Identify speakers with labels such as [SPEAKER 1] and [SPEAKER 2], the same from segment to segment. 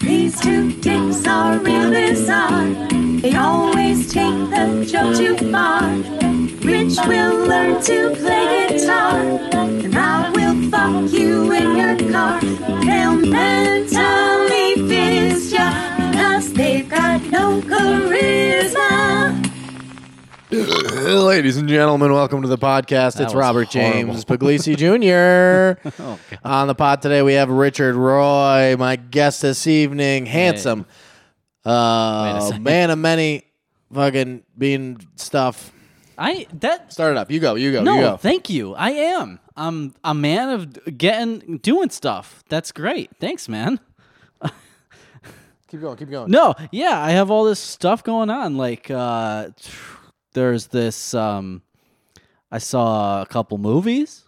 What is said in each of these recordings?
[SPEAKER 1] These two dicks are real bizarre. They always take the joke too far. Rich will learn to play guitar, and I will fuck you in your car. They'll mentally fist ya because they've got no charisma.
[SPEAKER 2] Ladies and gentlemen, welcome to the podcast.
[SPEAKER 3] That
[SPEAKER 2] it's
[SPEAKER 3] was
[SPEAKER 2] Robert
[SPEAKER 3] horrible. Oh,
[SPEAKER 2] James Puglisi Jr. On the pod today, we have Richard Roy, my guest this evening, handsome,
[SPEAKER 3] Wait a
[SPEAKER 2] uh,
[SPEAKER 3] second.
[SPEAKER 2] man of many fucking being stuff.
[SPEAKER 3] I that
[SPEAKER 2] Start it up. You go. You go. you
[SPEAKER 3] no,
[SPEAKER 2] go.
[SPEAKER 3] thank you. I am. I'm a man of getting doing stuff. That's great. Thanks, man.
[SPEAKER 2] keep going. Keep going.
[SPEAKER 3] No, yeah, I have all this stuff going on. Like, uh, there's this. Um, I saw a couple movies.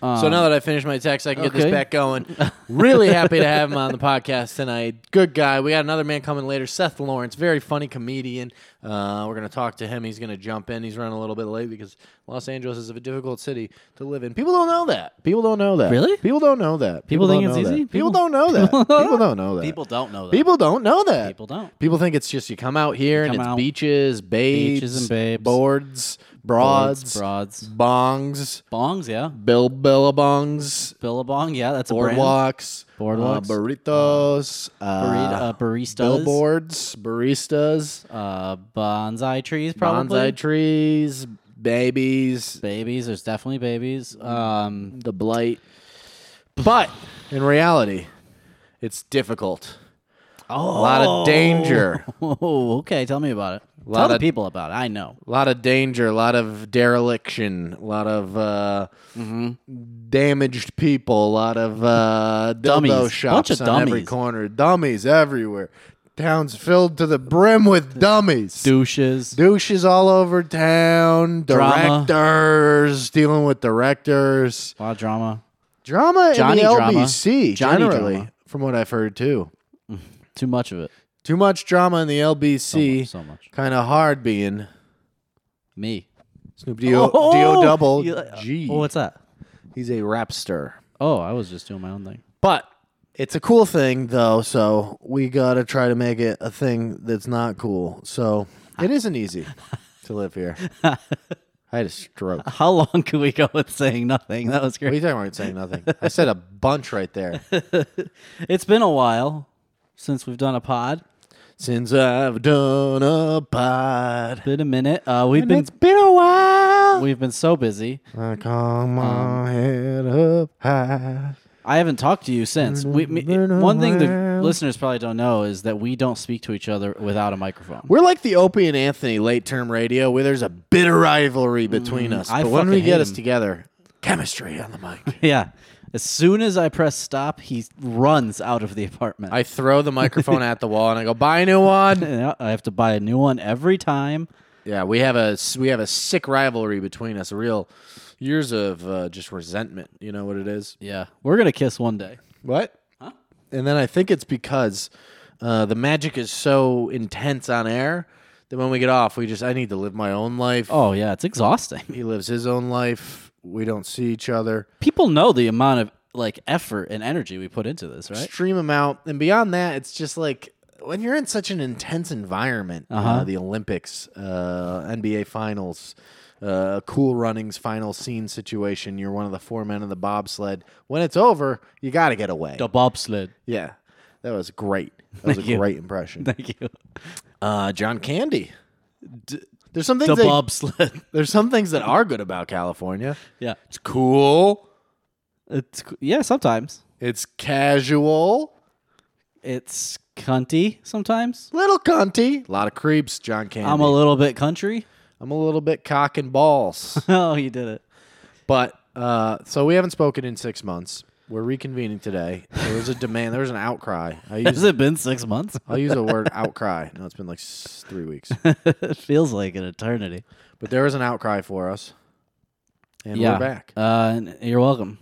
[SPEAKER 2] So now that I finished my text, I can get this
[SPEAKER 3] Um, okay.
[SPEAKER 2] back going. really happy to have him on the podcast tonight. Good guy. We got another man coming later, Seth Lawrence, very funny comedian. Uh, we're going to talk to him. He's going to jump in. He's running a little bit late because Los Angeles is a difficult city to live in. People don't know that. People don't know that.
[SPEAKER 3] Really?
[SPEAKER 2] People don't know that.
[SPEAKER 3] People
[SPEAKER 2] don't
[SPEAKER 3] think it's
[SPEAKER 2] know that.
[SPEAKER 3] easy?
[SPEAKER 2] People,
[SPEAKER 3] People-
[SPEAKER 2] don't know that. People don't know that.
[SPEAKER 3] People don't know that.
[SPEAKER 2] People don't know that.
[SPEAKER 3] People don't.
[SPEAKER 2] People think it's just you come out here and
[SPEAKER 3] come
[SPEAKER 2] it's
[SPEAKER 3] out.
[SPEAKER 2] beaches, babes,
[SPEAKER 3] Beaches and babes.
[SPEAKER 2] boards, broads,
[SPEAKER 3] Broads, broads,
[SPEAKER 2] bongs,
[SPEAKER 3] bongs. Yeah,
[SPEAKER 2] bill billabongs,
[SPEAKER 3] billabong. Yeah, that's a brand.
[SPEAKER 2] boardwalks,
[SPEAKER 3] Boardwalks.
[SPEAKER 2] uh, burritos, uh,
[SPEAKER 3] Burrito, uh, baristas,
[SPEAKER 2] billboards, baristas,
[SPEAKER 3] uh, bonsai trees, probably
[SPEAKER 2] bonsai trees, babies,
[SPEAKER 3] babies. There's definitely babies. Um,
[SPEAKER 2] the blight. But in reality, it's difficult.
[SPEAKER 3] oh,
[SPEAKER 2] A lot of danger,
[SPEAKER 3] Oh, okay. Tell me about it.
[SPEAKER 2] Lot
[SPEAKER 3] Tell the
[SPEAKER 2] of-
[SPEAKER 3] people about it. I know.
[SPEAKER 2] a lot of danger, a lot of dereliction, a lot of uh,
[SPEAKER 3] Mm-hmm.
[SPEAKER 2] damaged people, a lot of uh,
[SPEAKER 3] Dummies.
[SPEAKER 2] dildo
[SPEAKER 3] Bunch
[SPEAKER 2] shops
[SPEAKER 3] of
[SPEAKER 2] on every
[SPEAKER 3] dummies.
[SPEAKER 2] corner, dummies everywhere. Towns filled to the brim with dummies.
[SPEAKER 3] Douches.
[SPEAKER 2] douches all over town,
[SPEAKER 3] Drama.
[SPEAKER 2] directors dealing with directors,
[SPEAKER 3] a lot of drama.
[SPEAKER 2] drama
[SPEAKER 3] Johnny
[SPEAKER 2] in the
[SPEAKER 3] drama.
[SPEAKER 2] LBC
[SPEAKER 3] Johnny
[SPEAKER 2] generally,
[SPEAKER 3] drama.
[SPEAKER 2] from what I've heard too.
[SPEAKER 3] Too much of it.
[SPEAKER 2] Too much drama in the LBC,
[SPEAKER 3] so much.
[SPEAKER 2] kind of hard being
[SPEAKER 3] Me.
[SPEAKER 2] Snoop D-O,
[SPEAKER 3] Oh!
[SPEAKER 2] D-O double
[SPEAKER 3] You-
[SPEAKER 2] G.
[SPEAKER 3] Oh, what's that?
[SPEAKER 2] He's a rapster,
[SPEAKER 3] Oh, I was just doing my own thing.
[SPEAKER 2] but. It's a cool thing though, so we gotta try to make it a thing that's not cool. So it isn't easy to live here. I had a stroke.
[SPEAKER 3] How long can we go with saying nothing? That was
[SPEAKER 2] What are
[SPEAKER 3] great.
[SPEAKER 2] you talking about? Saying nothing. I said a bunch right there.
[SPEAKER 3] It's been a while since we've done a pod.
[SPEAKER 2] Since I've done a pod,
[SPEAKER 3] Been a minute. Uh, we've
[SPEAKER 2] and
[SPEAKER 3] been
[SPEAKER 2] it's been a while.
[SPEAKER 3] we've been so busy.
[SPEAKER 2] I call my
[SPEAKER 3] Um,
[SPEAKER 2] head up high.
[SPEAKER 3] I haven't talked to you since. We, me, one thing the listeners probably don't know is that we don't speak to each other without a microphone.
[SPEAKER 2] We're like the Opie and Anthony late term radio, where there's a bitter rivalry between us.
[SPEAKER 3] I
[SPEAKER 2] but when
[SPEAKER 3] fucking
[SPEAKER 2] we get
[SPEAKER 3] hate
[SPEAKER 2] us
[SPEAKER 3] him.
[SPEAKER 2] together, chemistry on the mic.
[SPEAKER 3] Yeah. As soon as I press stop, he runs out of the apartment.
[SPEAKER 2] I throw the microphone at the wall and I go, "Buy a new one."
[SPEAKER 3] Yeah, I have to buy a new one every time.
[SPEAKER 2] Yeah, we have a s- we have a sick rivalry between us. A real years of uh, just resentment. You know what it is?
[SPEAKER 3] Yeah, we're gonna kiss one day.
[SPEAKER 2] What? And then I think it's because uh, the magic is so intense on air that when we get off, we just I need to live my own life.
[SPEAKER 3] Oh yeah, it's exhausting.
[SPEAKER 2] He lives his own life. We don't see each other.
[SPEAKER 3] People know the amount of like effort and energy we put into this, right?
[SPEAKER 2] Stream him out, and beyond that, it's just like when you're in such an intense environment, uh
[SPEAKER 3] Uh-huh.
[SPEAKER 2] the Olympics, uh, NBA Finals. Uh, cool runnings final scene situation. You're one of the four men of the bobsled. When it's over, you got to get away.
[SPEAKER 3] The bobsled.
[SPEAKER 2] Yeah, that was great. That was a
[SPEAKER 3] you.
[SPEAKER 2] great impression.
[SPEAKER 3] Thank you.
[SPEAKER 2] Uh, John Candy. there's some
[SPEAKER 3] The
[SPEAKER 2] things. That,
[SPEAKER 3] bobsled.
[SPEAKER 2] there's some things that are good about California.
[SPEAKER 3] yeah.
[SPEAKER 2] It's cool.
[SPEAKER 3] It's c- yeah. Sometimes
[SPEAKER 2] It's casual.
[SPEAKER 3] it's cunty. Sometimes
[SPEAKER 2] Little cunty. A lot of creeps. John Candy.
[SPEAKER 3] I'm a little bit country.
[SPEAKER 2] I'm a little bit cock and balls.
[SPEAKER 3] oh, you did it.
[SPEAKER 2] but uh, so we haven't spoken in six months. We're reconvening today. There was a demand. There was an outcry. I
[SPEAKER 3] Has
[SPEAKER 2] use.
[SPEAKER 3] it been six months?
[SPEAKER 2] I'll use the word outcry. No, it's been like s- three weeks.
[SPEAKER 3] it feels like an eternity.
[SPEAKER 2] But there was an outcry for us, and
[SPEAKER 3] yeah.
[SPEAKER 2] we're back.
[SPEAKER 3] Uh, and you're welcome.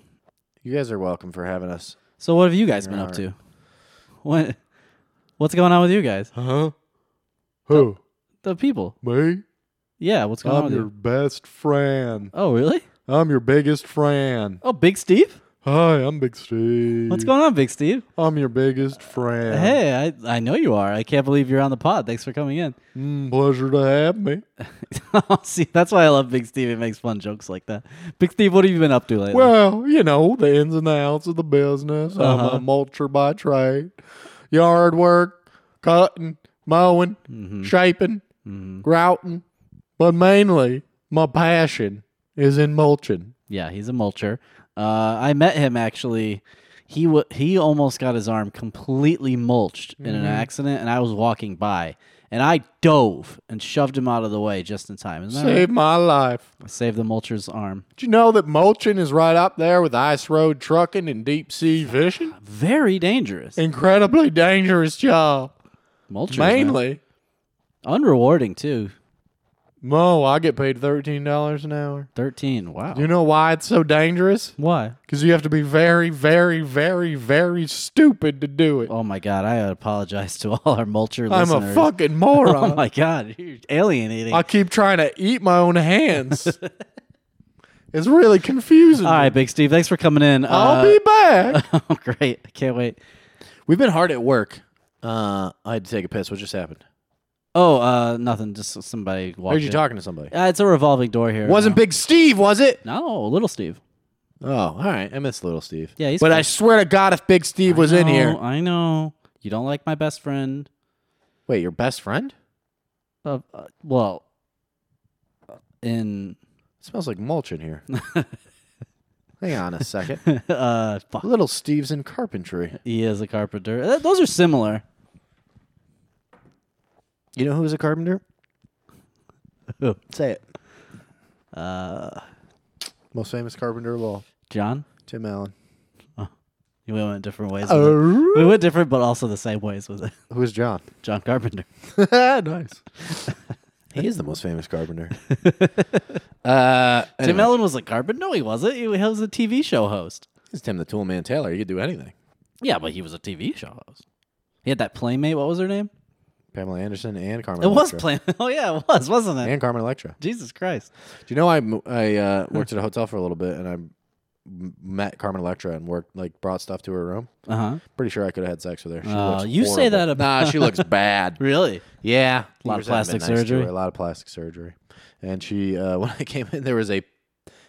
[SPEAKER 2] You guys are welcome for having us.
[SPEAKER 3] So what have you guys been up to? What what's going on with you guys?
[SPEAKER 2] Huh? Uh-huh. Who?
[SPEAKER 3] The people.
[SPEAKER 2] Me?
[SPEAKER 3] Yeah, what's going on
[SPEAKER 2] I'm
[SPEAKER 3] with
[SPEAKER 2] your
[SPEAKER 3] you?
[SPEAKER 2] best friend.
[SPEAKER 3] Oh, really?
[SPEAKER 2] I'm your biggest fan.
[SPEAKER 3] Oh, Big Steve?
[SPEAKER 2] Hi, I'm Big Steve.
[SPEAKER 3] What's going on, Big Steve?
[SPEAKER 2] I'm your biggest friend.
[SPEAKER 3] Hey, I, I know you are. I can't believe you're on the pod. Thanks for coming in.
[SPEAKER 2] Mm, pleasure to have me.
[SPEAKER 3] See, that's why I love Big Steve. It makes fun jokes like that. Big Steve, what have you been up to lately?
[SPEAKER 2] Well, you know, the ins and the outs of the business.
[SPEAKER 3] Uh-huh.
[SPEAKER 2] I'm a mulcher by trade. Yard work, cutting, mowing,
[SPEAKER 3] Mm-hmm.
[SPEAKER 2] shaping, grouting. But mainly, my passion is in mulching.
[SPEAKER 3] yeah, he's a mulcher. Uh, I met him actually. He wa he almost got his arm completely mulched in
[SPEAKER 2] Mm-hmm.
[SPEAKER 3] an accident, and I was walking by, and I dove and shoved him out of the way just in time. Isn't that right?
[SPEAKER 2] Saved my life.
[SPEAKER 3] I saved the mulcher's arm.
[SPEAKER 2] Did you know that mulching is right up there with ice road trucking and deep sea fishing?
[SPEAKER 3] Very dangerous.
[SPEAKER 2] Incredibly dangerous job.
[SPEAKER 3] Mulchers, man.
[SPEAKER 2] Mainly,
[SPEAKER 3] unrewarding too.
[SPEAKER 2] Mo, I get paid $13 an hour.
[SPEAKER 3] Thirteen. Wow.
[SPEAKER 2] You know why it's so dangerous?
[SPEAKER 3] Why?
[SPEAKER 2] Because you have to be very, very, very, very stupid to do it.
[SPEAKER 3] Oh my God! I apologize to all our mulcher
[SPEAKER 2] I'm
[SPEAKER 3] listeners.
[SPEAKER 2] a fucking
[SPEAKER 3] Oh
[SPEAKER 2] moron.
[SPEAKER 3] my God! You're alienating.
[SPEAKER 2] I keep trying to eat my own hands. it's really confusing.
[SPEAKER 3] all right, Big Steve. Thanks for coming in.
[SPEAKER 2] I'll be back.
[SPEAKER 3] be. great. I can't wait.
[SPEAKER 2] uh, We've been hard at work. Uh, I had to take a piss. What just happened?
[SPEAKER 3] Oh, uh, nothing. Just somebody walked.
[SPEAKER 2] Heard you
[SPEAKER 3] in.
[SPEAKER 2] talking to somebody.
[SPEAKER 3] Uh, it's a revolving door here.
[SPEAKER 2] Wasn't
[SPEAKER 3] No.
[SPEAKER 2] Big Steve, was it?
[SPEAKER 3] No, little Steve.
[SPEAKER 2] Oh, all right. I missed Little Steve.
[SPEAKER 3] Yeah, he's
[SPEAKER 2] but
[SPEAKER 3] cool.
[SPEAKER 2] I swear to God, if Big Steve was in
[SPEAKER 3] No,
[SPEAKER 2] here,
[SPEAKER 3] I know. You don't like my best friend.
[SPEAKER 2] wait, your best friend
[SPEAKER 3] Uh, uh, well, uh, in
[SPEAKER 2] smells like mulch in here. Hang on a second.
[SPEAKER 3] uh, fuck,
[SPEAKER 2] Little Steve's in carpentry.
[SPEAKER 3] he is a carpenter. Uh, Those are similar.
[SPEAKER 2] You know who's a carpenter?
[SPEAKER 3] Who?
[SPEAKER 2] Say it. Uh, Most famous carpenter of all,
[SPEAKER 3] John,
[SPEAKER 2] Tim Allen.
[SPEAKER 3] we went different ways. with it.
[SPEAKER 2] Who
[SPEAKER 3] we went different, but also the same ways with it.
[SPEAKER 2] is John?
[SPEAKER 3] John Carpenter.
[SPEAKER 2] nice. he is the most famous carpenter. uh,
[SPEAKER 3] Tim Allen was a carpenter. No, he wasn't. He was a TV show host.
[SPEAKER 2] It's Tim the Tool Man Taylor. He could do anything.
[SPEAKER 3] Yeah, but he was a TV show host. He had that playmate. What was her name?
[SPEAKER 2] Pamela Anderson and Carmen.
[SPEAKER 3] It was
[SPEAKER 2] Electra.
[SPEAKER 3] play. Oh yeah, it was, wasn't it?
[SPEAKER 2] and Carmen Electra.
[SPEAKER 3] Jesus Christ.
[SPEAKER 2] Do you know I mo- I uh, worked at a hotel for a little bit and I m- met Carmen Electra and worked like brought stuff to her room.
[SPEAKER 3] Uh huh.
[SPEAKER 2] Pretty sure I could have had sex with her. She
[SPEAKER 3] Oh,
[SPEAKER 2] looks
[SPEAKER 3] you say that
[SPEAKER 2] horrible.
[SPEAKER 3] about-
[SPEAKER 2] nah, she looks bad.
[SPEAKER 3] Really?
[SPEAKER 2] Yeah,
[SPEAKER 3] A lot of
[SPEAKER 2] Years
[SPEAKER 3] plastic
[SPEAKER 2] haven't been nice to
[SPEAKER 3] surgery.
[SPEAKER 2] her, a lot of plastic surgery, and she uh, when I came in there was a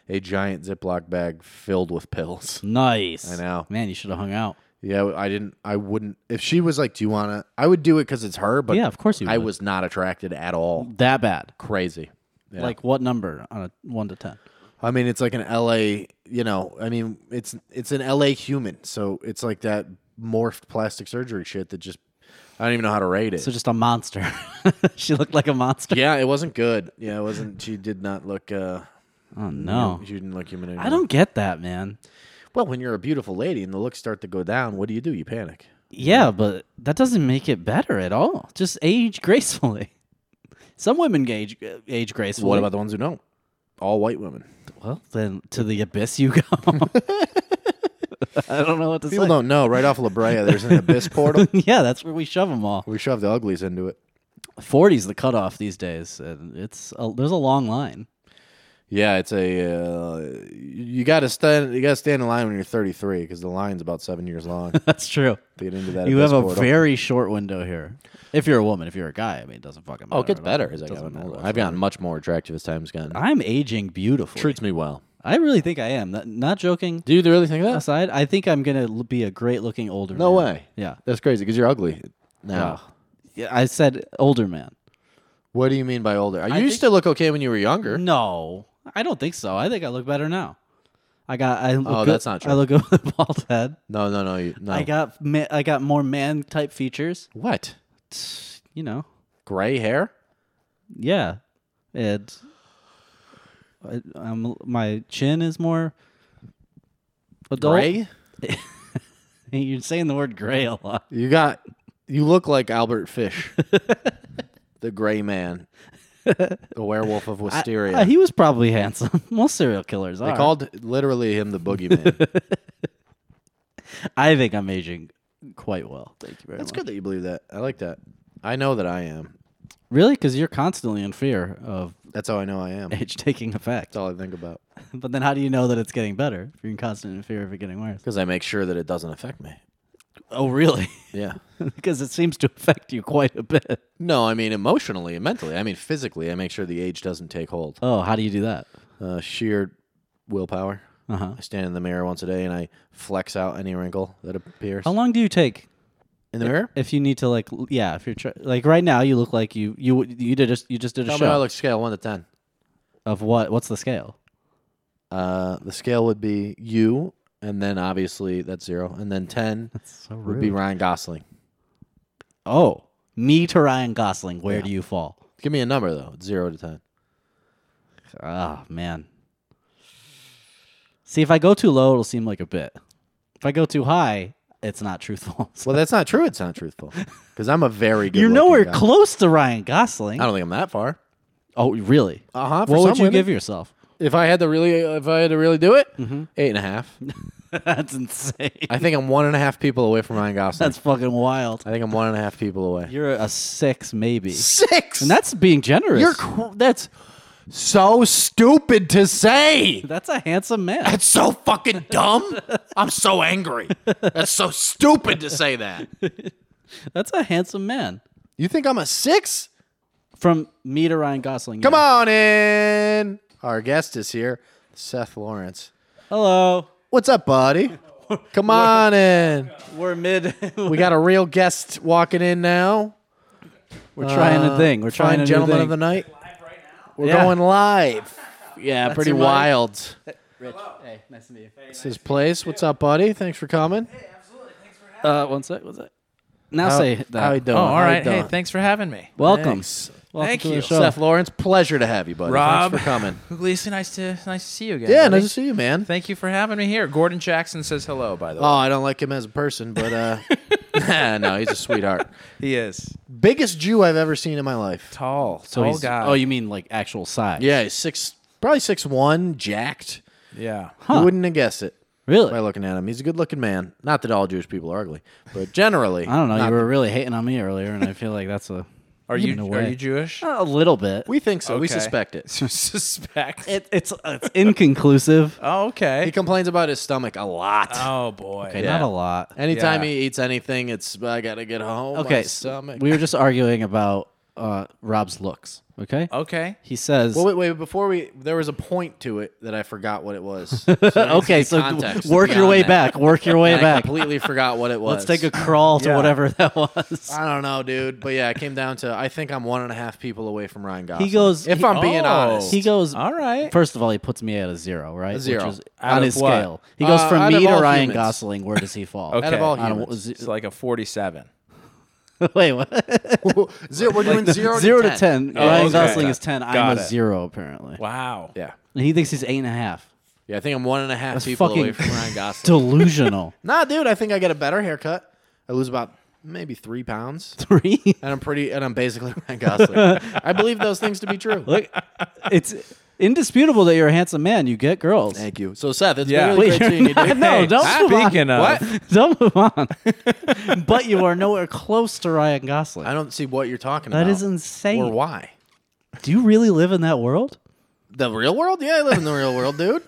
[SPEAKER 2] a giant Ziploc bag filled with pills.
[SPEAKER 3] Nice.
[SPEAKER 2] I know.
[SPEAKER 3] Man, you should have hung out.
[SPEAKER 2] Yeah, I didn't. I wouldn't. If she was like, "Do you want to?" I would do it because it's her. But
[SPEAKER 3] Yeah, of course you
[SPEAKER 2] I
[SPEAKER 3] would.
[SPEAKER 2] was not attracted at all.
[SPEAKER 3] That bad.
[SPEAKER 2] Crazy. Yeah.
[SPEAKER 3] Like what number on a one to ten?
[SPEAKER 2] I mean, it's like an LA, you know, I mean, it's it's an LA human. So it's like that morphed plastic surgery shit that just I don't even know how to rate it.
[SPEAKER 3] So just a monster. she looked like a monster.
[SPEAKER 2] yeah, it wasn't good. Yeah, it wasn't she did not look uh
[SPEAKER 3] Oh no.
[SPEAKER 2] she didn't look human anymore.
[SPEAKER 3] I don't get that, man.
[SPEAKER 2] Well, when you're a beautiful lady and the looks start to go down, what do you do? You panic.
[SPEAKER 3] Yeah, but that doesn't make it better at all. Just age gracefully. Some women age age gracefully.
[SPEAKER 2] What about the ones who don't? All white women.
[SPEAKER 3] well then to the abyss you go? I don't know what to
[SPEAKER 2] People
[SPEAKER 3] say.
[SPEAKER 2] don't know. Right off La Brea, there's an abyss portal.
[SPEAKER 3] yeah, that's where we shove them all.
[SPEAKER 2] We shove the uglies into it.
[SPEAKER 3] Forty's the cutoff these days, and it's a, there's a long line.
[SPEAKER 2] Yeah, it's a uh, you got to stand. You got to stand in line when you're 33 because the line's about seven years long.
[SPEAKER 3] That's true.
[SPEAKER 2] to get into that.
[SPEAKER 3] you
[SPEAKER 2] abyss
[SPEAKER 3] have a
[SPEAKER 2] portal.
[SPEAKER 3] very short window here. If you're a woman, if you're a guy, I mean, it doesn't fucking matter.
[SPEAKER 2] Oh, it gets
[SPEAKER 3] at all.
[SPEAKER 2] better as I
[SPEAKER 3] Doesn't
[SPEAKER 2] got
[SPEAKER 3] matter
[SPEAKER 2] older.
[SPEAKER 3] whatsoever.
[SPEAKER 2] I've gotten much more attractive as time's gone.
[SPEAKER 3] I'm aging beautifully.
[SPEAKER 2] Treats me well.
[SPEAKER 3] I really think I am. Not, not joking
[SPEAKER 2] Do you really think that?
[SPEAKER 3] aside, I think I'm gonna l- be a great looking older.
[SPEAKER 2] No
[SPEAKER 3] man.
[SPEAKER 2] way.
[SPEAKER 3] Yeah.
[SPEAKER 2] That's crazy because you're ugly now.
[SPEAKER 3] Ugh. Yeah, I said older man.
[SPEAKER 2] What do you mean by older? You
[SPEAKER 3] I
[SPEAKER 2] used
[SPEAKER 3] think-
[SPEAKER 2] to look okay when you were younger.
[SPEAKER 3] No, I don't think so. I think I look better now. I got. I look
[SPEAKER 2] Oh,
[SPEAKER 3] good-
[SPEAKER 2] that's not true.
[SPEAKER 3] I look good with a bald head.
[SPEAKER 2] No, no, no, you, no.
[SPEAKER 3] I got. Ma- I got more man type features.
[SPEAKER 2] what?
[SPEAKER 3] You know.
[SPEAKER 2] Gray hair?
[SPEAKER 3] Yeah. And I, I'm, my chin is more adult.
[SPEAKER 2] Gray?
[SPEAKER 3] You're saying the word gray a lot.
[SPEAKER 2] You got. You look like Albert Fish, the Gray Man, the werewolf of
[SPEAKER 3] I-
[SPEAKER 2] Wisteria.
[SPEAKER 3] uh, he was probably handsome. Most serial killers
[SPEAKER 2] they
[SPEAKER 3] are.
[SPEAKER 2] called literally him the boogeyman.
[SPEAKER 3] I think I'm aging quite well. Thank you very
[SPEAKER 2] That's
[SPEAKER 3] much.
[SPEAKER 2] good that you believe that. I like that. I know that I am.
[SPEAKER 3] Really? Because you're constantly in fear of
[SPEAKER 2] That's how I know I am. That's
[SPEAKER 3] age taking effect.
[SPEAKER 2] all I think about.
[SPEAKER 3] But then how do you know that it's getting better if you're in constant fear of it getting worse?
[SPEAKER 2] Because I make sure that it doesn't affect me.
[SPEAKER 3] Oh, really?
[SPEAKER 2] Yeah.
[SPEAKER 3] because it seems to affect you quite a bit.
[SPEAKER 2] No, I mean emotionally and mentally. I mean physically. I make sure the age doesn't take hold.
[SPEAKER 3] Oh, how do you do that?
[SPEAKER 2] Uh, sheer willpower.
[SPEAKER 3] Uh-huh.
[SPEAKER 2] I stand in the mirror once a day and I flex out any wrinkle that appears
[SPEAKER 3] How long do you take
[SPEAKER 2] in the mirror.
[SPEAKER 3] if you need to like l- yeah, if you're tr- like right now you look like you you w- you did just you just did a
[SPEAKER 2] Tell me
[SPEAKER 3] show
[SPEAKER 2] how I look scale one to ten.
[SPEAKER 3] of what what's the scale?
[SPEAKER 2] Uh, the scale would be you, and then obviously that's zero, and then ten
[SPEAKER 3] So
[SPEAKER 2] would be Ryan Gosling.
[SPEAKER 3] Oh, me to Ryan Gosling, where do you fall?
[SPEAKER 2] Give me a number though. It's zero to ten.
[SPEAKER 3] Oh, man. See, if I go too low, it'll seem like a bit. If I go too high, it's not truthful.
[SPEAKER 2] Well, that's not true. It's not truthful because I'm a very good.
[SPEAKER 3] You're nowhere
[SPEAKER 2] guy.
[SPEAKER 3] close to Ryan Gosling.
[SPEAKER 2] I don't think I'm that far.
[SPEAKER 3] Oh, really?
[SPEAKER 2] Uh huh.
[SPEAKER 3] what would you give yourself?
[SPEAKER 2] if I had to really? If I had to really do it, eight and a half.
[SPEAKER 3] That's insane.
[SPEAKER 2] I think I'm one and a half people away from Ryan Gosling.
[SPEAKER 3] That's fucking wild.
[SPEAKER 2] I think I'm one and a half people away.
[SPEAKER 3] You're a six, maybe.
[SPEAKER 2] six.
[SPEAKER 3] And that's being generous.
[SPEAKER 2] You're cr- that's so stupid to say.
[SPEAKER 3] that's a handsome man.
[SPEAKER 2] That's so fucking dumb. I'm so angry. That's so stupid to say that.
[SPEAKER 3] That's a handsome man.
[SPEAKER 2] You think I'm a six?
[SPEAKER 3] From me to Ryan Gosling.
[SPEAKER 2] Come on in. Our guest is here, Seth Lawrence.
[SPEAKER 3] Hello.
[SPEAKER 2] What's up, buddy? Come on in.
[SPEAKER 3] We're mid. We're
[SPEAKER 2] We got a real guest walking in now.
[SPEAKER 3] trying a thing. We're trying
[SPEAKER 2] Uh, Fine
[SPEAKER 3] a
[SPEAKER 2] gentleman
[SPEAKER 3] new
[SPEAKER 2] of the
[SPEAKER 3] thing.
[SPEAKER 2] night. We're
[SPEAKER 3] Yeah.
[SPEAKER 2] going live. Yeah, pretty
[SPEAKER 3] your mic?
[SPEAKER 2] wild.
[SPEAKER 3] Rich. Hey, nice to meet you.
[SPEAKER 2] It's his place. What's up, buddy? Thanks for coming.
[SPEAKER 3] Uh, one sec, one sec. Now
[SPEAKER 2] How-
[SPEAKER 3] say that.
[SPEAKER 2] how you doing?
[SPEAKER 4] Oh, all
[SPEAKER 2] How you
[SPEAKER 4] right. Hey,
[SPEAKER 2] doing?
[SPEAKER 4] thanks for having me.
[SPEAKER 3] Welcome.
[SPEAKER 2] Thanks.
[SPEAKER 3] Welcome
[SPEAKER 4] Thank
[SPEAKER 3] to The
[SPEAKER 4] you.
[SPEAKER 3] show.
[SPEAKER 2] Seth Lawrence, pleasure to have you, buddy.
[SPEAKER 4] Rob.
[SPEAKER 2] Thanks for coming.
[SPEAKER 4] Gleason, nice to nice to see you again.
[SPEAKER 2] yeah,
[SPEAKER 4] buddy.
[SPEAKER 2] nice to see you, man.
[SPEAKER 4] Thank you for having me here. Gordon Jackson says hello, by the way.
[SPEAKER 2] oh, I don't like him as a person, but uh, no, he's a sweetheart.
[SPEAKER 4] He is
[SPEAKER 2] Biggest Jew I've ever seen in my life.
[SPEAKER 4] tall,
[SPEAKER 3] So
[SPEAKER 4] tall
[SPEAKER 3] he's-
[SPEAKER 4] guy.
[SPEAKER 3] Oh, you mean like actual size?
[SPEAKER 2] Yeah, he's six, probably six one, jacked.
[SPEAKER 4] yeah.
[SPEAKER 2] You wouldn't have guessed it by
[SPEAKER 3] Really?
[SPEAKER 2] looking at him. He's a good-looking man. Not that all Jewish people are ugly, but generally,
[SPEAKER 3] I don't know.
[SPEAKER 2] not
[SPEAKER 3] You
[SPEAKER 2] that-
[SPEAKER 3] were really hating on me earlier, and I feel like that's a.
[SPEAKER 4] Are
[SPEAKER 3] in
[SPEAKER 4] you
[SPEAKER 3] a
[SPEAKER 4] are
[SPEAKER 3] way.
[SPEAKER 4] you Jewish?
[SPEAKER 3] A little bit.
[SPEAKER 2] we think so. We
[SPEAKER 4] Okay.
[SPEAKER 2] suspect it.
[SPEAKER 4] Suspect.
[SPEAKER 3] It, it's it's inconclusive.
[SPEAKER 4] oh,
[SPEAKER 2] He
[SPEAKER 4] okay.
[SPEAKER 2] complains about his stomach a lot.
[SPEAKER 4] Oh boy.
[SPEAKER 2] Yeah.
[SPEAKER 3] Not a lot.
[SPEAKER 2] Anytime
[SPEAKER 4] Yeah.
[SPEAKER 2] he eats anything, it's I gotta get home.
[SPEAKER 3] Okay,
[SPEAKER 2] my
[SPEAKER 3] s-
[SPEAKER 2] stomach.
[SPEAKER 3] we were just arguing about uh, Rob's looks. Okay.
[SPEAKER 4] Okay.
[SPEAKER 3] He says.
[SPEAKER 2] Well, wait, wait. Before we, there was a point to it that I forgot what it was. So
[SPEAKER 3] okay, so
[SPEAKER 2] context
[SPEAKER 3] work your
[SPEAKER 2] beyond
[SPEAKER 3] way
[SPEAKER 2] that.
[SPEAKER 3] back. Work your way
[SPEAKER 2] I
[SPEAKER 3] back.
[SPEAKER 2] completely forgot what it was.
[SPEAKER 3] Let's take a crawl to
[SPEAKER 4] Yeah.
[SPEAKER 3] whatever that was.
[SPEAKER 2] I don't know, dude. But yeah, it came down to I think I'm one and a half people away from Ryan Gosling.
[SPEAKER 3] He goes.
[SPEAKER 2] If
[SPEAKER 3] he-
[SPEAKER 2] I'm being
[SPEAKER 4] Oh.
[SPEAKER 2] honest,
[SPEAKER 3] He goes.
[SPEAKER 4] All right.
[SPEAKER 3] First of all, he puts me at a zero, right? Which
[SPEAKER 2] zero.
[SPEAKER 3] is
[SPEAKER 4] Out
[SPEAKER 3] on
[SPEAKER 4] of
[SPEAKER 3] his
[SPEAKER 4] what?
[SPEAKER 3] scale. He goes
[SPEAKER 2] Uh, out
[SPEAKER 3] from
[SPEAKER 2] of
[SPEAKER 3] me to
[SPEAKER 2] all
[SPEAKER 3] Ryan
[SPEAKER 2] humans.
[SPEAKER 3] Gosling. Where does he fall?
[SPEAKER 4] Okay.
[SPEAKER 2] out of all
[SPEAKER 4] I
[SPEAKER 3] don't-
[SPEAKER 2] humans,
[SPEAKER 4] It's like a forty-seven.
[SPEAKER 3] Wait, what?
[SPEAKER 2] zero, we're doing zero,
[SPEAKER 3] zero
[SPEAKER 2] to,
[SPEAKER 3] to ten.
[SPEAKER 4] Oh,
[SPEAKER 3] Ryan
[SPEAKER 4] okay.
[SPEAKER 3] Gosling is ten. I'm
[SPEAKER 4] Got
[SPEAKER 3] a
[SPEAKER 4] it.
[SPEAKER 3] zero apparently.
[SPEAKER 4] Wow.
[SPEAKER 2] Yeah,
[SPEAKER 3] And he thinks he's eight and a half.
[SPEAKER 2] yeah. I think I'm one and a half
[SPEAKER 3] That's
[SPEAKER 2] people away
[SPEAKER 3] fucking
[SPEAKER 2] from Ryan Gosling.
[SPEAKER 3] Delusional.
[SPEAKER 2] nah, dude. I think I get a better haircut. I lose about maybe three pounds,
[SPEAKER 3] Three.
[SPEAKER 2] and I'm pretty, and I'm basically Ryan Gosling. I believe those things to be true.
[SPEAKER 3] Look, it's indisputable that you're a handsome man. You get girls.
[SPEAKER 2] Thank you. So Seth, it's
[SPEAKER 4] Yeah.
[SPEAKER 2] been really great
[SPEAKER 3] Wait, you're
[SPEAKER 2] seeing you.
[SPEAKER 3] not-
[SPEAKER 2] dude.
[SPEAKER 3] no, don't move on.
[SPEAKER 4] Speaking of,
[SPEAKER 2] What?
[SPEAKER 3] Don't move on. but you are nowhere close to Ryan Gosling.
[SPEAKER 2] I don't see what you're talking about.
[SPEAKER 3] That is insane.
[SPEAKER 2] Or why?
[SPEAKER 3] Do you really live in that world?
[SPEAKER 2] The real world? Yeah, I live in the real world, dude.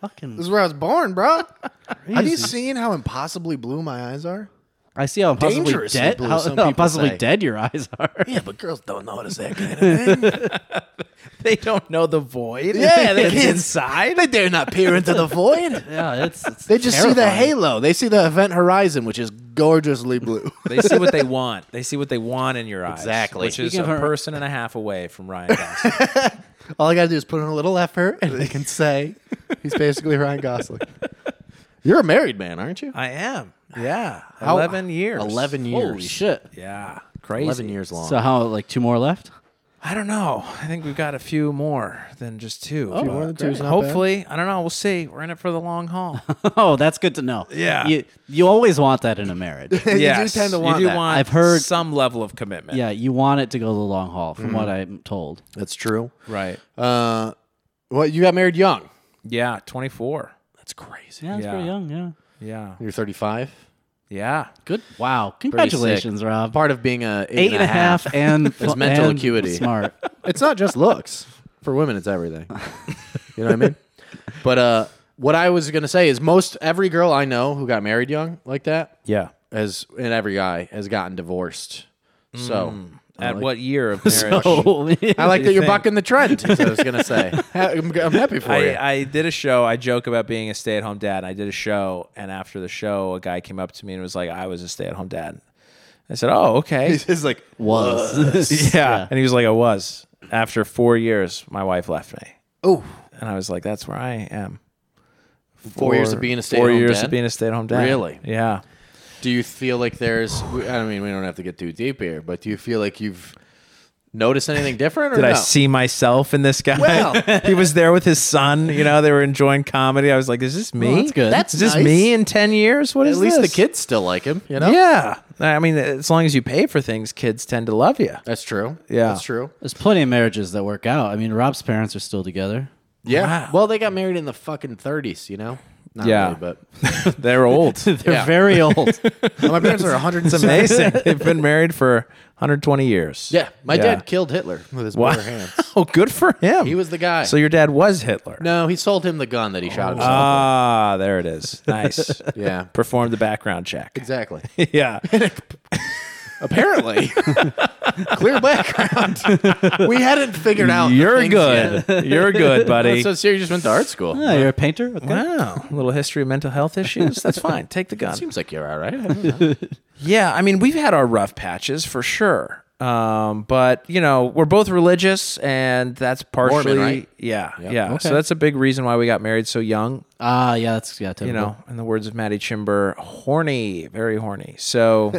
[SPEAKER 3] Fucking
[SPEAKER 2] This is where I was born, bro. Have
[SPEAKER 3] crazy.
[SPEAKER 2] you seen how impossibly blue my eyes are?
[SPEAKER 3] I see how impossibly
[SPEAKER 2] Dangerously
[SPEAKER 3] dead,
[SPEAKER 2] blue,
[SPEAKER 3] how,
[SPEAKER 2] some
[SPEAKER 3] how
[SPEAKER 2] people
[SPEAKER 3] impossibly
[SPEAKER 2] say.
[SPEAKER 3] dead your eyes are.
[SPEAKER 2] Yeah, but girls don't notice that kind of thing.
[SPEAKER 4] They don't know the void.
[SPEAKER 2] Yeah, they
[SPEAKER 4] that's
[SPEAKER 2] can't-
[SPEAKER 4] inside.
[SPEAKER 2] they dare not peer into the void.
[SPEAKER 3] yeah, it's, it's
[SPEAKER 2] They just see the
[SPEAKER 3] terrifying.
[SPEAKER 2] halo. They see the event horizon, which is gorgeously blue.
[SPEAKER 4] They see what they want. They see what they want in your eyes.
[SPEAKER 2] Exactly.
[SPEAKER 4] Which is
[SPEAKER 3] Speaking
[SPEAKER 4] a
[SPEAKER 3] of her-
[SPEAKER 4] person and a half away from Ryan Gosling.
[SPEAKER 2] All I gotta do is put in a little effort, and they can say he's basically Ryan Gosling. You're a married man, aren't you?
[SPEAKER 4] I am. Yeah.
[SPEAKER 2] How-
[SPEAKER 4] 11 years.
[SPEAKER 2] Eleven years.
[SPEAKER 3] Holy shit!
[SPEAKER 4] Yeah. Crazy.
[SPEAKER 2] Eleven years long.
[SPEAKER 3] So how like two more left?
[SPEAKER 4] I don't know. I think we've got a few more than just two.
[SPEAKER 2] few more than two is Oh, not bad.
[SPEAKER 4] Hopefully. I don't know. We'll see. We're in it for the long haul.
[SPEAKER 3] oh, that's good to know.
[SPEAKER 4] Yeah.
[SPEAKER 3] you, you always want that in a marriage.
[SPEAKER 2] You do
[SPEAKER 4] yes.
[SPEAKER 2] tend to want
[SPEAKER 4] You do
[SPEAKER 2] that.
[SPEAKER 4] want
[SPEAKER 3] I've heard-
[SPEAKER 4] some level of commitment.
[SPEAKER 3] yeah, you want it to go the long haul, from
[SPEAKER 2] Mm.
[SPEAKER 3] what I'm told.
[SPEAKER 2] That's true.
[SPEAKER 4] Right.
[SPEAKER 2] Uh, well, you got married young.
[SPEAKER 4] Yeah. 24.
[SPEAKER 2] That's crazy.
[SPEAKER 3] Yeah, it's
[SPEAKER 4] Yeah.
[SPEAKER 3] pretty young. Yeah,
[SPEAKER 4] Yeah.
[SPEAKER 2] You're 35.
[SPEAKER 4] Yeah.
[SPEAKER 2] Good.
[SPEAKER 3] Wow. Congratulations, Rob.
[SPEAKER 2] Part of being a
[SPEAKER 3] Eight and a half and
[SPEAKER 2] It's mental
[SPEAKER 3] and
[SPEAKER 2] acuity.
[SPEAKER 3] Smart.
[SPEAKER 2] it's not just looks. For women, it's everything. You know what I mean? But uh, what I was gonna say is most every girl I know who got married young like that
[SPEAKER 4] Yeah.
[SPEAKER 2] has, and every guy has gotten divorced. So I
[SPEAKER 4] At
[SPEAKER 2] like-
[SPEAKER 4] what year of marriage?
[SPEAKER 3] Oh,
[SPEAKER 2] I like
[SPEAKER 4] Mm. do
[SPEAKER 2] that
[SPEAKER 4] you
[SPEAKER 2] you're
[SPEAKER 4] think?
[SPEAKER 2] bucking the trend. Is what I was gonna say. Ha- I'm, I'm happy for you.
[SPEAKER 4] I, I did a show. I joke about being a stay at home dad. I did a show, and after the show, a guy came up to me and was like, I was a stay at home dad. I said, Oh, okay.
[SPEAKER 2] He's like,
[SPEAKER 3] was.
[SPEAKER 4] yeah. And he was like, I was. After four years, my wife left me.
[SPEAKER 2] oh,
[SPEAKER 4] And I was like, That's where I am.
[SPEAKER 2] four years of being a
[SPEAKER 4] Four
[SPEAKER 2] stay-at-home
[SPEAKER 4] years
[SPEAKER 2] dad?
[SPEAKER 4] of being a stay at home dad.
[SPEAKER 2] Really?
[SPEAKER 4] Yeah.
[SPEAKER 2] Do you feel like there's? we- I mean, we don't have to get too deep here, but do you feel like you've noticed anything different? Or
[SPEAKER 4] Did I
[SPEAKER 2] no?
[SPEAKER 4] see myself in this guy?
[SPEAKER 2] Well-
[SPEAKER 4] he was there with his son. You know, they were enjoying comedy. I was like, "Is this me?
[SPEAKER 3] that's good.
[SPEAKER 2] That's
[SPEAKER 4] is this
[SPEAKER 2] nice.
[SPEAKER 4] me in ten years? What is
[SPEAKER 2] At least
[SPEAKER 4] this?"
[SPEAKER 2] the kids still like him. You know?
[SPEAKER 4] Yeah, I mean, as long as you pay for things, kids tend to love you.
[SPEAKER 2] that's true.
[SPEAKER 4] Yeah.
[SPEAKER 2] that's true.
[SPEAKER 3] There's plenty of marriages that work out. I mean, Rob's parents are still together.
[SPEAKER 2] Yeah.
[SPEAKER 4] Wow.
[SPEAKER 2] Well, they got married in the fucking thirties. You know? Not
[SPEAKER 4] Yeah.
[SPEAKER 2] really, but
[SPEAKER 4] They're old. it's
[SPEAKER 3] They're
[SPEAKER 2] Yeah.
[SPEAKER 3] very old.
[SPEAKER 2] No, my parents are 100 and seven.
[SPEAKER 4] amazing. They've been married for 120 years.
[SPEAKER 2] Yeah, my
[SPEAKER 4] Yeah.
[SPEAKER 2] dad killed Hitler with his
[SPEAKER 4] Wow.
[SPEAKER 2] bare hands.
[SPEAKER 4] Oh, good for him.
[SPEAKER 2] He was the guy.
[SPEAKER 4] So your dad was Hitler.
[SPEAKER 2] no, he sold him the gun that he shot himself.
[SPEAKER 4] Ah, there it is. Nice.
[SPEAKER 2] with. Yeah,
[SPEAKER 4] Performed the background check.
[SPEAKER 2] exactly.
[SPEAKER 4] yeah.
[SPEAKER 2] Apparently, clear background. we hadn't figured out. the
[SPEAKER 4] You're
[SPEAKER 2] things
[SPEAKER 4] good.
[SPEAKER 2] yet.
[SPEAKER 4] You're good, buddy.
[SPEAKER 2] So, so you just went to art school.
[SPEAKER 3] Yeah, you're a painter. Okay.
[SPEAKER 4] Wow, a little history of mental health issues. That's fine. Take the gun.
[SPEAKER 2] Seems like you're all right.
[SPEAKER 4] Yeah, I mean, we've had our rough patches for sure. Um, but you know, we're both religious, and that's partially
[SPEAKER 2] right?
[SPEAKER 4] yeah, yeah. So
[SPEAKER 3] Okay.
[SPEAKER 4] that's a big reason why we got married so young.
[SPEAKER 3] Ah, yeah, that's yeah. Typical.
[SPEAKER 4] You know, in the words of Maddie Chimber, horny, very horny. So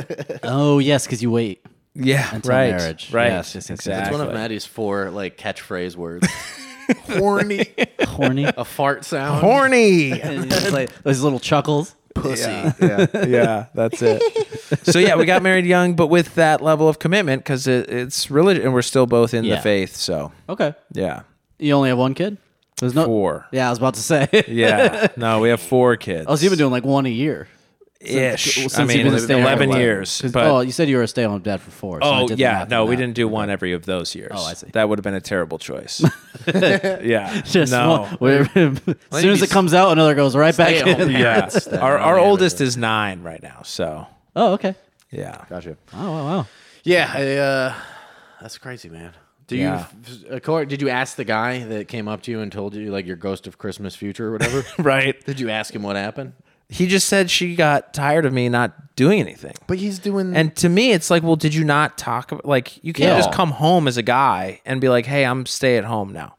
[SPEAKER 3] Oh yes, because you wait.
[SPEAKER 4] yeah,
[SPEAKER 3] Until
[SPEAKER 4] right,
[SPEAKER 3] marriage.
[SPEAKER 4] right,
[SPEAKER 3] Yes, yes, yes, yes.
[SPEAKER 4] exactly.
[SPEAKER 2] That's one of Maddie's four like catchphrase words. Horny,
[SPEAKER 3] Horny.
[SPEAKER 4] Oh.
[SPEAKER 2] a fart sound.
[SPEAKER 4] horny.
[SPEAKER 3] And it's like those little chuckles.
[SPEAKER 2] pussy.
[SPEAKER 4] yeah, yeah, that's it. so yeah, we got married young, but with that level of commitment because it, it's religious, and we're still both in
[SPEAKER 3] Yeah.
[SPEAKER 4] the faith. So
[SPEAKER 3] Okay.
[SPEAKER 4] yeah,
[SPEAKER 3] You only have one kid. There's no.
[SPEAKER 4] four.
[SPEAKER 3] Yeah, I was about to say.
[SPEAKER 4] Yeah, no, we have four kids.
[SPEAKER 3] Oh, so you've been doing like one a year.
[SPEAKER 4] ish.
[SPEAKER 3] Since
[SPEAKER 4] I
[SPEAKER 3] you've
[SPEAKER 4] mean,
[SPEAKER 3] been a stay-at-home
[SPEAKER 4] eleven
[SPEAKER 3] dad.
[SPEAKER 4] years.
[SPEAKER 3] 'Cause-
[SPEAKER 4] But
[SPEAKER 3] oh,
[SPEAKER 4] oh,
[SPEAKER 3] you said you were a stay-at-home dad for four. so I did the
[SPEAKER 4] yeah,
[SPEAKER 3] math
[SPEAKER 4] no,
[SPEAKER 3] on
[SPEAKER 4] we
[SPEAKER 3] that.
[SPEAKER 4] didn't do one every of those years.
[SPEAKER 3] Oh, I see.
[SPEAKER 4] That would have been a terrible choice. yeah,
[SPEAKER 3] Just
[SPEAKER 4] no.
[SPEAKER 3] one- we're- as soon as it comes out, another goes right back
[SPEAKER 2] Stay-at-home
[SPEAKER 3] in.
[SPEAKER 2] dad.
[SPEAKER 4] Yeah,
[SPEAKER 2] parents that
[SPEAKER 4] our
[SPEAKER 2] are
[SPEAKER 4] our
[SPEAKER 2] on the
[SPEAKER 4] oldest is nine right now. So
[SPEAKER 3] Oh, okay.
[SPEAKER 4] yeah,
[SPEAKER 2] Gotcha.
[SPEAKER 3] Oh, wow, wow.
[SPEAKER 2] Yeah, I, uh, that's crazy, man. Do
[SPEAKER 4] Yeah.
[SPEAKER 2] you, according, did you ask the guy that came up to you and told you like your ghost of Christmas future or whatever?
[SPEAKER 4] right.
[SPEAKER 2] did you ask him what happened?
[SPEAKER 4] He just said she got tired of me not doing anything.
[SPEAKER 2] But he's doing
[SPEAKER 4] And to me, it's like, well, did you not talk about? Like, you can't
[SPEAKER 2] Yeah.
[SPEAKER 4] just come home as a guy and be like, "Hey, I'm stay at home now."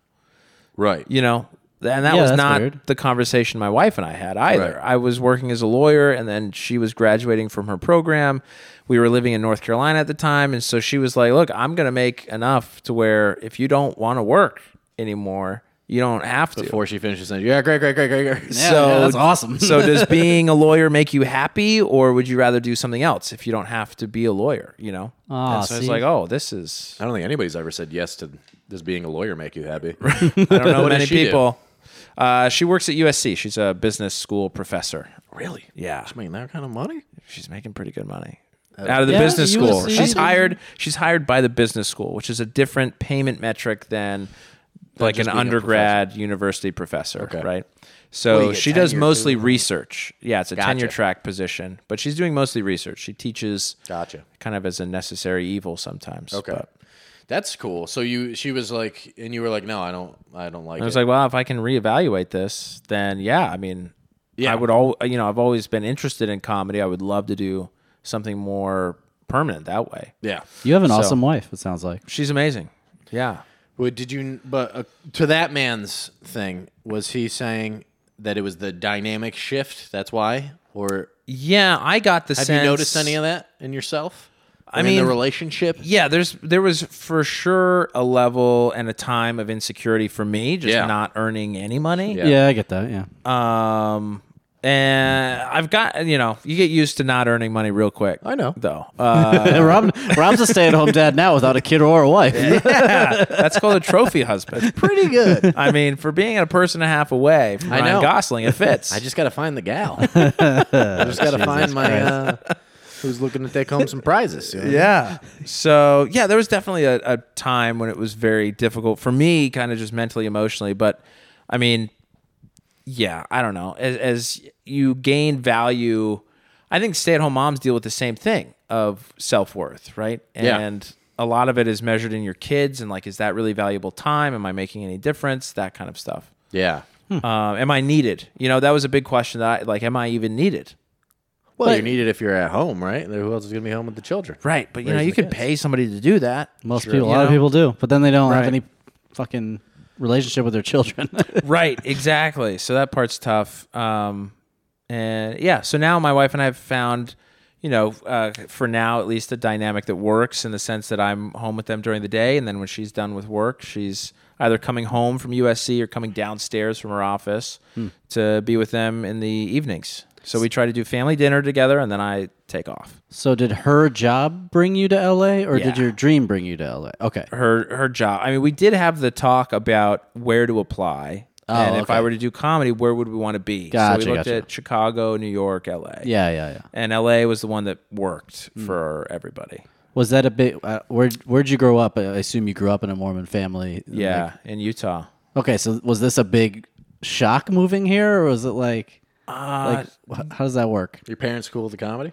[SPEAKER 2] right.
[SPEAKER 4] you know and that
[SPEAKER 3] Yeah,
[SPEAKER 4] was
[SPEAKER 3] that's
[SPEAKER 4] not
[SPEAKER 3] weird.
[SPEAKER 4] the conversation my wife and i had either
[SPEAKER 2] Right.
[SPEAKER 4] i was working as a lawyer and then she was graduating from her program we were living in north carolina at the time and so she was like look i'm going to make enough to where if you don't want to work anymore you don't have to
[SPEAKER 2] Before she finishes, saying, yeah, great, great, great, great, great.
[SPEAKER 3] Yeah, yeah, that's awesome.
[SPEAKER 4] so does being a lawyer make you happy or would you rather do something else if you don't have to be a lawyer you know
[SPEAKER 3] Ah,
[SPEAKER 4] and so it's
[SPEAKER 3] see.
[SPEAKER 4] like oh this is
[SPEAKER 2] I don't think anybody's ever said yes to does being a lawyer make you happy.
[SPEAKER 4] i don't know
[SPEAKER 2] What does
[SPEAKER 4] many
[SPEAKER 2] she do?
[SPEAKER 4] people uh, she works at usc she's a business school professor
[SPEAKER 2] really?
[SPEAKER 4] yeah
[SPEAKER 2] She's making that kind of money?
[SPEAKER 4] she's making pretty good money out of the
[SPEAKER 3] Yeah,
[SPEAKER 4] business
[SPEAKER 3] you
[SPEAKER 4] school.
[SPEAKER 3] would see.
[SPEAKER 4] She's hired. She's hired by the business school, which is a different payment metric than like
[SPEAKER 2] just
[SPEAKER 4] an
[SPEAKER 2] being a
[SPEAKER 4] undergrad university professor,
[SPEAKER 2] Okay.
[SPEAKER 4] right?
[SPEAKER 2] Well,
[SPEAKER 4] So
[SPEAKER 2] you get
[SPEAKER 4] she does
[SPEAKER 2] tenure,
[SPEAKER 4] mostly
[SPEAKER 2] too, huh?
[SPEAKER 4] research. Yeah, it's a
[SPEAKER 2] Gotcha.
[SPEAKER 4] tenure track position, but she's doing mostly research. She teaches
[SPEAKER 2] Gotcha.
[SPEAKER 4] kind of as a necessary evil sometimes.
[SPEAKER 2] Okay.
[SPEAKER 4] but-
[SPEAKER 2] That's cool. So you, she was like, and you were like, no, I don't, I don't like
[SPEAKER 4] I was
[SPEAKER 2] it.
[SPEAKER 4] like, well, if I can reevaluate this, then yeah, I mean,
[SPEAKER 2] Yeah.
[SPEAKER 4] I would all, you know, I've always been interested in comedy. I would love to do something more permanent that way.
[SPEAKER 2] yeah.
[SPEAKER 3] You have an
[SPEAKER 4] So-
[SPEAKER 3] awesome wife, it sounds like.
[SPEAKER 4] She's amazing. Yeah.
[SPEAKER 2] Well, did you? But uh, to that man's thing, was he saying that it was the dynamic shift? That's why, or
[SPEAKER 4] Yeah, I got the
[SPEAKER 2] have
[SPEAKER 4] sense.
[SPEAKER 2] you noticed any of that in yourself?
[SPEAKER 4] I
[SPEAKER 2] Or in
[SPEAKER 4] mean-
[SPEAKER 2] the relationship.
[SPEAKER 4] Yeah, there's there was for sure a level and a time of insecurity for me, just
[SPEAKER 2] Yeah.
[SPEAKER 4] not earning any money.
[SPEAKER 2] Yeah.
[SPEAKER 3] Yeah, I get that. Yeah.
[SPEAKER 4] Um, And I've got you know you get used to not earning money real quick.
[SPEAKER 2] I know.
[SPEAKER 4] though. Uh,
[SPEAKER 3] Rob, Rob's a stay-at-home dad now without a kid or a wife.
[SPEAKER 4] that's called a trophy husband.
[SPEAKER 3] Pretty good.
[SPEAKER 4] I mean, for being a person and a half away from
[SPEAKER 2] I
[SPEAKER 4] Ryan
[SPEAKER 2] know.
[SPEAKER 4] Gosling, it fits.
[SPEAKER 2] I just got to find the gal. I just got to find my uh, who's looking to take home some prizes. you know?
[SPEAKER 4] yeah. So yeah, there was definitely a, a time when it was very difficult for me, kind of just mentally, emotionally. But I mean, yeah, I don't know. As, as you gain value, I think stay-at-home moms deal with the same thing of self-worth, right?
[SPEAKER 2] Yeah.
[SPEAKER 4] And a lot of it is measured in your kids and like, is that really valuable time? Am I making any difference? That kind of stuff.
[SPEAKER 2] Yeah.
[SPEAKER 4] Um, am I needed? You know, that was a big question that I like, am I even needed?
[SPEAKER 2] Well, you're needed if you're at home, right? Who else is going to be home with the children?
[SPEAKER 4] Right. But you know,
[SPEAKER 2] Raising
[SPEAKER 4] you
[SPEAKER 2] the
[SPEAKER 4] could
[SPEAKER 2] kids.
[SPEAKER 4] pay somebody to do that.
[SPEAKER 3] Most
[SPEAKER 4] Sure.
[SPEAKER 3] people, a
[SPEAKER 4] You
[SPEAKER 3] lot of
[SPEAKER 4] know?
[SPEAKER 3] people do, but then they don't
[SPEAKER 4] Right.
[SPEAKER 3] have any fucking relationship with their children.
[SPEAKER 4] right exactly so that part's tough um and yeah so now my wife and i have found you know uh, for now at least a dynamic that works in the sense that i'm home with them during the day and then when she's done with work she's either coming home from usc or coming downstairs from her office
[SPEAKER 3] Hmm.
[SPEAKER 4] to be with them in the evenings so we try to do family dinner together and then i take off
[SPEAKER 3] so, did her job bring you to LA, or did
[SPEAKER 4] Yeah.
[SPEAKER 3] your dream bring you to LA? Okay,
[SPEAKER 4] her her job. I mean, we did have the talk about where to apply.
[SPEAKER 3] Oh,
[SPEAKER 4] and if
[SPEAKER 3] okay.
[SPEAKER 4] I were to do comedy, where would we want to be?
[SPEAKER 3] Gotcha,
[SPEAKER 4] so we looked
[SPEAKER 3] gotcha.
[SPEAKER 4] at Chicago, New York, LA.
[SPEAKER 3] yeah, yeah, yeah.
[SPEAKER 4] And LA was the one that worked
[SPEAKER 2] Mm.
[SPEAKER 4] for everybody.
[SPEAKER 3] Was that a bit? Uh, where Where'd you grow up? I assume you grew up in a Mormon family.
[SPEAKER 4] Yeah, in Utah.
[SPEAKER 3] Like- okay, so was this a big shock moving here, or was it like,
[SPEAKER 4] Uh,
[SPEAKER 3] like wh- how does that work?
[SPEAKER 2] Your parents cool with the comedy?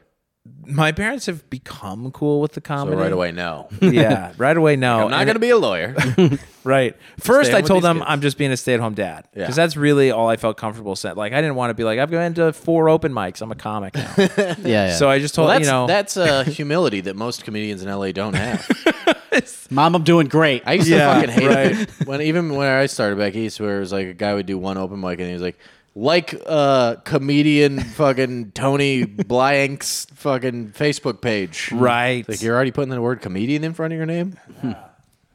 [SPEAKER 4] My parents have become cool with the
[SPEAKER 2] So
[SPEAKER 4] comedy.
[SPEAKER 2] right away, no.
[SPEAKER 4] yeah, right away. No,
[SPEAKER 2] I'm not
[SPEAKER 4] And-
[SPEAKER 2] going to be a lawyer.
[SPEAKER 4] Right. First,
[SPEAKER 2] home
[SPEAKER 4] I
[SPEAKER 2] with
[SPEAKER 4] told
[SPEAKER 2] these
[SPEAKER 4] them
[SPEAKER 2] kids.
[SPEAKER 4] I'm just being a stay-at-home dad
[SPEAKER 2] Yeah.
[SPEAKER 4] because that's really all I felt comfortable saying. Like, I didn't want to be like I've gone to four open mics. I'm a comic. now."
[SPEAKER 3] Yeah, yeah.
[SPEAKER 4] so I just told
[SPEAKER 2] Well, that's
[SPEAKER 4] you know
[SPEAKER 2] that's a humility that most comedians in LA don't have.
[SPEAKER 3] Mom, I'm doing great.
[SPEAKER 2] I used
[SPEAKER 4] Yeah,
[SPEAKER 2] to fucking hate
[SPEAKER 4] right.
[SPEAKER 2] it. When even when I started back east, where it was like a guy would do one open mic and he was like, like uh, comedian fucking Tony Blank's fucking Facebook page.
[SPEAKER 4] right.
[SPEAKER 2] Like you're already putting the word comedian in front of your name.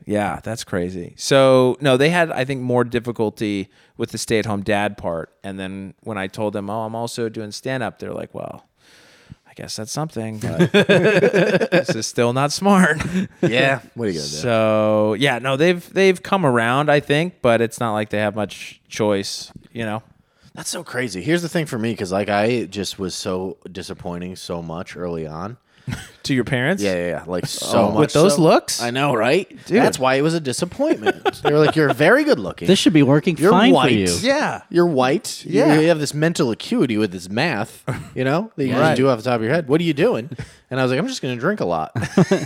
[SPEAKER 4] Yeah, that's crazy. So no, they had I think more difficulty with the stay-at-home dad part, and then when I told them, "Oh, I'm also doing stand-up," they're like, "Well, I guess that's something, but this is still not smart."
[SPEAKER 2] Yeah. What are you gonna do?
[SPEAKER 4] so yeah, no, they've they've come around, I think, but it's not like they have much choice, you know.
[SPEAKER 2] That's so crazy. Here's the thing for me, because like I just was so disappointing so much early on.
[SPEAKER 4] To your parents,
[SPEAKER 2] Yeah, yeah, yeah. Like so
[SPEAKER 4] Oh, with
[SPEAKER 2] much.
[SPEAKER 4] those
[SPEAKER 2] so-
[SPEAKER 4] looks?
[SPEAKER 2] I know, right? That's why it was a disappointment. they were like, "You're very good looking.
[SPEAKER 3] this should be working
[SPEAKER 2] You're
[SPEAKER 3] fine
[SPEAKER 2] white.
[SPEAKER 3] for you.
[SPEAKER 4] yeah,
[SPEAKER 2] You're white. You-
[SPEAKER 4] Yeah.
[SPEAKER 2] You, have this mental acuity with this math, you know, that you
[SPEAKER 4] Right.
[SPEAKER 2] just do off the top of your head. What are you doing? And I was like, I'm just going to drink a lot.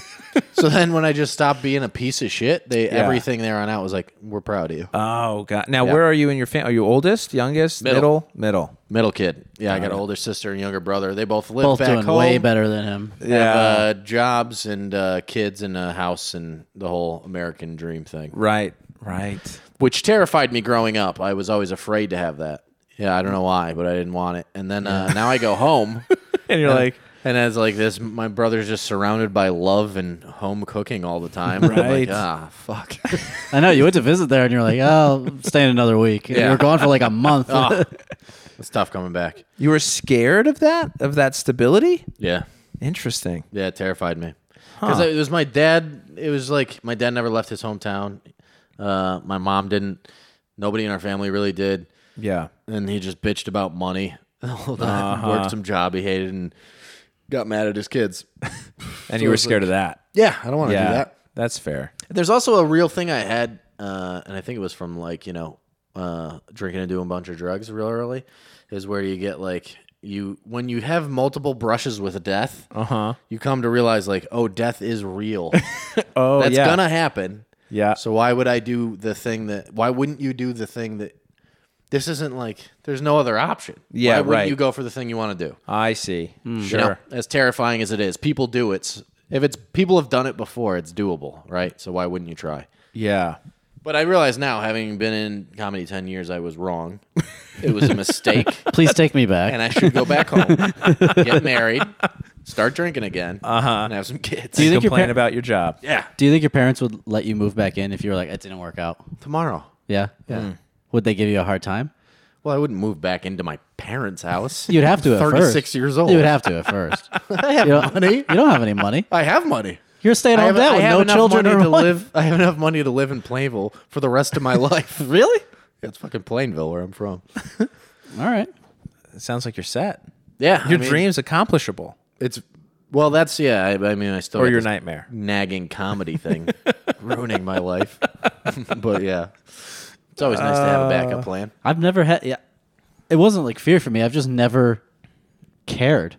[SPEAKER 2] so then when I just stopped being a piece of shit, they everything there on out was like, we're proud of you.
[SPEAKER 4] Oh god. Now, where are you in your family? Are you oldest, youngest, middle,
[SPEAKER 2] Middle.
[SPEAKER 4] middle?
[SPEAKER 2] Middle kid. Yeah, I got an older sister and younger brother. They both live
[SPEAKER 3] Both
[SPEAKER 2] back
[SPEAKER 3] doing
[SPEAKER 2] home.
[SPEAKER 3] way better than him.
[SPEAKER 2] Have, uh, jobs and uh, kids and a house and the whole American dream thing,
[SPEAKER 4] right, right.
[SPEAKER 2] which terrified me growing up. I was always afraid to have that. Yeah, I don't know why, but I didn't want it. And then uh, now I go home.
[SPEAKER 4] And you're like,
[SPEAKER 2] And as like this, my brother's just surrounded by love and home cooking all the time. I'm
[SPEAKER 4] Right.
[SPEAKER 2] like, ah, fuck.
[SPEAKER 3] I know you went to visit there, and you're like, "Oh, I'm staying another week." And
[SPEAKER 2] Yeah.
[SPEAKER 3] You were gone for like a month.
[SPEAKER 2] Ah. it's tough coming back.
[SPEAKER 4] You were scared of that, of that stability?
[SPEAKER 2] Yeah.
[SPEAKER 4] Interesting.
[SPEAKER 2] Yeah, it terrified me. Because it was my dad. It was like my dad never left his hometown. Uh, my mom didn't. Nobody in our family really did.
[SPEAKER 4] Yeah.
[SPEAKER 2] And he just bitched about money the whole time. Worked some job he hated and got mad at his kids.
[SPEAKER 4] And you were scared of that.
[SPEAKER 2] Yeah, I don't want to
[SPEAKER 4] Yeah.
[SPEAKER 2] do that.
[SPEAKER 4] That's fair.
[SPEAKER 2] There's also a real thing I had, uh, and I think it was from like you know uh, drinking and doing a bunch of drugs real early, is where you get like you when you have multiple brushes with death,
[SPEAKER 4] Uh-huh.
[SPEAKER 2] you come to realize like oh death is real,
[SPEAKER 4] Oh,
[SPEAKER 2] that's
[SPEAKER 4] yeah.
[SPEAKER 2] gonna happen.
[SPEAKER 4] Yeah.
[SPEAKER 2] So why would I do the thing that? Why wouldn't you do the thing that? This isn't like there's no other option.
[SPEAKER 4] Yeah,
[SPEAKER 2] why wouldn't
[SPEAKER 4] right.
[SPEAKER 2] You go for the thing you want to do.
[SPEAKER 4] I see.
[SPEAKER 2] You
[SPEAKER 4] Sure.
[SPEAKER 2] know, as terrifying as it is, people do it. If it's people have done it before, it's doable, right? So why wouldn't you try?
[SPEAKER 4] Yeah.
[SPEAKER 2] But I realize now, having been in comedy 10 years, I was wrong. It was a mistake.
[SPEAKER 3] Please take me back.
[SPEAKER 2] and I should go back home, get married, start drinking again, uh-huh. and have some kids.
[SPEAKER 4] Do you
[SPEAKER 3] think your
[SPEAKER 4] complain
[SPEAKER 3] par-
[SPEAKER 4] about your job?
[SPEAKER 2] yeah.
[SPEAKER 3] Do you think your parents would let you move back in if you were like, "It didn't work out"?
[SPEAKER 2] Tomorrow.
[SPEAKER 3] Yeah. Yeah. Would they give you a hard time?
[SPEAKER 2] Well, I wouldn't move back into my parents' house.
[SPEAKER 3] You'd have to at first.
[SPEAKER 2] 36 years old.
[SPEAKER 3] You would have to at first.
[SPEAKER 2] I have
[SPEAKER 3] You don't-
[SPEAKER 2] money.
[SPEAKER 3] You don't have any money.
[SPEAKER 2] I have money.
[SPEAKER 3] You're staying
[SPEAKER 2] I have,
[SPEAKER 3] home dad
[SPEAKER 2] I
[SPEAKER 3] with
[SPEAKER 2] have
[SPEAKER 3] no
[SPEAKER 2] enough
[SPEAKER 3] children
[SPEAKER 2] money
[SPEAKER 3] or
[SPEAKER 2] to
[SPEAKER 3] wife.
[SPEAKER 2] live. I have enough money to live in Plainville for the rest of my life.
[SPEAKER 3] Really?
[SPEAKER 2] It's fucking Plainville where I'm from.
[SPEAKER 3] All right.
[SPEAKER 4] It sounds like you're set.
[SPEAKER 2] Yeah,
[SPEAKER 4] Your
[SPEAKER 2] I mean,
[SPEAKER 4] dream's accomplishable,
[SPEAKER 2] It's well, that's yeah. I, I mean, I still
[SPEAKER 4] or
[SPEAKER 2] got
[SPEAKER 4] your
[SPEAKER 2] this
[SPEAKER 4] nightmare.
[SPEAKER 2] nagging comedy thing ruining my life. but yeah, it's always nice to have a
[SPEAKER 4] Uh,
[SPEAKER 2] backup plan.
[SPEAKER 3] I've never had. Yeah, it wasn't like fear for me. I've just never cared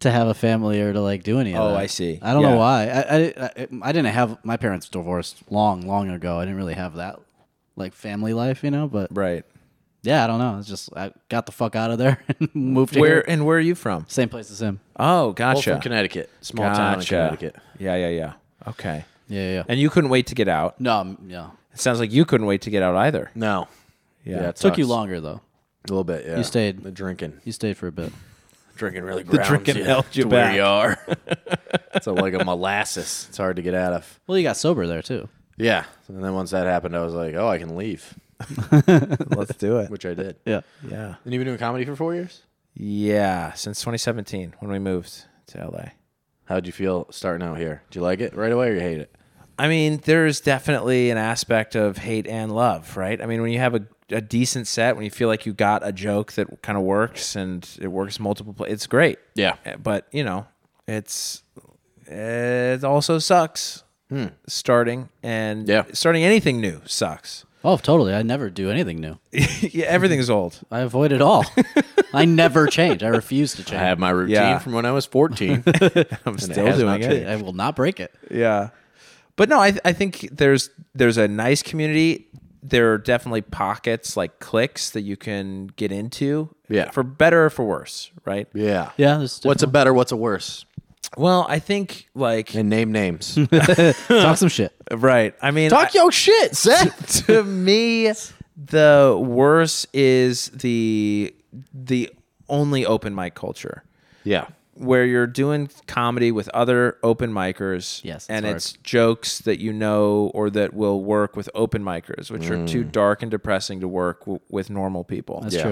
[SPEAKER 3] to have a family or to like do any of
[SPEAKER 4] Oh,
[SPEAKER 3] that.
[SPEAKER 4] I see.
[SPEAKER 3] I don't
[SPEAKER 4] Yeah.
[SPEAKER 3] know why. I, I- I I didn't have my parents divorced long long ago. I didn't really have that like family life, you know. But
[SPEAKER 4] Right.
[SPEAKER 3] yeah, I don't know. It's just I got the fuck out of there and moved to
[SPEAKER 4] Where
[SPEAKER 3] here.
[SPEAKER 4] and where are you from?
[SPEAKER 3] Same place as him.
[SPEAKER 4] Oh,
[SPEAKER 2] Both
[SPEAKER 4] gotcha.
[SPEAKER 2] from Connecticut, small town in
[SPEAKER 4] Gotcha.
[SPEAKER 2] Connecticut.
[SPEAKER 4] Yeah, yeah, yeah. Okay.
[SPEAKER 3] Yeah, yeah. yeah.
[SPEAKER 4] And you couldn't wait to get out.
[SPEAKER 3] no, um, yeah.
[SPEAKER 4] It sounds like you couldn't wait to get out either.
[SPEAKER 2] No, yeah, it
[SPEAKER 3] Took you
[SPEAKER 2] sucks.
[SPEAKER 3] longer though.
[SPEAKER 2] a little bit. Yeah,
[SPEAKER 3] You stayed.
[SPEAKER 2] the drinking,
[SPEAKER 3] You stayed for a bit.
[SPEAKER 2] drinking really grounds
[SPEAKER 4] drinking
[SPEAKER 2] you
[SPEAKER 4] held you
[SPEAKER 2] to where
[SPEAKER 4] back.
[SPEAKER 2] you are. it's a, like a molasses. It's hard to get out of.
[SPEAKER 3] Well, you got sober there too.
[SPEAKER 2] Yeah, and then once that happened, I was like, oh, I can leave,
[SPEAKER 4] Let's do it.
[SPEAKER 2] which I did.
[SPEAKER 3] Yeah.
[SPEAKER 4] Yeah.
[SPEAKER 2] And you've been doing comedy for four years.
[SPEAKER 4] Yeah. Since 2017, when we moved to LA.
[SPEAKER 2] How'd you feel starting out here? Did you like it right away or you hate it?
[SPEAKER 4] I mean, there's definitely an aspect of hate and love, right? I mean, when you have a, a decent set, when you feel like you got a joke that kind of works and it works multiple places, it's great. Eh,
[SPEAKER 2] Yeah.
[SPEAKER 4] But, you know, it's it also sucks starting and
[SPEAKER 2] Hmm. Yeah.
[SPEAKER 4] starting anything new sucks.
[SPEAKER 3] Oh, totally. I never do anything new.
[SPEAKER 4] yeah, everything's old.
[SPEAKER 3] I avoid it all. I never change. I refuse to change.
[SPEAKER 2] I have my routine
[SPEAKER 4] Yeah.
[SPEAKER 2] from when I was 14.
[SPEAKER 4] I'm
[SPEAKER 2] has not changed.
[SPEAKER 3] I will not break it.
[SPEAKER 4] Yeah. But no, I, th- I think there's there's a nice community. There are definitely pockets like cliques that you can get into.
[SPEAKER 2] Yeah.
[SPEAKER 4] For better or for worse, right?
[SPEAKER 2] yeah.
[SPEAKER 3] Yeah. There's
[SPEAKER 2] What's a better, what's a worse?
[SPEAKER 4] Well, I think like
[SPEAKER 2] And name names.
[SPEAKER 3] talk some shit?
[SPEAKER 4] right. I mean,
[SPEAKER 2] Talk your shit, Seth.
[SPEAKER 4] to me the worse is the the only open mic culture
[SPEAKER 2] yeah.
[SPEAKER 4] where you're doing comedy with other open micers
[SPEAKER 3] Yes, it's
[SPEAKER 4] and
[SPEAKER 3] hard.
[SPEAKER 4] it's jokes that you know or that will work with open micers which are
[SPEAKER 2] Mm.
[SPEAKER 4] too dark and depressing to work w- with normal people
[SPEAKER 3] That's
[SPEAKER 2] Yeah.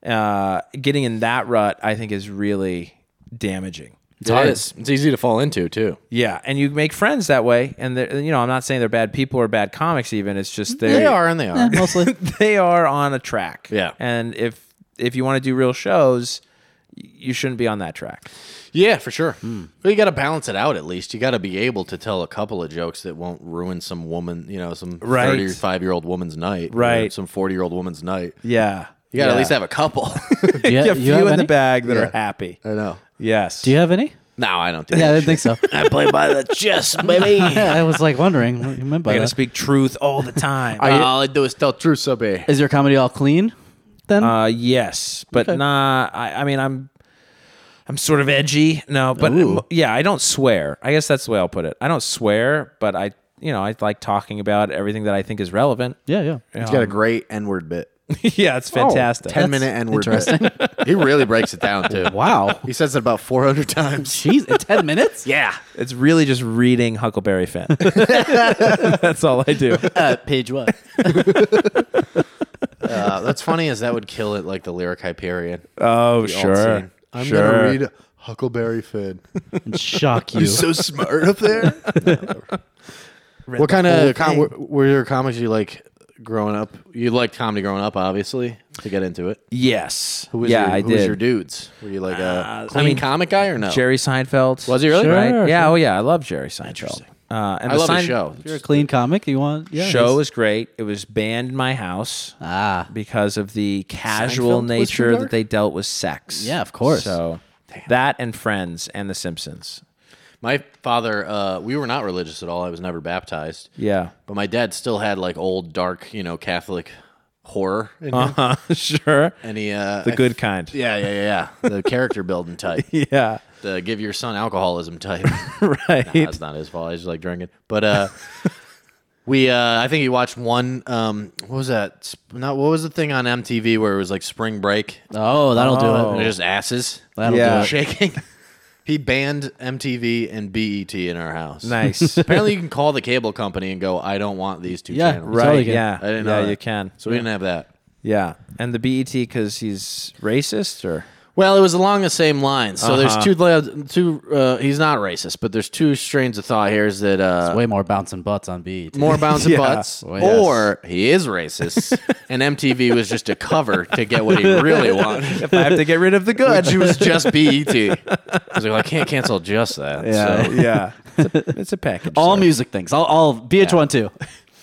[SPEAKER 3] true.
[SPEAKER 4] uh, getting in that rut i think is really damaging
[SPEAKER 2] It's hard. It's, it's easy to fall into, too.
[SPEAKER 4] yeah and you make friends that way and they're- you know i'm not saying they're bad people or bad comics even it's just they're,
[SPEAKER 2] They are and they are.
[SPEAKER 3] Mostly.
[SPEAKER 4] they are on a track.
[SPEAKER 2] Yeah.
[SPEAKER 4] And if if you want to do real shows, y- you shouldn't be on that track.
[SPEAKER 2] yeah, for sure. But you got to balance it out at least. You got to be able to tell a couple of jokes that won't ruin some woman, you know, some
[SPEAKER 4] Right.
[SPEAKER 2] 35 year old woman's night. or
[SPEAKER 4] Right.
[SPEAKER 2] some 40 year old woman's night.
[SPEAKER 4] Yeah.
[SPEAKER 2] You got to at least have a couple.
[SPEAKER 3] Do you,
[SPEAKER 4] a
[SPEAKER 3] you
[SPEAKER 4] few
[SPEAKER 3] have
[SPEAKER 4] in
[SPEAKER 3] any?
[SPEAKER 4] the bag that
[SPEAKER 2] Yeah.
[SPEAKER 4] are happy.
[SPEAKER 2] I know.
[SPEAKER 4] Yes.
[SPEAKER 3] Do you have any?
[SPEAKER 2] No, I don't do
[SPEAKER 3] Yeah, I
[SPEAKER 2] that.
[SPEAKER 3] didn't think so.
[SPEAKER 2] I play by the chest, baby.
[SPEAKER 3] yeah, I was like wondering what you meant by
[SPEAKER 4] I gotta
[SPEAKER 3] that.
[SPEAKER 4] speak truth all the time.
[SPEAKER 2] All I do is tell truth, so baby.
[SPEAKER 3] Is your comedy all clean? Then
[SPEAKER 4] uh, yes, but nah. I, I mean, I'm I'm sort of edgy. No, but
[SPEAKER 3] Ooh.
[SPEAKER 4] yeah, I don't swear. I guess that's the way I'll put it. I don't swear, but I you know I like talking about everything that I think is relevant.
[SPEAKER 3] yeah, yeah.
[SPEAKER 2] He's got a great N word bit.
[SPEAKER 4] yeah, it's
[SPEAKER 3] Oh,
[SPEAKER 4] fantastic.
[SPEAKER 2] 10 minute N word bit. He really breaks it down, too.
[SPEAKER 3] Wow.
[SPEAKER 2] He says it about 400 times.
[SPEAKER 3] Jeez, in ten minutes?
[SPEAKER 2] Yeah.
[SPEAKER 4] It's really just reading Huckleberry Finn. that's all I do.
[SPEAKER 3] Uh, page what?
[SPEAKER 2] Uh, that's funny, as that would kill it like the lyric Hyperion.
[SPEAKER 4] Oh,
[SPEAKER 2] The alt
[SPEAKER 4] sure.
[SPEAKER 2] scene. I'm
[SPEAKER 4] Sure.
[SPEAKER 2] going to read Huckleberry Finn.
[SPEAKER 3] And shock you.
[SPEAKER 2] He's so smart up there. what kind of com- were, were your comics you like growing up? You liked comedy growing up, obviously, to get into it.
[SPEAKER 4] Yes.
[SPEAKER 2] Who was
[SPEAKER 4] yeah,
[SPEAKER 2] your,
[SPEAKER 4] I
[SPEAKER 2] who
[SPEAKER 4] did.
[SPEAKER 2] was your dudes? Were you like a
[SPEAKER 4] Uh, I
[SPEAKER 2] clean
[SPEAKER 4] mean,
[SPEAKER 2] comic guy or no?
[SPEAKER 4] Jerry Seinfeld.
[SPEAKER 2] Oh. Was he really?
[SPEAKER 4] Right?
[SPEAKER 3] Sure,
[SPEAKER 4] yeah.
[SPEAKER 3] sure.
[SPEAKER 4] Oh, yeah. I love Jerry Seinfeld. Uh, and
[SPEAKER 2] I
[SPEAKER 4] the
[SPEAKER 2] love his
[SPEAKER 4] Sein-
[SPEAKER 2] show.
[SPEAKER 3] You're a clean comic. You want? Yeah.
[SPEAKER 4] Show
[SPEAKER 3] he's-
[SPEAKER 4] was great. It was banned in my house
[SPEAKER 3] Ah.
[SPEAKER 4] because of the casual
[SPEAKER 2] Seinfeld was too
[SPEAKER 4] nature
[SPEAKER 2] dark?
[SPEAKER 4] that they dealt with sex.
[SPEAKER 3] Yeah, of course.
[SPEAKER 4] So that and Friends and The Simpsons.
[SPEAKER 2] My father, uh, we were not religious at all. I was never baptized.
[SPEAKER 4] Yeah.
[SPEAKER 2] But my dad still had like old, dark, you know, Catholic horror. In him.
[SPEAKER 4] Uh-huh, sure.
[SPEAKER 2] And he, uh,
[SPEAKER 4] The
[SPEAKER 2] I-
[SPEAKER 4] good kind.
[SPEAKER 2] yeah, yeah, yeah, yeah. The character building type,
[SPEAKER 4] Yeah.
[SPEAKER 2] the give your son alcoholism type.
[SPEAKER 4] Right.
[SPEAKER 2] Nah, that's not his fault. I just like drinking. But uh, we, uh, I think he watched one. Um, what was that? Sp- Not what was the thing on MTV where it was like Spring Break?
[SPEAKER 3] Oh, that'll
[SPEAKER 4] Oh.
[SPEAKER 3] do
[SPEAKER 2] And
[SPEAKER 3] it.
[SPEAKER 2] they're just asses.
[SPEAKER 3] That'll
[SPEAKER 4] Yeah.
[SPEAKER 3] do it.
[SPEAKER 2] shaking. he banned MTV and BET in our house.
[SPEAKER 4] Nice.
[SPEAKER 2] Apparently, you can call the cable company and go, "I don't want these two
[SPEAKER 3] Yeah,
[SPEAKER 2] channels."
[SPEAKER 3] Totally
[SPEAKER 4] right.
[SPEAKER 3] good.
[SPEAKER 4] Yeah.
[SPEAKER 2] I didn't
[SPEAKER 4] yeah,
[SPEAKER 2] know that.
[SPEAKER 4] you can.
[SPEAKER 2] So we didn't have that.
[SPEAKER 4] Yeah, and the BET because he's racist or
[SPEAKER 2] Well, it was along the same lines. So
[SPEAKER 4] Uh-huh.
[SPEAKER 2] there's two le- two. Uh, he's not racist, but there's two strains of thought here. Is that uh,
[SPEAKER 3] Way more bouncing butts on BET.
[SPEAKER 2] more bouncing
[SPEAKER 4] Yeah.
[SPEAKER 2] butts,
[SPEAKER 3] Well, yes.
[SPEAKER 2] or he is racist, and MTV was just a cover to get what he really wanted.
[SPEAKER 4] if I have to get rid of the good.
[SPEAKER 2] Which was just E BET. I was like, well, I can't cancel just that.
[SPEAKER 3] Yeah.
[SPEAKER 2] So,
[SPEAKER 4] yeah, it's a, it's a package.
[SPEAKER 3] all
[SPEAKER 4] so-
[SPEAKER 3] music things. All, all BH1 too.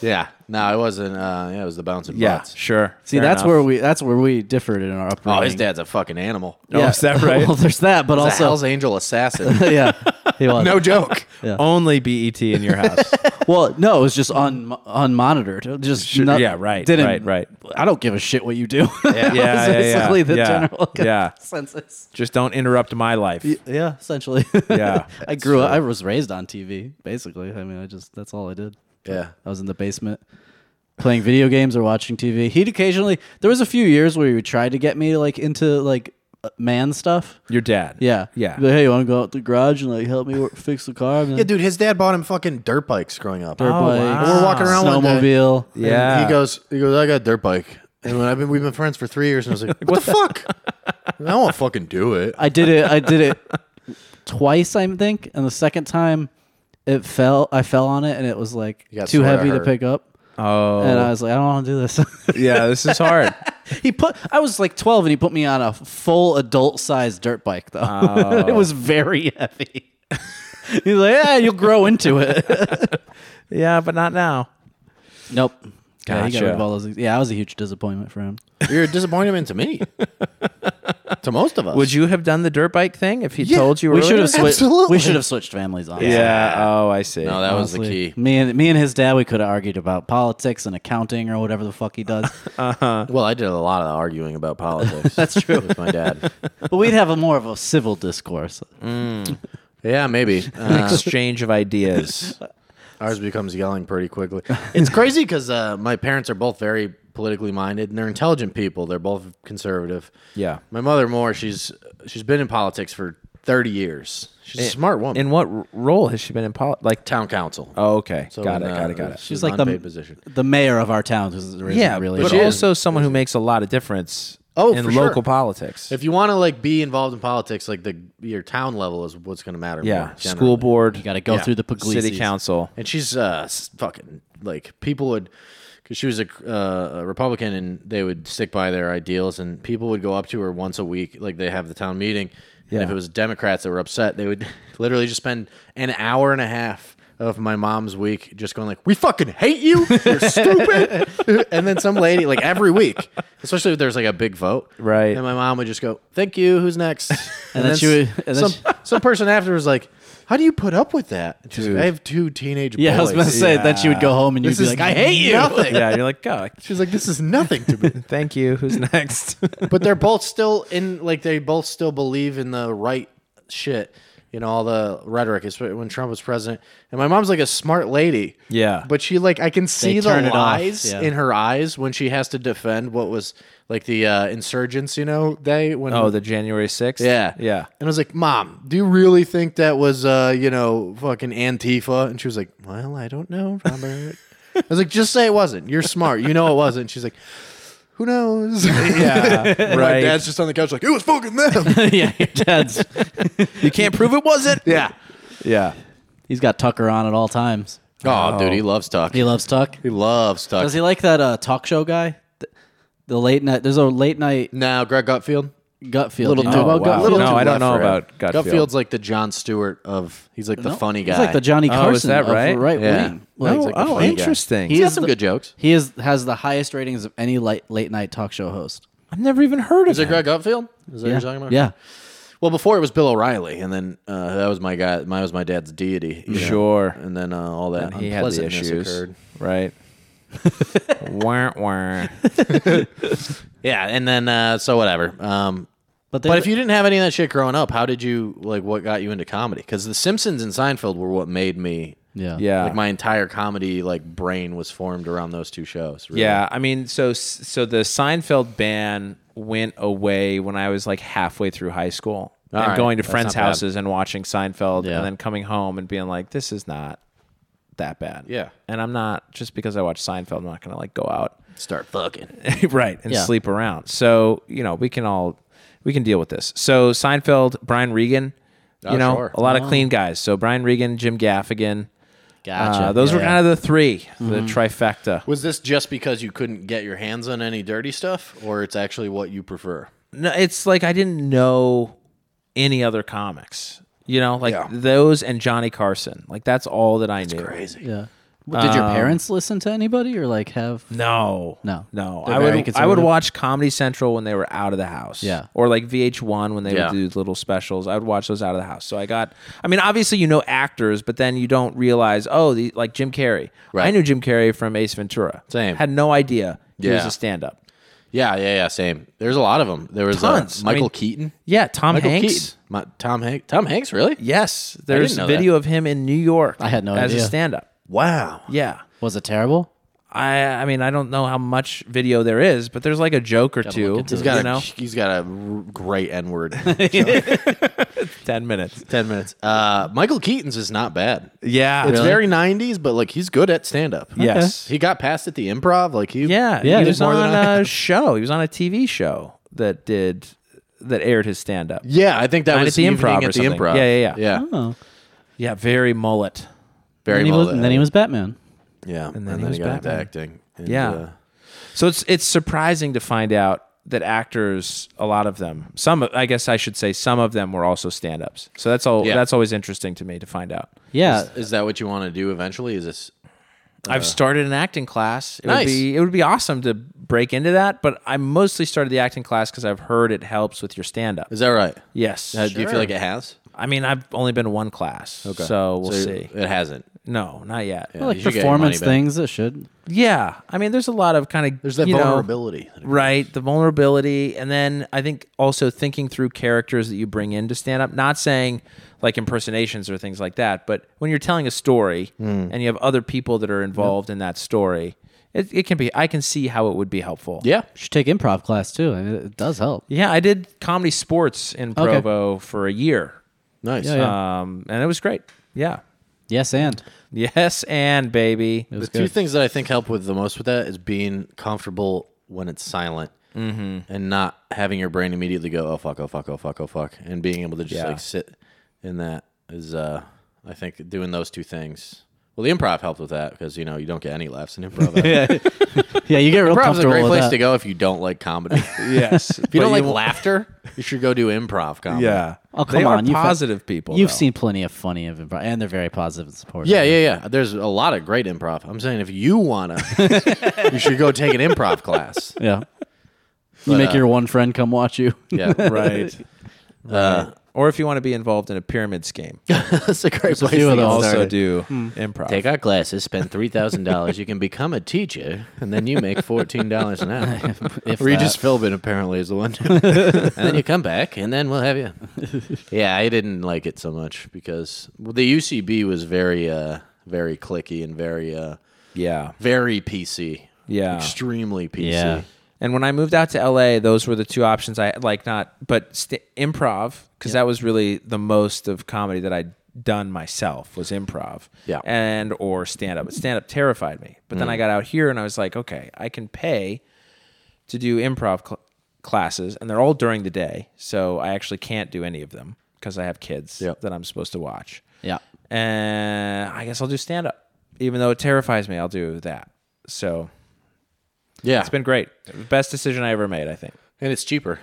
[SPEAKER 2] yeah. No, it wasn't. Uh, yeah, it was the bouncing
[SPEAKER 4] Yeah,
[SPEAKER 2] butts.
[SPEAKER 4] sure.
[SPEAKER 3] See,
[SPEAKER 4] Fair
[SPEAKER 3] that's
[SPEAKER 4] enough.
[SPEAKER 3] where we that's where we differed in our upbringing.
[SPEAKER 2] Oh, his dad's a fucking animal.
[SPEAKER 4] Oh, is that right?
[SPEAKER 3] well, there's that, but
[SPEAKER 2] He's a Hell's
[SPEAKER 3] also
[SPEAKER 2] Angel assassin.
[SPEAKER 3] yeah, he was.
[SPEAKER 2] no joke.
[SPEAKER 4] only BET in your house.
[SPEAKER 3] Well, no, it was just un, unmonitored. Just
[SPEAKER 4] Sure,
[SPEAKER 3] not-
[SPEAKER 4] yeah, right,
[SPEAKER 3] Didn't,
[SPEAKER 4] right, right.
[SPEAKER 3] I don't give a shit what you do.
[SPEAKER 4] Yeah, yeah, yeah,
[SPEAKER 3] basically the
[SPEAKER 4] yeah.
[SPEAKER 3] general
[SPEAKER 4] Yeah.
[SPEAKER 3] consensus.
[SPEAKER 4] Just don't interrupt my life.
[SPEAKER 3] Yeah, essentially.
[SPEAKER 4] Yeah.
[SPEAKER 3] I grew up. I was raised on TV. Basically, I mean, I just that's all I did.
[SPEAKER 2] Yeah.
[SPEAKER 3] I was in the basement playing video games or watching TV. He'd occasionally. There was a few years where he would try to get me like into like uh, man stuff.
[SPEAKER 4] Your dad.
[SPEAKER 3] Yeah,
[SPEAKER 4] Yeah.
[SPEAKER 3] Be Like, hey, you want to go out to the garage and like help me work, fix the car?
[SPEAKER 2] Yeah, dude, his dad bought him fucking dirt bikes growing up.
[SPEAKER 3] Dirt bikes,
[SPEAKER 4] Oh, wow.
[SPEAKER 2] We're walking around one day.
[SPEAKER 3] snowmobile.
[SPEAKER 2] And
[SPEAKER 4] Yeah.
[SPEAKER 2] he goes, he goes, I got a dirt bike. And when I've been, we've been friends for three years, and I was like, what, the fuck? I won't fucking do it.
[SPEAKER 3] I did it. I did it twice, I think. And the second time, it fell. I fell on it, and it was like
[SPEAKER 2] You got
[SPEAKER 3] too
[SPEAKER 2] swear
[SPEAKER 3] heavy to
[SPEAKER 2] hurt.
[SPEAKER 3] pick up.
[SPEAKER 4] Oh.
[SPEAKER 3] And I was like, I don't want to do this.
[SPEAKER 4] yeah, this is hard.
[SPEAKER 3] he put. I was like 12, and he put me on a full adult-sized dirt bike, though. it was very heavy. He's like, yeah, you'll grow into it.
[SPEAKER 4] yeah, but not now.
[SPEAKER 3] nope. Yeah, he got rid
[SPEAKER 4] Gotcha.
[SPEAKER 3] of all those. Yeah, I was a huge disappointment for him.
[SPEAKER 2] You're a disappointment to me, to most of us.
[SPEAKER 4] Would you have done the dirt bike thing if he
[SPEAKER 2] Yeah,
[SPEAKER 4] told you
[SPEAKER 3] We
[SPEAKER 4] earlier?
[SPEAKER 3] should have switched.
[SPEAKER 2] Absolutely.
[SPEAKER 3] We should have switched families on.
[SPEAKER 4] Yeah. Oh, I see.
[SPEAKER 2] No, that was the
[SPEAKER 3] Honestly,
[SPEAKER 2] key.
[SPEAKER 3] Me and me and his dad, we could have argued about politics and accounting or whatever the fuck he does.
[SPEAKER 2] Well, I did a lot of arguing about politics.
[SPEAKER 3] That's true.
[SPEAKER 2] with my dad.
[SPEAKER 3] but we'd have a more of a civil discourse.
[SPEAKER 2] Yeah, maybe.
[SPEAKER 4] An
[SPEAKER 2] Uh,
[SPEAKER 4] exchange of ideas.
[SPEAKER 2] ours becomes yelling pretty quickly. It's crazy because uh, my parents are both very politically minded, and they're intelligent people. They're both conservative.
[SPEAKER 4] Yeah.
[SPEAKER 2] My mother more, she's she's been in politics for thirty years. She's a smart woman.
[SPEAKER 4] In what r- role has she been in politics? Like, t-
[SPEAKER 2] town council.
[SPEAKER 4] oh, okay.
[SPEAKER 2] So
[SPEAKER 4] got it,
[SPEAKER 2] in, uh,
[SPEAKER 4] got it. Got it.
[SPEAKER 3] She's
[SPEAKER 2] an
[SPEAKER 3] like the
[SPEAKER 2] unpaid position.
[SPEAKER 3] the mayor of our town. Who's really,
[SPEAKER 4] Yeah,
[SPEAKER 3] really.
[SPEAKER 4] but
[SPEAKER 2] she is.
[SPEAKER 4] also someone who makes a lot of difference.
[SPEAKER 2] Oh,
[SPEAKER 4] in
[SPEAKER 2] for sure.
[SPEAKER 4] local politics.
[SPEAKER 2] If you want to like be involved in politics, like the your town level is what's going to matter.
[SPEAKER 4] yeah,
[SPEAKER 2] more, generally.
[SPEAKER 4] school board.
[SPEAKER 3] you got to go
[SPEAKER 2] Yeah.
[SPEAKER 3] through the Pugliese.
[SPEAKER 4] city council.
[SPEAKER 2] and she's uh s- fucking like people would because she was a, uh, a republican and they would stick by their ideals and people would go up to her once a week like they have the town meeting and if
[SPEAKER 4] Yeah.
[SPEAKER 2] it was democrats that were upset they would literally just spend an hour and a half of my mom's week just going like we fucking hate you you're stupid and then some lady like every week especially if there's like a big vote
[SPEAKER 4] Right.
[SPEAKER 2] and my mom would just go thank you who's next and,
[SPEAKER 3] then she would-
[SPEAKER 2] s-
[SPEAKER 3] and then
[SPEAKER 2] some,
[SPEAKER 3] she-
[SPEAKER 2] some person after was like how do you put up with that And she's like,
[SPEAKER 4] Dude.
[SPEAKER 2] i have two teenage
[SPEAKER 3] Yeah, I was
[SPEAKER 2] boys.
[SPEAKER 3] gonna say then she would go home and you'd
[SPEAKER 2] This
[SPEAKER 3] be
[SPEAKER 2] is
[SPEAKER 3] like, I hate you.
[SPEAKER 2] Nothing.
[SPEAKER 4] Yeah, you're like, go.
[SPEAKER 2] She's like, this is nothing to me.
[SPEAKER 4] Thank you. Who's next?
[SPEAKER 2] but they're both still in, like, they both still believe in the right shit. You know, all the rhetoric is when Trump was president. And my mom's like a smart lady.
[SPEAKER 4] Yeah.
[SPEAKER 2] But she, like, I can see the
[SPEAKER 3] turn it off,
[SPEAKER 2] lies
[SPEAKER 3] yeah.
[SPEAKER 2] in her eyes when she has to defend what was, like, the uh, insurgents, you know, day when.
[SPEAKER 4] oh, the January sixth.
[SPEAKER 2] Yeah.
[SPEAKER 4] yeah.
[SPEAKER 2] And I was like, Mom, do you really think that was, uh, you know, fucking Antifa? And she was like, Well, I don't know, Robert. I was like, Just say it wasn't. You're smart. You know it wasn't. And she's like, Who knows?
[SPEAKER 4] Yeah,
[SPEAKER 2] My
[SPEAKER 4] right.
[SPEAKER 2] dad's just on the couch, like, It was fucking them.
[SPEAKER 3] yeah, your dad's.
[SPEAKER 4] you can't prove it wasn't.
[SPEAKER 2] yeah.
[SPEAKER 4] yeah.
[SPEAKER 3] He's got Tucker on at all times.
[SPEAKER 2] Oh, dude, he loves Tuck.
[SPEAKER 3] He loves Tuck.
[SPEAKER 2] He loves Tuck.
[SPEAKER 3] Does he like that uh, talk show guy? The, the late night. There's a late night
[SPEAKER 2] now, Greg Gutfield.
[SPEAKER 3] Gutfield.
[SPEAKER 2] Little
[SPEAKER 3] Do you
[SPEAKER 2] too-
[SPEAKER 3] know about
[SPEAKER 4] wow.
[SPEAKER 3] Gutfield?
[SPEAKER 4] Little No,
[SPEAKER 2] too
[SPEAKER 4] I don't
[SPEAKER 2] left
[SPEAKER 4] know
[SPEAKER 2] for him.
[SPEAKER 4] about Gutfield.
[SPEAKER 2] Gutfield's like the John Stewart of, he's like the
[SPEAKER 3] No,
[SPEAKER 2] funny guy.
[SPEAKER 3] He's like the Johnny
[SPEAKER 4] Oh, is
[SPEAKER 3] Carson
[SPEAKER 4] that
[SPEAKER 3] of
[SPEAKER 4] right?
[SPEAKER 3] the right
[SPEAKER 2] Yeah.
[SPEAKER 3] wing.
[SPEAKER 2] No,
[SPEAKER 3] Like,
[SPEAKER 2] he's like the funny guy.
[SPEAKER 4] interesting.
[SPEAKER 2] He's
[SPEAKER 3] He
[SPEAKER 2] got
[SPEAKER 3] is
[SPEAKER 2] some
[SPEAKER 3] the-
[SPEAKER 2] good jokes.
[SPEAKER 3] He is has the highest ratings of any late late night talk show host.
[SPEAKER 4] I've never even heard of
[SPEAKER 2] Is it Greg Gutfield? Is that what
[SPEAKER 3] yeah.
[SPEAKER 2] you're talking about?
[SPEAKER 3] Yeah.
[SPEAKER 2] Well, before it was Bill O'Reilly, and then uh, that was my guy. Mine was my dad's deity. you know?
[SPEAKER 4] Sure.
[SPEAKER 2] And then uh, all that
[SPEAKER 4] He had the
[SPEAKER 2] unpleasantness
[SPEAKER 4] issues,
[SPEAKER 2] occurred.
[SPEAKER 4] right? wah, wah.
[SPEAKER 2] Yeah, and then uh, so whatever. Um,
[SPEAKER 3] But, they,
[SPEAKER 2] but if you didn't have any of that shit growing up, how did you like? What got you into comedy? Because The Simpsons and Seinfeld were what made me.
[SPEAKER 3] yeah.
[SPEAKER 4] Yeah,
[SPEAKER 2] Like my entire comedy like brain was formed around those two shows. really.
[SPEAKER 4] yeah. I mean, so so the Seinfeld ban went away when I was like halfway through high school,
[SPEAKER 2] All
[SPEAKER 4] and
[SPEAKER 2] right,
[SPEAKER 4] going to
[SPEAKER 2] that's
[SPEAKER 4] friends'
[SPEAKER 2] not bad.
[SPEAKER 4] houses and watching Seinfeld,
[SPEAKER 3] Yeah.
[SPEAKER 4] and then coming home and being like, "This is not that bad.
[SPEAKER 2] Yeah.
[SPEAKER 4] And I'm not just because I watch Seinfeld, I'm not gonna like go out
[SPEAKER 2] Start fucking.
[SPEAKER 4] right and
[SPEAKER 3] Yeah.
[SPEAKER 4] sleep around. So, you know, we can all we can deal with this. So Seinfeld, Brian Regan, you
[SPEAKER 2] Oh,
[SPEAKER 4] know,
[SPEAKER 2] sure.
[SPEAKER 4] a lot of clean guys. So Brian Regan, Jim Gaffigan.
[SPEAKER 3] Gotcha.
[SPEAKER 4] Uh, those were
[SPEAKER 3] Yeah.
[SPEAKER 4] kind of the 3 the trifecta.
[SPEAKER 2] Was this just because you couldn't get your hands on any dirty stuff, or it's actually what you prefer?
[SPEAKER 4] no, it's like I didn't know any other comics. You know, like
[SPEAKER 2] Yeah.
[SPEAKER 4] those and Johnny Carson. Like that's all that I knew.
[SPEAKER 2] Crazy.
[SPEAKER 3] Yeah. Well, Did your
[SPEAKER 4] um,
[SPEAKER 3] parents listen to anybody or like have?
[SPEAKER 4] No,
[SPEAKER 3] No.
[SPEAKER 4] no.
[SPEAKER 3] They're
[SPEAKER 4] I
[SPEAKER 3] very
[SPEAKER 4] would I would
[SPEAKER 3] conservative.
[SPEAKER 4] watch Comedy Central when they were out of the house.
[SPEAKER 3] Yeah.
[SPEAKER 4] or like VH1 when they
[SPEAKER 2] Yeah.
[SPEAKER 4] would do little specials. I would watch those out of the house. So I got. I mean, obviously you know actors, but then you don't realize oh, the, like Jim Carrey. I
[SPEAKER 2] Right.
[SPEAKER 4] knew Jim Carrey from Ace Ventura.
[SPEAKER 2] Same.
[SPEAKER 4] Had no idea he was
[SPEAKER 2] Yeah.
[SPEAKER 4] a stand-up.
[SPEAKER 2] Yeah, yeah, yeah. Same. There's a lot of them. There was uh,
[SPEAKER 4] Tons. I
[SPEAKER 2] Michael
[SPEAKER 4] mean,
[SPEAKER 2] Keaton.
[SPEAKER 4] Yeah, Tom
[SPEAKER 2] Michael
[SPEAKER 4] Hanks.
[SPEAKER 2] Keaton. My, Tom Hanks. Tom Hanks. Really?
[SPEAKER 4] Yes, there's
[SPEAKER 2] know
[SPEAKER 4] video of him in New York. I
[SPEAKER 3] had no
[SPEAKER 4] as
[SPEAKER 3] idea.
[SPEAKER 4] a stand-up.
[SPEAKER 2] Wow.
[SPEAKER 4] Yeah.
[SPEAKER 3] Was it terrible?
[SPEAKER 4] I I mean I don't know how much video there is, but there's like a joke or two.
[SPEAKER 3] into
[SPEAKER 2] He's
[SPEAKER 4] you
[SPEAKER 2] got a
[SPEAKER 4] know,
[SPEAKER 2] he's got a r- great N word.
[SPEAKER 4] ten minutes.
[SPEAKER 2] Ten minutes. Uh, Michael Keaton's is not bad.
[SPEAKER 4] Yeah,
[SPEAKER 2] It's very '90s, but like he's good at stand up.
[SPEAKER 4] Yes.
[SPEAKER 2] he got past at the improv. Like he,
[SPEAKER 4] yeah.
[SPEAKER 3] Yeah,
[SPEAKER 4] he
[SPEAKER 3] there's
[SPEAKER 4] was
[SPEAKER 2] more than
[SPEAKER 4] on
[SPEAKER 2] I-
[SPEAKER 4] a show. He was on a TV show that did that aired his stand up.
[SPEAKER 2] yeah. I think that
[SPEAKER 4] Night
[SPEAKER 2] was
[SPEAKER 4] at the
[SPEAKER 2] evening
[SPEAKER 4] Improv or
[SPEAKER 2] At the
[SPEAKER 4] something.
[SPEAKER 2] improv.
[SPEAKER 4] Yeah, yeah,
[SPEAKER 2] yeah.
[SPEAKER 3] Oh.
[SPEAKER 4] Yeah, very mullet.
[SPEAKER 2] Very
[SPEAKER 3] And, he
[SPEAKER 2] well
[SPEAKER 3] was, and then he was Batman.
[SPEAKER 2] Yeah, and
[SPEAKER 4] then he was
[SPEAKER 2] got into
[SPEAKER 4] Batman.
[SPEAKER 2] acting. And,
[SPEAKER 4] Yeah.
[SPEAKER 2] uh,
[SPEAKER 4] So it's it's surprising to find out that actors, a lot of them, some I guess I should say some of them were also stand ups. So that's all
[SPEAKER 2] Yeah.
[SPEAKER 4] that's always interesting to me to find out.
[SPEAKER 3] Yeah.
[SPEAKER 2] uh, is, is that what you want to do eventually? Is this
[SPEAKER 4] I've started an acting class. It
[SPEAKER 2] Nice.
[SPEAKER 4] would be it would be awesome to break into that, but I mostly started the acting class because I've heard it helps with your stand up.
[SPEAKER 2] is that right?
[SPEAKER 4] Yes.
[SPEAKER 2] Uh, Do you feel like it has?
[SPEAKER 4] I mean, I've only been to one class, okay. so we'll see.
[SPEAKER 2] It hasn't.
[SPEAKER 4] No, not yet. Yeah,
[SPEAKER 3] like
[SPEAKER 2] you should get your
[SPEAKER 3] performance
[SPEAKER 2] money back.
[SPEAKER 3] things that should.
[SPEAKER 4] I mean, there's a lot of kind of
[SPEAKER 2] There's that
[SPEAKER 4] you know,
[SPEAKER 2] vulnerability.
[SPEAKER 4] right? The vulnerability, and then I think also thinking through characters that you bring into stand up. Not saying like impersonations or things like that, but when you're telling a story
[SPEAKER 2] Hmm.
[SPEAKER 4] and you have other people that are involved in that story, it, it can be. I can see how it would be helpful.
[SPEAKER 2] yeah,
[SPEAKER 3] Should take improv class too. I mean, it does help.
[SPEAKER 4] Yeah, I did comedy sports in
[SPEAKER 3] Okay.
[SPEAKER 4] Provo for a year,
[SPEAKER 2] nice. Uh,
[SPEAKER 3] Yeah, yeah.
[SPEAKER 4] um, and it was great. Yeah.
[SPEAKER 3] Yes, and
[SPEAKER 4] Yes, and baby.
[SPEAKER 3] it was
[SPEAKER 2] the two
[SPEAKER 3] good.
[SPEAKER 2] things that I think help with the most with that is being comfortable when it's silent and not having your brain immediately go, oh fuck, oh fuck, oh fuck, oh fuck, and being able to just
[SPEAKER 4] Yeah.
[SPEAKER 2] like sit in that is, uh, I think, doing those two things. Well, the improv helped with that because you know you don't get any laughs in improv. yeah,
[SPEAKER 3] yeah, you get real
[SPEAKER 2] improv's a
[SPEAKER 3] comfortable
[SPEAKER 2] great
[SPEAKER 3] with
[SPEAKER 2] place
[SPEAKER 3] that.
[SPEAKER 2] to go if you don't like comedy. if
[SPEAKER 4] Yes. if
[SPEAKER 2] you don't like laughter, you should go do improv comedy.
[SPEAKER 4] yeah.
[SPEAKER 3] Oh, come
[SPEAKER 4] they
[SPEAKER 3] on,
[SPEAKER 4] Are
[SPEAKER 3] you've-
[SPEAKER 4] positive people.
[SPEAKER 3] You've
[SPEAKER 4] though.
[SPEAKER 3] seen plenty of funny of improv, and they're very positive and supportive.
[SPEAKER 2] Yeah, yeah, yeah. There's a lot of great improv. I'm saying if you wanna, you should go take an improv class.
[SPEAKER 3] yeah. You make
[SPEAKER 2] uh,
[SPEAKER 3] your one friend come watch you.
[SPEAKER 2] Yeah,
[SPEAKER 4] Right.
[SPEAKER 2] Uh,
[SPEAKER 4] Or if you want to be involved in a pyramid scheme,
[SPEAKER 2] that's a great place.
[SPEAKER 3] few
[SPEAKER 2] to go.
[SPEAKER 3] of those.
[SPEAKER 4] also
[SPEAKER 3] started. Hmm.
[SPEAKER 4] do improv.
[SPEAKER 2] uh, Take our classes, spend three thousand dollars. You can become a teacher, and then you make fourteen dollars an hour.
[SPEAKER 3] If
[SPEAKER 2] Regis
[SPEAKER 3] that.
[SPEAKER 2] Philbin apparently is the one. and then you come back, and then we'll have you. Yeah, I didn't like it so much because well, the UCB was very, uh, very clicky and very, uh,
[SPEAKER 4] yeah.
[SPEAKER 2] very PC.
[SPEAKER 4] Yeah.
[SPEAKER 2] extremely PC.
[SPEAKER 3] Yeah.
[SPEAKER 4] And when I moved out to LA, those were the two options I like not, but st- improv because that was really the most of comedy that I'd done myself was improv.
[SPEAKER 2] Yeah.
[SPEAKER 4] And or stand up. But stand up terrified me. But
[SPEAKER 3] Mm.
[SPEAKER 4] then I got out here and I was like, okay, I can pay to do improv cl- classes and they're all during the day. So I actually can't do any of them because I have kids
[SPEAKER 2] Yep.
[SPEAKER 4] that I'm supposed to watch.
[SPEAKER 3] Yeah.
[SPEAKER 4] And I guess I'll do stand up. Even though it terrifies me, I'll do that. So
[SPEAKER 2] yeah.
[SPEAKER 4] it's been great. Best decision I ever made, I think.
[SPEAKER 2] and it's cheaper.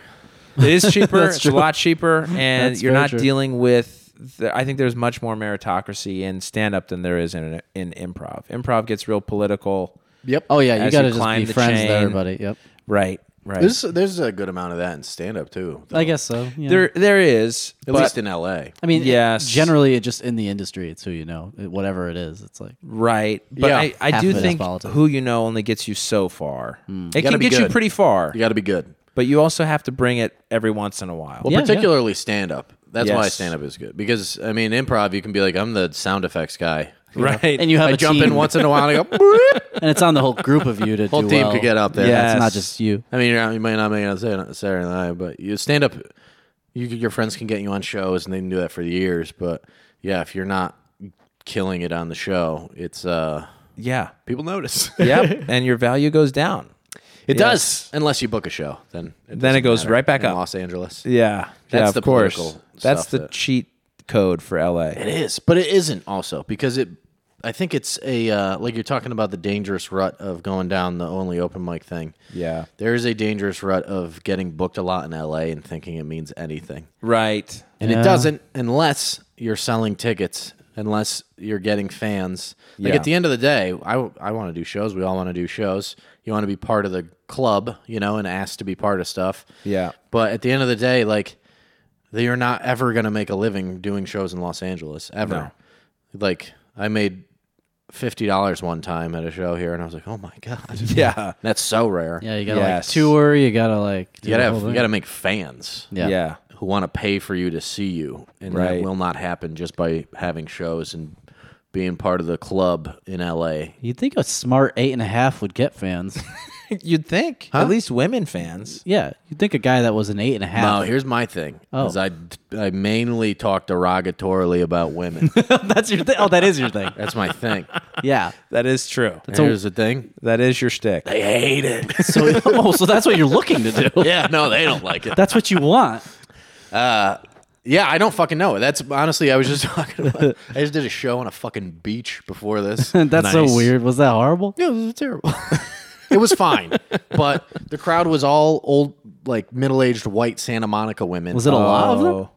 [SPEAKER 4] It is cheaper. it's a lot cheaper, and
[SPEAKER 3] That's
[SPEAKER 4] you're
[SPEAKER 3] very
[SPEAKER 4] not
[SPEAKER 3] true.
[SPEAKER 4] dealing with. The, I think there's much more meritocracy in stand up than there is in in improv. Improv gets real political.
[SPEAKER 2] Yep.
[SPEAKER 3] Oh yeah, you
[SPEAKER 4] As
[SPEAKER 3] got to
[SPEAKER 4] you
[SPEAKER 3] just
[SPEAKER 4] climb
[SPEAKER 3] be
[SPEAKER 4] the
[SPEAKER 3] friends with
[SPEAKER 4] chain.
[SPEAKER 3] everybody. Yep.
[SPEAKER 4] Right. Right.
[SPEAKER 2] There's there's a good amount of that in stand up too. though.
[SPEAKER 3] I guess so. yeah.
[SPEAKER 4] there there is.
[SPEAKER 2] At
[SPEAKER 4] but-
[SPEAKER 2] least in LA.
[SPEAKER 3] I mean, it-
[SPEAKER 4] Yes.
[SPEAKER 3] generally, it just in the industry, it's who you know, It- whatever it is. It's like
[SPEAKER 4] right. But
[SPEAKER 2] Yeah.
[SPEAKER 4] I, I
[SPEAKER 3] Half
[SPEAKER 4] do
[SPEAKER 3] of it is
[SPEAKER 4] think
[SPEAKER 3] politics.
[SPEAKER 4] who you know only gets you so far. It
[SPEAKER 2] Hmm. gotta
[SPEAKER 4] can
[SPEAKER 2] be
[SPEAKER 4] get you
[SPEAKER 2] good.
[SPEAKER 4] pretty far,
[SPEAKER 2] You got to be good.
[SPEAKER 4] but you also have to bring it every once in a while.
[SPEAKER 2] Well,
[SPEAKER 3] Yeah, yeah.
[SPEAKER 2] particularly stand up. That's why
[SPEAKER 4] Yes.
[SPEAKER 2] stand up is good because I mean improv. You can be like, I'm the sound effects guy.
[SPEAKER 4] right.
[SPEAKER 3] And you have
[SPEAKER 2] I
[SPEAKER 3] a
[SPEAKER 2] jump
[SPEAKER 3] team.
[SPEAKER 2] in once in a while. and I go.
[SPEAKER 3] and it's on the whole group of you to
[SPEAKER 2] Whole
[SPEAKER 3] do
[SPEAKER 2] team
[SPEAKER 3] well.
[SPEAKER 2] could get up there.
[SPEAKER 4] Yeah.
[SPEAKER 3] It's not
[SPEAKER 4] Yes.
[SPEAKER 3] just you.
[SPEAKER 2] I mean, you're not, you might not make it on Saturday Saturday night, but you stand up. You your friends can get you on shows, and they can do that for years. But yeah, if you're not killing it on the show, it's uh
[SPEAKER 4] Yeah.
[SPEAKER 2] people notice.
[SPEAKER 4] Yep. and your value goes down.
[SPEAKER 2] It
[SPEAKER 4] Yes.
[SPEAKER 2] does, unless you book a show. Then it
[SPEAKER 4] Then it
[SPEAKER 2] doesn't
[SPEAKER 4] goes
[SPEAKER 2] matter.
[SPEAKER 4] right back
[SPEAKER 2] in
[SPEAKER 4] up.
[SPEAKER 2] Los Angeles.
[SPEAKER 4] Yeah.
[SPEAKER 2] That's
[SPEAKER 4] yeah, of
[SPEAKER 2] the
[SPEAKER 4] course.
[SPEAKER 2] political
[SPEAKER 4] That's
[SPEAKER 2] stuff
[SPEAKER 4] the
[SPEAKER 2] that-
[SPEAKER 4] cheat code for LA.
[SPEAKER 2] It is, but it isn't also because it. I think it's a uh, like you're talking about the dangerous rut of going down the only open mic thing.
[SPEAKER 4] Yeah.
[SPEAKER 2] There is a dangerous rut of getting booked a lot in LA and thinking it means anything.
[SPEAKER 4] Right.
[SPEAKER 2] And
[SPEAKER 3] Yeah.
[SPEAKER 2] it doesn't unless you're selling tickets, unless you're getting fans. Like
[SPEAKER 4] Yeah.
[SPEAKER 2] at the end of the day, I, I want to do shows. We all want to do shows. You want to be part of the club, you know, and asked to be part of stuff.
[SPEAKER 4] Yeah.
[SPEAKER 2] But at the end of the day, like, they are not ever going to make a living doing shows in Los Angeles, ever. Like, I made $50 one time at a show here, and I was like, oh my God.
[SPEAKER 4] Yeah.
[SPEAKER 2] That's so rare.
[SPEAKER 3] Yeah, you gotta
[SPEAKER 4] Yes.
[SPEAKER 3] like tour. You gotta like. do
[SPEAKER 2] You gotta
[SPEAKER 3] the
[SPEAKER 2] have,
[SPEAKER 3] whole
[SPEAKER 2] you
[SPEAKER 3] thing.
[SPEAKER 2] gotta make fans
[SPEAKER 3] Yeah.
[SPEAKER 4] Yeah.
[SPEAKER 2] who want to pay for you to see you, and
[SPEAKER 4] Right.
[SPEAKER 2] that will not happen just by having shows and being part of the club in LA.
[SPEAKER 3] You'd think a smart eight and a half would get fans.
[SPEAKER 4] You'd think. At least women fans.
[SPEAKER 3] yeah, you'd think a guy that was an eight and a
[SPEAKER 2] Now,
[SPEAKER 3] half.
[SPEAKER 2] here's my thing:
[SPEAKER 3] Oh.
[SPEAKER 2] is I I mainly talk derogatorily about women.
[SPEAKER 3] that's your thing. Oh, that is your thing.
[SPEAKER 2] That's my thing.
[SPEAKER 3] Yeah.
[SPEAKER 4] That is true.
[SPEAKER 2] here's the thing:
[SPEAKER 4] That is your shtick.
[SPEAKER 2] they hate it.
[SPEAKER 3] So, oh, so that's what you're looking to do.
[SPEAKER 2] yeah, no, they don't like it.
[SPEAKER 3] That's what you want.
[SPEAKER 2] Yeah, I don't fucking know. That's honestly, I was just talking about. I just did a show on a fucking beach before this.
[SPEAKER 3] That's so
[SPEAKER 4] Nice.
[SPEAKER 3] weird. Was that horrible?
[SPEAKER 2] Yeah, it was terrible. it was fine, but the crowd was all old, like middle-aged white Santa Monica women. Uh,
[SPEAKER 3] Was it a lot of
[SPEAKER 4] Oh,
[SPEAKER 3] them?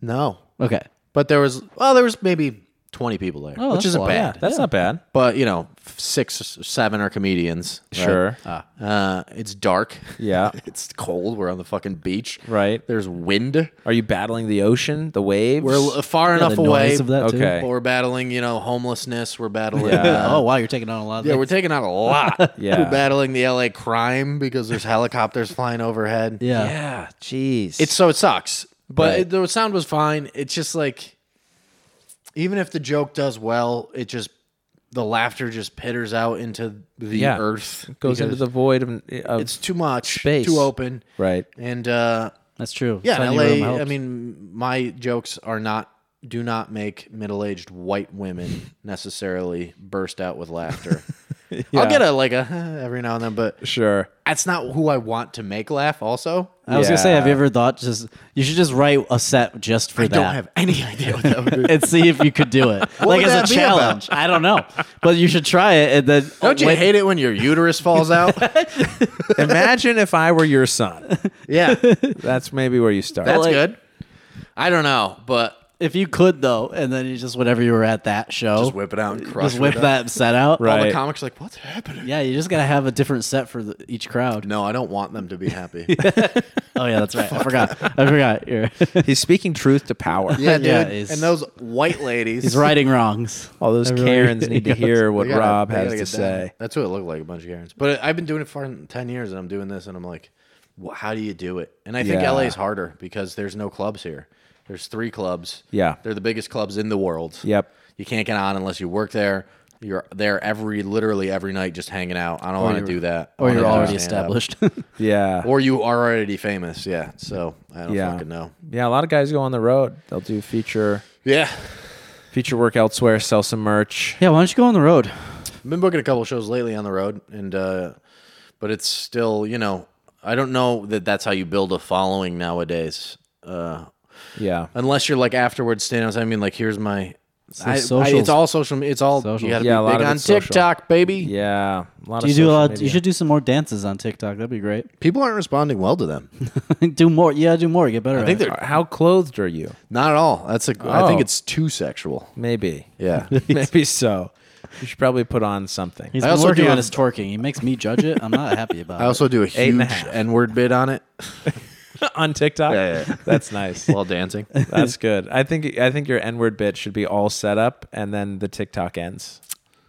[SPEAKER 2] No,
[SPEAKER 3] Okay.
[SPEAKER 2] but there was. Well, there was maybe twenty people there,
[SPEAKER 3] Oh,
[SPEAKER 2] which
[SPEAKER 3] that's a
[SPEAKER 2] isn't
[SPEAKER 3] lot.
[SPEAKER 2] bad.
[SPEAKER 4] Yeah, that's not bad.
[SPEAKER 2] But you know, six, or seven are comedians. right?
[SPEAKER 4] Sure.
[SPEAKER 2] Uh, it's dark.
[SPEAKER 4] Yeah.
[SPEAKER 2] It's cold. We're on the fucking beach.
[SPEAKER 4] Right.
[SPEAKER 2] There's wind.
[SPEAKER 4] Are you battling the ocean, the waves?
[SPEAKER 2] We're l- far
[SPEAKER 3] Yeah,
[SPEAKER 2] enough
[SPEAKER 3] the
[SPEAKER 2] away.
[SPEAKER 3] noise of that too.
[SPEAKER 4] Okay.
[SPEAKER 2] We're battling, you know, homelessness. We're battling.
[SPEAKER 4] Yeah.
[SPEAKER 2] uh,
[SPEAKER 3] oh wow, you're taking on a lot. Of
[SPEAKER 2] Yeah,
[SPEAKER 3] things.
[SPEAKER 2] we're taking out a lot.
[SPEAKER 4] Yeah.
[SPEAKER 2] We're battling the LA crime because there's helicopters flying overhead.
[SPEAKER 3] yeah.
[SPEAKER 4] yeah, jeez.
[SPEAKER 2] It's so it sucks. But
[SPEAKER 4] Right.
[SPEAKER 2] it, the sound was fine. It's just like even if the joke does well, it just the laughter just pitters out into the
[SPEAKER 4] Yeah.
[SPEAKER 2] earth.
[SPEAKER 4] goes into
[SPEAKER 2] because
[SPEAKER 4] the void of, of
[SPEAKER 2] it's too much,
[SPEAKER 4] space.
[SPEAKER 2] too open.
[SPEAKER 4] right.
[SPEAKER 2] And uh
[SPEAKER 3] That's true.
[SPEAKER 2] yeah,
[SPEAKER 3] Tiny room
[SPEAKER 2] in LA, I
[SPEAKER 3] helps.
[SPEAKER 2] mean, my jokes are not do not make middle-aged white women necessarily burst out with laughter. I'll get a like a "Huh," every now and then, but
[SPEAKER 4] Sure.
[SPEAKER 2] that's not who I want to make laugh. Also,
[SPEAKER 3] I was gonna say, have you
[SPEAKER 4] Yeah.
[SPEAKER 3] ever thought just you should just write a set just for
[SPEAKER 2] I
[SPEAKER 3] that?
[SPEAKER 2] don't have any idea what that would be.
[SPEAKER 3] and see if you could do it, like
[SPEAKER 2] would
[SPEAKER 3] as a
[SPEAKER 2] that be about?
[SPEAKER 3] challenge. I don't know, but you should try it. And then
[SPEAKER 2] Don't you
[SPEAKER 3] when-
[SPEAKER 2] hate it when your uterus falls out?
[SPEAKER 4] Imagine if I were your son.
[SPEAKER 2] yeah, that's
[SPEAKER 4] That's maybe where you start.
[SPEAKER 3] like-
[SPEAKER 2] good. I don't know, but
[SPEAKER 3] if you could though, and then you just whenever you were at that show,
[SPEAKER 2] just whip it out and crush
[SPEAKER 3] oh, just whip
[SPEAKER 2] it.
[SPEAKER 3] that set out. Oh,
[SPEAKER 4] Right.
[SPEAKER 2] All the comics are like, "What's happening?"
[SPEAKER 3] Yeah, you just gotta have a different set for the, each crowd.
[SPEAKER 2] No, I don't want them to be happy.
[SPEAKER 3] Oh yeah, that's right. I forgot. I forgot. You're-
[SPEAKER 4] He's speaking truth to power.
[SPEAKER 2] yeah, dude.
[SPEAKER 3] Yeah, he's-
[SPEAKER 2] and those white ladies.
[SPEAKER 3] He's righting wrongs.
[SPEAKER 4] All those
[SPEAKER 3] Everywhere
[SPEAKER 4] Karens
[SPEAKER 3] he
[SPEAKER 4] need to
[SPEAKER 3] goes.
[SPEAKER 4] hear what
[SPEAKER 2] They gotta-
[SPEAKER 4] Rob
[SPEAKER 2] they
[SPEAKER 4] has
[SPEAKER 2] gotta
[SPEAKER 4] to
[SPEAKER 2] get down.
[SPEAKER 4] say.
[SPEAKER 2] That's what it looked like, a bunch of Karens. But I've been doing it for 10 years and I'm doing this and I'm like, "Wh- how do you do it? And I think
[SPEAKER 4] Yeah.
[SPEAKER 2] LA is harder because there's no clubs here. There's three clubs.
[SPEAKER 4] Yeah.
[SPEAKER 2] They're the biggest clubs in the world.
[SPEAKER 4] Yep.
[SPEAKER 2] You can't get on unless you work there. You're there every, literally every night just hanging out. I don't want to do that. I
[SPEAKER 3] Or
[SPEAKER 2] wanna
[SPEAKER 3] you're
[SPEAKER 2] do
[SPEAKER 3] already
[SPEAKER 2] stand-up.
[SPEAKER 3] established.
[SPEAKER 4] Yeah.
[SPEAKER 2] Or you are already famous. Yeah. So I don't
[SPEAKER 4] yeah.
[SPEAKER 2] fucking know.
[SPEAKER 4] Yeah, a lot of guys go on the road. They'll do feature
[SPEAKER 2] Yeah.
[SPEAKER 4] feature work elsewhere, sell some merch.
[SPEAKER 3] yeah, why don't you go on the road?
[SPEAKER 2] I've been booking a couple shows lately on the road, and uh, but it's still, you know, I don't know that that's how you build a following nowadays. Uh,
[SPEAKER 4] Yeah.
[SPEAKER 2] unless you're like afterwards stand-ups. I mean, like here's my. I- I-
[SPEAKER 3] socials.
[SPEAKER 2] it's all social. me- It's all
[SPEAKER 3] Socials.
[SPEAKER 2] you got to
[SPEAKER 4] Yeah, a
[SPEAKER 2] be
[SPEAKER 4] lot
[SPEAKER 2] big
[SPEAKER 4] of
[SPEAKER 2] on
[SPEAKER 4] it's social.
[SPEAKER 2] TikTok, baby.
[SPEAKER 4] Yeah. A lot
[SPEAKER 3] Do
[SPEAKER 4] of
[SPEAKER 3] you do a
[SPEAKER 4] social
[SPEAKER 3] lot?
[SPEAKER 4] media.
[SPEAKER 3] You should do some more dances on TikTok. That'd be great.
[SPEAKER 2] People aren't responding well to them.
[SPEAKER 3] do more. Yeah, do more. Get better.
[SPEAKER 2] I think
[SPEAKER 3] at it.
[SPEAKER 2] they're
[SPEAKER 4] How clothed are you?
[SPEAKER 2] not at all. That's a. I
[SPEAKER 4] Oh.
[SPEAKER 2] think it's too sexual.
[SPEAKER 4] Maybe.
[SPEAKER 2] Yeah.
[SPEAKER 4] Maybe so. You should probably put on something.
[SPEAKER 3] He's
[SPEAKER 2] I
[SPEAKER 3] been
[SPEAKER 2] also
[SPEAKER 3] working
[SPEAKER 2] do
[SPEAKER 3] on
[SPEAKER 2] a-
[SPEAKER 3] his twerking. He makes me judge it. I'm not happy about
[SPEAKER 2] I also do a
[SPEAKER 4] Eight and a
[SPEAKER 2] huge
[SPEAKER 4] half.
[SPEAKER 2] N-word bit on it
[SPEAKER 4] on TikTok.
[SPEAKER 2] Yeah, yeah.
[SPEAKER 4] That's nice.
[SPEAKER 2] while dancing.
[SPEAKER 4] That's good. I think I think your N-word bit should be all set up and then the TikTok ends.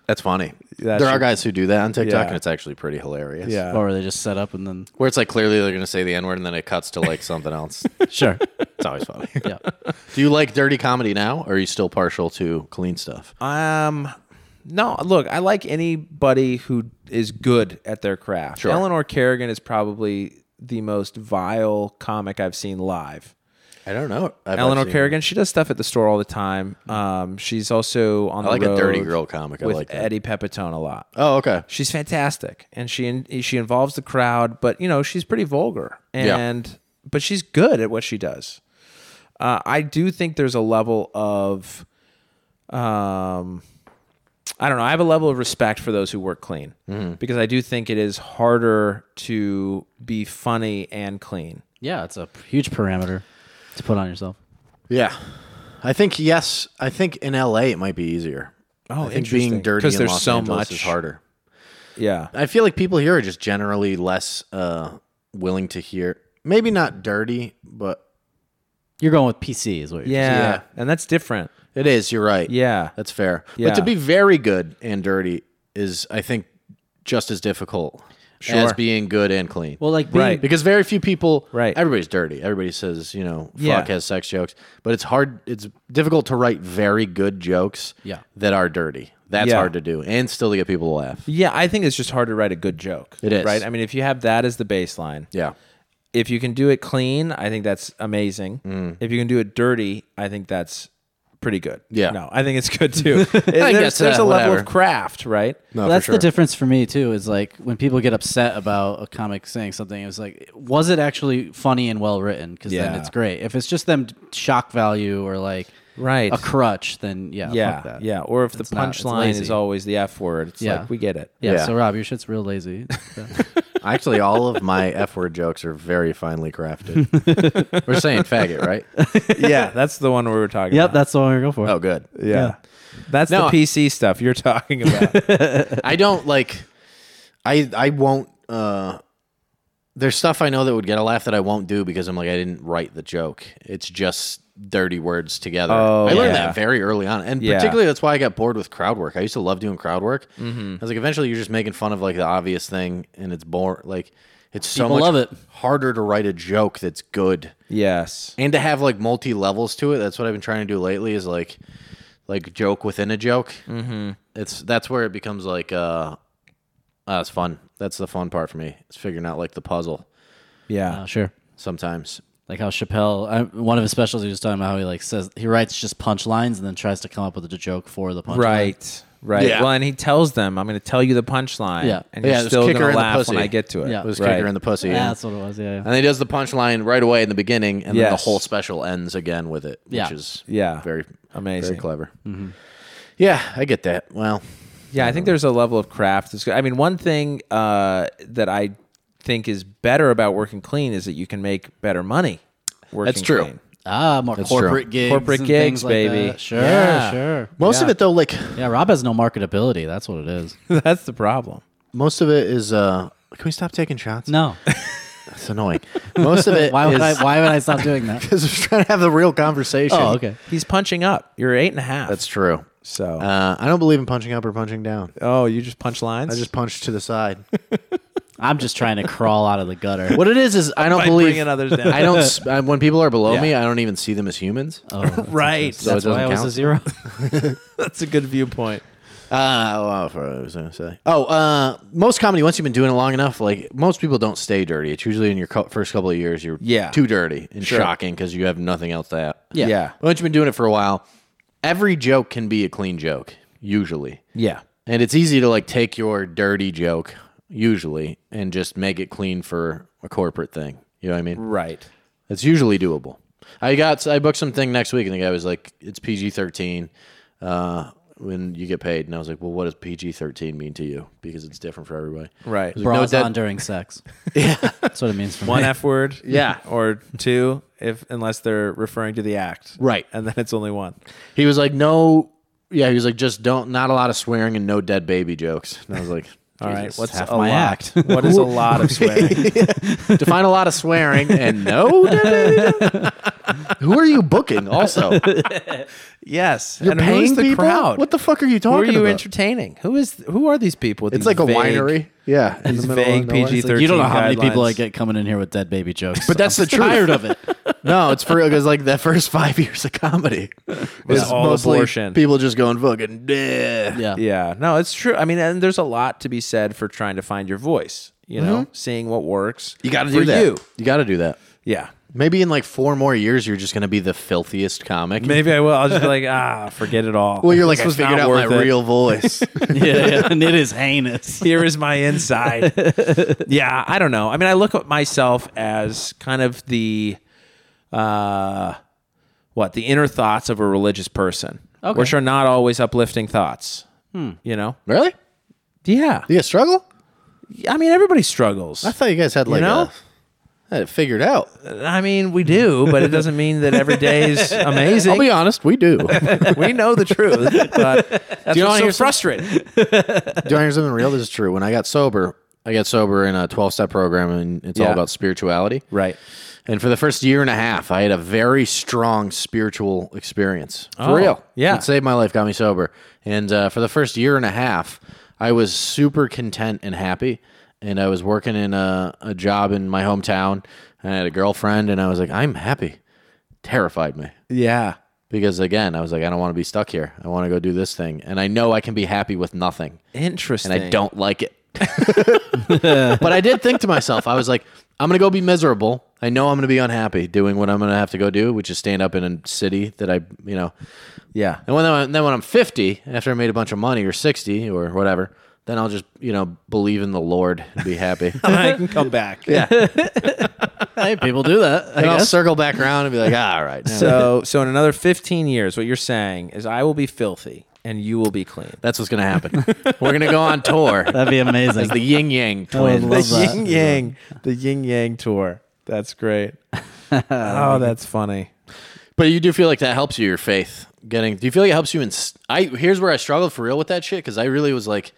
[SPEAKER 2] That's funny.
[SPEAKER 4] That
[SPEAKER 2] there are
[SPEAKER 4] should-
[SPEAKER 2] guys who do that on TikTok,
[SPEAKER 4] Yeah.
[SPEAKER 2] and it's actually pretty hilarious.
[SPEAKER 3] it.
[SPEAKER 4] Yeah.
[SPEAKER 3] Or they just set up and then
[SPEAKER 2] Where it's like clearly they're going to say the N word and then it cuts to like something else. It's
[SPEAKER 3] sure.
[SPEAKER 2] always funny.
[SPEAKER 3] Yeah.
[SPEAKER 2] Do you like dirty comedy now or are you still partial to clean stuff?
[SPEAKER 4] Um no, look, I like anybody who is good at their craft.
[SPEAKER 2] Sure.
[SPEAKER 4] Eleanor Kerrigan is probably the most vile comic I've seen live.
[SPEAKER 2] I don't know. I've
[SPEAKER 4] Eleanor
[SPEAKER 2] actually-
[SPEAKER 4] Kerrigan, she does stuff at the store all the time. Um, she's also on
[SPEAKER 2] I like
[SPEAKER 4] the
[SPEAKER 2] a dirty
[SPEAKER 4] road
[SPEAKER 2] girl comic. I
[SPEAKER 4] with
[SPEAKER 2] like that.
[SPEAKER 4] Eddie Pepitone a lot.
[SPEAKER 2] Oh, okay.
[SPEAKER 4] She's fantastic, and she in, she involves the crowd, but you know she's pretty vulgar,
[SPEAKER 2] Yeah.
[SPEAKER 4] and but she's good at what she does. Uh, I do think there's a level of, um, I don't know. I have a level of respect for those who work clean
[SPEAKER 2] Mm-hmm.
[SPEAKER 4] because I do think it is harder to be funny and clean.
[SPEAKER 3] Yeah, it's a p- huge parameter to put on yourself.
[SPEAKER 2] Yeah, I think yes. I think in L.A. it might be easier.
[SPEAKER 4] Oh,
[SPEAKER 2] I think being dirty
[SPEAKER 4] because
[SPEAKER 2] in
[SPEAKER 4] there's
[SPEAKER 2] Los
[SPEAKER 4] so
[SPEAKER 2] Angeles
[SPEAKER 4] much
[SPEAKER 2] is harder.
[SPEAKER 4] Yeah,
[SPEAKER 2] I feel like people here are just generally less uh, willing to hear. Maybe not dirty, but
[SPEAKER 3] You're going with PC, is what you're
[SPEAKER 4] yeah,
[SPEAKER 2] Yeah.
[SPEAKER 4] and that's different.
[SPEAKER 2] it is. You're right.
[SPEAKER 4] Yeah,
[SPEAKER 2] that's fair.
[SPEAKER 4] Yeah.
[SPEAKER 2] But to be very good and dirty is, I think, just as difficult as
[SPEAKER 4] Sure.
[SPEAKER 2] being good and clean.
[SPEAKER 3] Well, like being,
[SPEAKER 4] Right.
[SPEAKER 2] because very few people
[SPEAKER 4] Right.
[SPEAKER 2] everybody's dirty everybody says you know fuck
[SPEAKER 4] Yeah.
[SPEAKER 2] has sex jokes but it's hard it's difficult to write very good jokes
[SPEAKER 3] Yeah.
[SPEAKER 2] that are dirty that's
[SPEAKER 4] Yeah.
[SPEAKER 2] hard to do and still to get people to laugh
[SPEAKER 4] Yeah, I think it's just hard to write a good joke.
[SPEAKER 2] It is.
[SPEAKER 4] Right? I mean, if you have that as the baseline,
[SPEAKER 2] yeah
[SPEAKER 4] if you can do it clean, I think that's amazing.
[SPEAKER 2] Mm.
[SPEAKER 4] If you can do it dirty, I think that's pretty good.
[SPEAKER 2] Yeah.
[SPEAKER 4] No, I think it's good too. It- there's
[SPEAKER 2] guess,
[SPEAKER 4] there's
[SPEAKER 2] uh,
[SPEAKER 4] a level
[SPEAKER 2] whatever.
[SPEAKER 4] of craft, right?
[SPEAKER 2] no
[SPEAKER 3] that's
[SPEAKER 2] for sure.
[SPEAKER 3] the difference for me too. Is like when people get upset about a comic saying something, it's like, was it actually funny and well written? Because
[SPEAKER 4] Yeah.
[SPEAKER 3] then it's great. If it's just them shock value or like
[SPEAKER 4] Right.
[SPEAKER 3] a crutch, then yeah, fuck
[SPEAKER 4] yeah.
[SPEAKER 3] that.
[SPEAKER 4] Yeah. Or if the
[SPEAKER 3] It's not- it's
[SPEAKER 4] punchline
[SPEAKER 3] lazy.
[SPEAKER 4] is always the F word, it's
[SPEAKER 3] Yeah.
[SPEAKER 4] like, we get it.
[SPEAKER 3] yeah.
[SPEAKER 2] Yeah.
[SPEAKER 3] So Rob, your shit's real lazy.
[SPEAKER 2] actually all of my f word jokes are very finely crafted we're saying faggot right
[SPEAKER 4] yeah. That's the one we were talking
[SPEAKER 3] yep,
[SPEAKER 4] about.
[SPEAKER 3] that's the one we're going for.
[SPEAKER 2] oh good
[SPEAKER 4] yeah. That's
[SPEAKER 2] No, I-
[SPEAKER 4] the PC stuff you're talking about.
[SPEAKER 2] i don't like i i won't uh there's stuff I know that would get a laugh that I won't do because I'm like I didn't write the joke. It's just dirty words together.
[SPEAKER 4] Oh,
[SPEAKER 2] I learned
[SPEAKER 4] yeah.
[SPEAKER 2] that very early on, and
[SPEAKER 4] Yeah.
[SPEAKER 2] particularly that's why I got bored with crowd work. I used to love doing crowd work. I was like, eventually you're just making fun of like the obvious thing, and it's boring. Like it's so
[SPEAKER 3] People
[SPEAKER 2] much
[SPEAKER 3] love it.
[SPEAKER 2] harder to write a joke that's good
[SPEAKER 4] yes.
[SPEAKER 2] and to have like multi levels to it. That's what I've been trying to do lately. Is like like joke within a joke. Mm-hmm. It's that's where it becomes like uh, uh it's fun. That's the fun part for me. It's figuring out like the puzzle
[SPEAKER 4] Yeah.
[SPEAKER 2] Oh,
[SPEAKER 3] Uh, sure.
[SPEAKER 2] sometimes.
[SPEAKER 3] Like how Chappelle, I, one of his specials, he was talking about how he like says he writes just punchlines and then tries to come up with a joke for the punchline.
[SPEAKER 4] Right. Right.
[SPEAKER 2] Yeah.
[SPEAKER 4] Well, and he tells them, I'm going to tell you the punchline.
[SPEAKER 3] Yeah.
[SPEAKER 4] And
[SPEAKER 2] Yeah,
[SPEAKER 4] you're
[SPEAKER 2] it was
[SPEAKER 4] still
[SPEAKER 2] kicker
[SPEAKER 4] going to
[SPEAKER 2] in the
[SPEAKER 4] laugh
[SPEAKER 2] pussy.
[SPEAKER 4] when I get to it.
[SPEAKER 3] Yeah.
[SPEAKER 2] It was
[SPEAKER 4] Right.
[SPEAKER 2] kicker in the pussy.
[SPEAKER 3] Yeah,
[SPEAKER 2] Yeah.
[SPEAKER 3] that's what it was. Yeah, yeah.
[SPEAKER 2] And he does the punchline right away in the beginning, and then the
[SPEAKER 4] Yes.
[SPEAKER 2] whole special ends again with it, which
[SPEAKER 3] Yeah.
[SPEAKER 2] is
[SPEAKER 4] Yeah.
[SPEAKER 2] very
[SPEAKER 4] Amazing.
[SPEAKER 2] very clever. Yeah, I get that. Well,
[SPEAKER 4] Yeah, I think there's a level of craft. That's good. I mean, one thing uh, that I think is better about working clean is that you can make better money. Working
[SPEAKER 2] That's true.
[SPEAKER 4] clean.
[SPEAKER 3] Ah, more
[SPEAKER 2] true.
[SPEAKER 3] corporate gigs.
[SPEAKER 4] Corporate
[SPEAKER 3] and
[SPEAKER 4] gigs,
[SPEAKER 3] things like
[SPEAKER 4] baby.
[SPEAKER 3] that. Sure,
[SPEAKER 4] Yeah.
[SPEAKER 3] sure.
[SPEAKER 2] most of
[SPEAKER 4] Yeah.
[SPEAKER 2] it though, like
[SPEAKER 3] Yeah, Rob has no marketability. That's what it is.
[SPEAKER 4] That's the problem.
[SPEAKER 2] most of it is. uh Can we stop taking shots?
[SPEAKER 3] No.
[SPEAKER 2] It's annoying. Most of it
[SPEAKER 3] Why would
[SPEAKER 2] is-
[SPEAKER 3] I? Why would I stop doing that?
[SPEAKER 2] because we're trying to have a real conversation.
[SPEAKER 3] Oh, okay.
[SPEAKER 4] He's punching up. You're eight and a half.
[SPEAKER 2] That's true.
[SPEAKER 4] so.
[SPEAKER 2] Uh, I don't believe in punching up or punching down.
[SPEAKER 4] oh, you just punch lines.
[SPEAKER 2] I just punch to the side.
[SPEAKER 3] I'm just trying to crawl out of the gutter.
[SPEAKER 2] What it is is I don't
[SPEAKER 4] By
[SPEAKER 2] believe
[SPEAKER 4] bringing others down.
[SPEAKER 2] I don't. s- I- When people are below me, I don't even see them as humans.
[SPEAKER 3] Oh, that's
[SPEAKER 4] right.
[SPEAKER 3] interesting.
[SPEAKER 2] So it
[SPEAKER 3] That's why
[SPEAKER 2] doesn't
[SPEAKER 3] I was
[SPEAKER 2] count?
[SPEAKER 3] a zero.
[SPEAKER 4] That's a good viewpoint.
[SPEAKER 2] Uh, well, for what I was gonna say. Oh, uh, most comedy once you've been doing it long enough, like most people don't stay dirty. It's usually in your cou- first couple of years you're
[SPEAKER 4] Yeah.
[SPEAKER 2] too dirty and
[SPEAKER 4] Sure.
[SPEAKER 2] shocking because you have nothing else to have.
[SPEAKER 3] Yeah.
[SPEAKER 4] Yeah.
[SPEAKER 2] Once you've been doing it for a while, every joke can be a clean joke usually.
[SPEAKER 4] Yeah.
[SPEAKER 2] And it's easy to like take your dirty joke usually and just make it clean for a corporate thing. You know what I mean?
[SPEAKER 4] Right.
[SPEAKER 2] It's usually doable. I got I booked something next week and the guy was like, "It's PG thirteen uh, when you get paid." And I was like, "Well, what does PG thirteen mean to you? Because it's different for everybody."
[SPEAKER 4] Right.
[SPEAKER 2] There's
[SPEAKER 3] Bras
[SPEAKER 2] no dead-
[SPEAKER 3] on during sex. Yeah, that's what it means for
[SPEAKER 4] One
[SPEAKER 3] me.
[SPEAKER 4] F word.
[SPEAKER 2] Yeah.
[SPEAKER 4] Or two, if unless they're referring to the act.
[SPEAKER 2] Right.
[SPEAKER 4] And then it's only one.
[SPEAKER 2] He was like, "No, yeah." He was like, "Just don't, not a lot of swearing and no dead baby jokes." And I was like,
[SPEAKER 4] All right.
[SPEAKER 2] "Jesus,
[SPEAKER 4] What's
[SPEAKER 2] half
[SPEAKER 4] a
[SPEAKER 3] my
[SPEAKER 4] lot?
[SPEAKER 3] act.
[SPEAKER 4] What is a lot of swearing?
[SPEAKER 2] define a lot of swearing and no dead baby?" jokes? Who are you booking? Also,
[SPEAKER 4] yes.
[SPEAKER 2] You're
[SPEAKER 4] and
[SPEAKER 2] paying
[SPEAKER 4] who's the
[SPEAKER 2] people?
[SPEAKER 4] crowd?
[SPEAKER 2] What the fuck are you
[SPEAKER 4] Who are
[SPEAKER 2] talking
[SPEAKER 4] you
[SPEAKER 2] about?
[SPEAKER 4] entertaining? Who is who are these people? with
[SPEAKER 2] it's
[SPEAKER 4] these
[SPEAKER 2] like a
[SPEAKER 4] vague-
[SPEAKER 2] winery. Yeah. in
[SPEAKER 4] These
[SPEAKER 2] the middle of
[SPEAKER 4] vague
[SPEAKER 2] nowhere.
[SPEAKER 4] PG
[SPEAKER 2] It's like-
[SPEAKER 4] thirteen.
[SPEAKER 3] You don't know how many people I get coming in here with dead baby jokes.
[SPEAKER 2] But that's
[SPEAKER 3] I'm
[SPEAKER 2] the truth.
[SPEAKER 3] Tired of it.
[SPEAKER 2] No, it's for because like the first five years of comedy was
[SPEAKER 4] all
[SPEAKER 2] mostly
[SPEAKER 4] abortion.
[SPEAKER 2] people just going fucking yeah.
[SPEAKER 3] Yeah.
[SPEAKER 4] Yeah, no, it's true. I mean, and there's a lot to be said for trying to find your voice. You know, seeing what works.
[SPEAKER 2] Mm-hmm. You got to
[SPEAKER 4] for
[SPEAKER 2] do that.
[SPEAKER 4] You.
[SPEAKER 2] You got to do that.
[SPEAKER 4] Yeah,
[SPEAKER 2] Maybe in like four more years, you're just going to be the filthiest comic.
[SPEAKER 4] Maybe I will. I'll just be like, ah, forget it all.
[SPEAKER 2] Well, you're like,
[SPEAKER 4] This
[SPEAKER 2] I
[SPEAKER 4] was
[SPEAKER 2] figured
[SPEAKER 4] not
[SPEAKER 2] out my
[SPEAKER 4] worth it.
[SPEAKER 2] real voice.
[SPEAKER 3] yeah, yeah, and it is heinous.
[SPEAKER 4] Here is my inside. yeah, I don't know. I mean, I look at myself as kind of the, uh, what the inner thoughts of a religious person,
[SPEAKER 3] Okay.
[SPEAKER 4] which are not always uplifting thoughts. You know?
[SPEAKER 2] really?
[SPEAKER 4] Hmm. Yeah.
[SPEAKER 2] Do you struggle?
[SPEAKER 4] I mean, everybody struggles.
[SPEAKER 2] I thought you guys had like
[SPEAKER 4] know?
[SPEAKER 2] a- had it figured out.
[SPEAKER 4] I mean, we do, but it doesn't mean that every day is amazing.
[SPEAKER 2] I'll be honest, we do. do you
[SPEAKER 4] we know the truth, but that's
[SPEAKER 2] you wanna
[SPEAKER 4] what's so
[SPEAKER 2] hear some-
[SPEAKER 4] frustrating.
[SPEAKER 2] want to hear something real? This is true. When I got sober, I got sober in a 12 step program, and it's all
[SPEAKER 4] Yeah.
[SPEAKER 2] about spirituality.
[SPEAKER 4] Right.
[SPEAKER 2] And for the first year and a half, I had a very strong spiritual experience. For
[SPEAKER 4] Oh,
[SPEAKER 2] real.
[SPEAKER 4] yeah.
[SPEAKER 2] It saved my life, got me sober. And uh, for the first year and a half, I was super content and happy. And I was working in a, a job in my hometown. And I had a girlfriend, and I was like, I'm happy. Terrified me.
[SPEAKER 4] Yeah.
[SPEAKER 2] Because again, I was like, I don't want to be stuck here. I want to go do this thing. And I know I can be happy with nothing
[SPEAKER 4] Interesting.
[SPEAKER 2] and I don't like it. but I did think to myself, I was like, I'm going to go be miserable. I know I'm going to be unhappy doing what I'm going to have to go do, which is stand up in a city that I, you know.
[SPEAKER 4] Yeah.
[SPEAKER 2] And when I, then when I'm 50, after I made a bunch of money or 60 or whatever, then I'll just, you know, believe in the Lord and be happy.
[SPEAKER 4] I can come back. Yeah.
[SPEAKER 3] hey, people do that. I
[SPEAKER 2] and I'll
[SPEAKER 3] guess.
[SPEAKER 2] circle back around and be like, "Ah, all right. now
[SPEAKER 4] So, so in another 15 years, what you're saying is I will be filthy and you will be clean.
[SPEAKER 2] that's what's going to happen. We're going to go on tour
[SPEAKER 3] That'd be amazing.
[SPEAKER 2] as the yin yang
[SPEAKER 3] I would
[SPEAKER 2] twins.
[SPEAKER 3] love that.
[SPEAKER 4] yang, the yin yang tour. That's great. oh, that's funny.
[SPEAKER 2] But you do feel like that helps you your faith getting. Do you feel like it helps you in? s- I here's where I struggled for real with that shit because I really was like,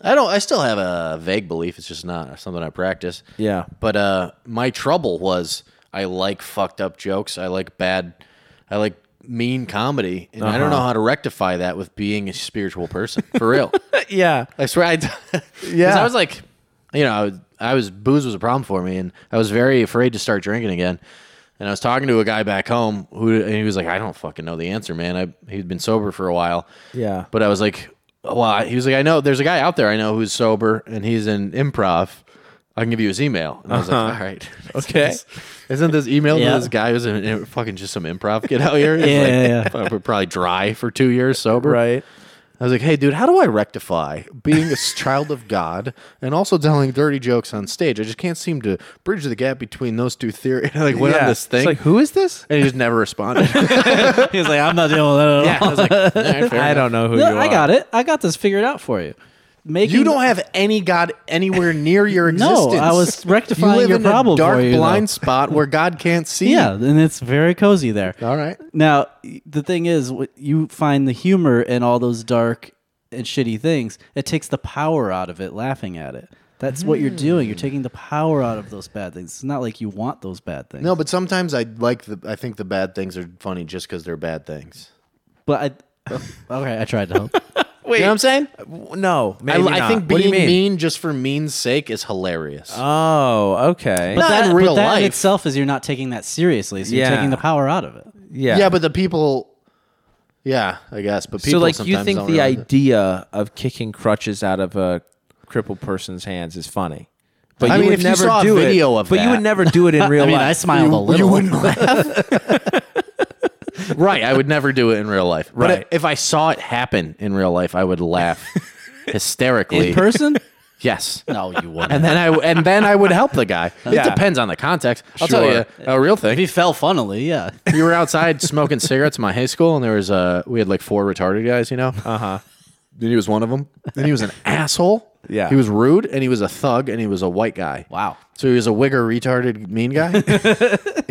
[SPEAKER 2] I don't. I still have a vague belief. It's just not something I practice.
[SPEAKER 4] Yeah.
[SPEAKER 2] But uh, my trouble was I like fucked up jokes. I like bad. I like mean comedy, and I don't know how to rectify that with being a spiritual person for real.
[SPEAKER 4] Yeah.
[SPEAKER 2] I swear, I d- 'cause
[SPEAKER 4] Yeah.
[SPEAKER 2] I was like, you know, I was, I was booze was a problem for me, and I was very afraid to start drinking again. And I was talking to a guy back home who, and he was like, I don't fucking know the answer, man. I he'd been sober for a while.
[SPEAKER 4] Yeah.
[SPEAKER 2] But I was like, well, I- he was like, I know there's a guy out there I know who's sober, and he's in improv. I can give you his email. And I was like, all right,
[SPEAKER 4] Okay.
[SPEAKER 2] Isn't this email
[SPEAKER 3] Yeah.
[SPEAKER 2] to this guy who's in, in- fucking just some improv kid out here? He's
[SPEAKER 3] Yeah,
[SPEAKER 2] like,
[SPEAKER 3] yeah,
[SPEAKER 2] Probably dry for two years sober.
[SPEAKER 4] Right.
[SPEAKER 2] I was like, hey, dude, how do I rectify being a s- child of God and also telling dirty jokes on stage? I just can't seem to bridge the gap between those two theories. I like went
[SPEAKER 4] yeah.
[SPEAKER 2] on this thing,
[SPEAKER 4] It's like, who is this?
[SPEAKER 2] and he just never responded. yeah,
[SPEAKER 3] He was like, I'm not dealing with that at all.
[SPEAKER 2] I was like, all right, fair
[SPEAKER 4] I
[SPEAKER 2] enough.
[SPEAKER 4] don't know who
[SPEAKER 3] Look,
[SPEAKER 4] you are.
[SPEAKER 3] I got it. I got this figured out for you. Making
[SPEAKER 2] You don't have any God anywhere near your
[SPEAKER 3] No,
[SPEAKER 2] existence.
[SPEAKER 3] I was rectifying
[SPEAKER 2] you live
[SPEAKER 3] your
[SPEAKER 2] in
[SPEAKER 3] problem
[SPEAKER 2] A dark
[SPEAKER 3] for you, though.
[SPEAKER 2] blind spot where God can't see.
[SPEAKER 3] yeah, and it's very cozy there.
[SPEAKER 2] All right.
[SPEAKER 3] Now, y- the thing is, wh- you find the humor in all those dark and shitty things. It takes the power out of it laughing at it. That's what you're doing. You're taking the power out of those bad things. It's not like you want those bad things.
[SPEAKER 2] No, but sometimes I like the. I think the bad things are funny just because they're bad things.
[SPEAKER 3] But I. Okay, I tried to help.
[SPEAKER 2] you know what I'm saying?
[SPEAKER 4] No,
[SPEAKER 2] I,
[SPEAKER 4] maybe
[SPEAKER 2] I
[SPEAKER 4] not.
[SPEAKER 2] think
[SPEAKER 4] What do you
[SPEAKER 2] being
[SPEAKER 4] mean?
[SPEAKER 2] mean just for mean's sake is hilarious.
[SPEAKER 4] Oh, okay.
[SPEAKER 3] But
[SPEAKER 2] Not
[SPEAKER 3] that,
[SPEAKER 2] in
[SPEAKER 3] but
[SPEAKER 2] real
[SPEAKER 3] that
[SPEAKER 2] life.
[SPEAKER 3] in itself is you're not taking that seriously. So
[SPEAKER 4] Yeah.
[SPEAKER 3] you're taking the power out of it.
[SPEAKER 4] yeah.
[SPEAKER 2] Yeah, but the people. Yeah, I guess. But people
[SPEAKER 4] so, like, you
[SPEAKER 2] sometimes
[SPEAKER 4] think
[SPEAKER 2] don't
[SPEAKER 4] the
[SPEAKER 2] realize it.
[SPEAKER 4] idea of kicking crutches out of a crippled person's hands is funny? But
[SPEAKER 2] I
[SPEAKER 4] you
[SPEAKER 2] mean,
[SPEAKER 4] would
[SPEAKER 2] if you
[SPEAKER 4] never
[SPEAKER 2] saw a
[SPEAKER 4] do it-
[SPEAKER 2] video of
[SPEAKER 4] but you
[SPEAKER 2] that.
[SPEAKER 4] would never do it in real
[SPEAKER 3] I mean, I
[SPEAKER 4] life.
[SPEAKER 3] smiled a little.
[SPEAKER 2] right? I would never do it in real life. Right.
[SPEAKER 4] Right.
[SPEAKER 2] But if I saw it happen in real life, I would laugh hysterically.
[SPEAKER 3] in person?
[SPEAKER 2] yes.
[SPEAKER 3] No, you wouldn't.
[SPEAKER 2] And then I and then I would help the guy.
[SPEAKER 4] Yeah.
[SPEAKER 2] It depends on the context. I'll tell you
[SPEAKER 4] Sure.
[SPEAKER 2] a real
[SPEAKER 3] If he
[SPEAKER 2] thing.
[SPEAKER 3] fell funnily, yeah.
[SPEAKER 2] We were outside smoking cigarettes in my high school, and there was uh we had like four retarded guys, you know. Uh huh. And he was one of them. And he was an asshole.
[SPEAKER 4] Yeah.
[SPEAKER 2] He was rude, and he was a thug, and he was a white guy.
[SPEAKER 3] Wow.
[SPEAKER 2] So he was a wigger, retarded, mean guy. he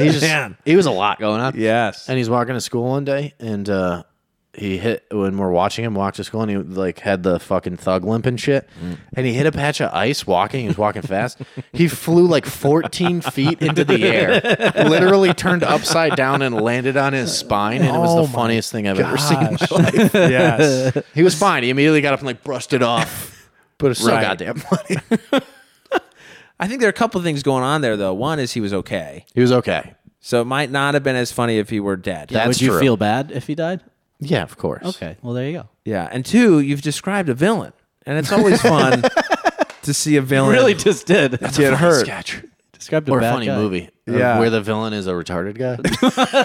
[SPEAKER 2] just
[SPEAKER 4] Man.
[SPEAKER 2] he was a lot going on.
[SPEAKER 4] Yes.
[SPEAKER 2] And he's walking to school one day, and uh, he hit when we're watching him walk to school, and he like had the fucking thug limp and shit, and he hit a patch of ice walking. He was walking fast. he flew like 14 feet into the air, literally turned upside down and landed on his spine, and it was the funniest thing I've ever seen. in my life.
[SPEAKER 4] yes.
[SPEAKER 2] He was fine. He immediately got up and like brushed it off, but it's so
[SPEAKER 4] Right.
[SPEAKER 2] goddamn funny.
[SPEAKER 4] I think there are a couple of things going on there, though. One is he was okay,
[SPEAKER 2] He was okay.
[SPEAKER 4] so it might not have been as funny if he were dead.
[SPEAKER 2] That's
[SPEAKER 3] Would you
[SPEAKER 2] true.
[SPEAKER 3] feel bad if he died?
[SPEAKER 2] Yeah, of course.
[SPEAKER 3] Okay. Well, there you go.
[SPEAKER 4] yeah. And two, you've described a villain, and it's always fun to see a villain
[SPEAKER 3] just did.
[SPEAKER 4] get hurt.
[SPEAKER 2] Sketch.
[SPEAKER 3] Describe the
[SPEAKER 2] Or a
[SPEAKER 3] bad
[SPEAKER 2] funny
[SPEAKER 3] guy.
[SPEAKER 2] movie of
[SPEAKER 4] Yeah.
[SPEAKER 2] where the villain is a retarded guy,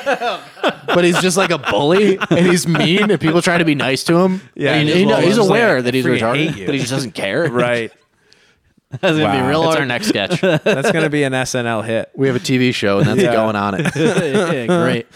[SPEAKER 2] but he's just like a bully and he's mean and people try to be nice to him.
[SPEAKER 4] Yeah,
[SPEAKER 2] And he,
[SPEAKER 4] he just
[SPEAKER 2] he kno-
[SPEAKER 4] rolls
[SPEAKER 2] he's
[SPEAKER 4] like,
[SPEAKER 2] aware
[SPEAKER 4] "I
[SPEAKER 2] that he's
[SPEAKER 4] freaking hate
[SPEAKER 2] retarded,
[SPEAKER 4] you."
[SPEAKER 2] but he just doesn't care.
[SPEAKER 4] Right.
[SPEAKER 3] That's gonna
[SPEAKER 2] Wow.
[SPEAKER 3] be real
[SPEAKER 2] That's
[SPEAKER 3] hard.
[SPEAKER 2] our next sketch.
[SPEAKER 4] That's going to be an SNL hit.
[SPEAKER 2] We have a TV show and that's
[SPEAKER 4] Yeah.
[SPEAKER 2] going on it.
[SPEAKER 3] yeah, great.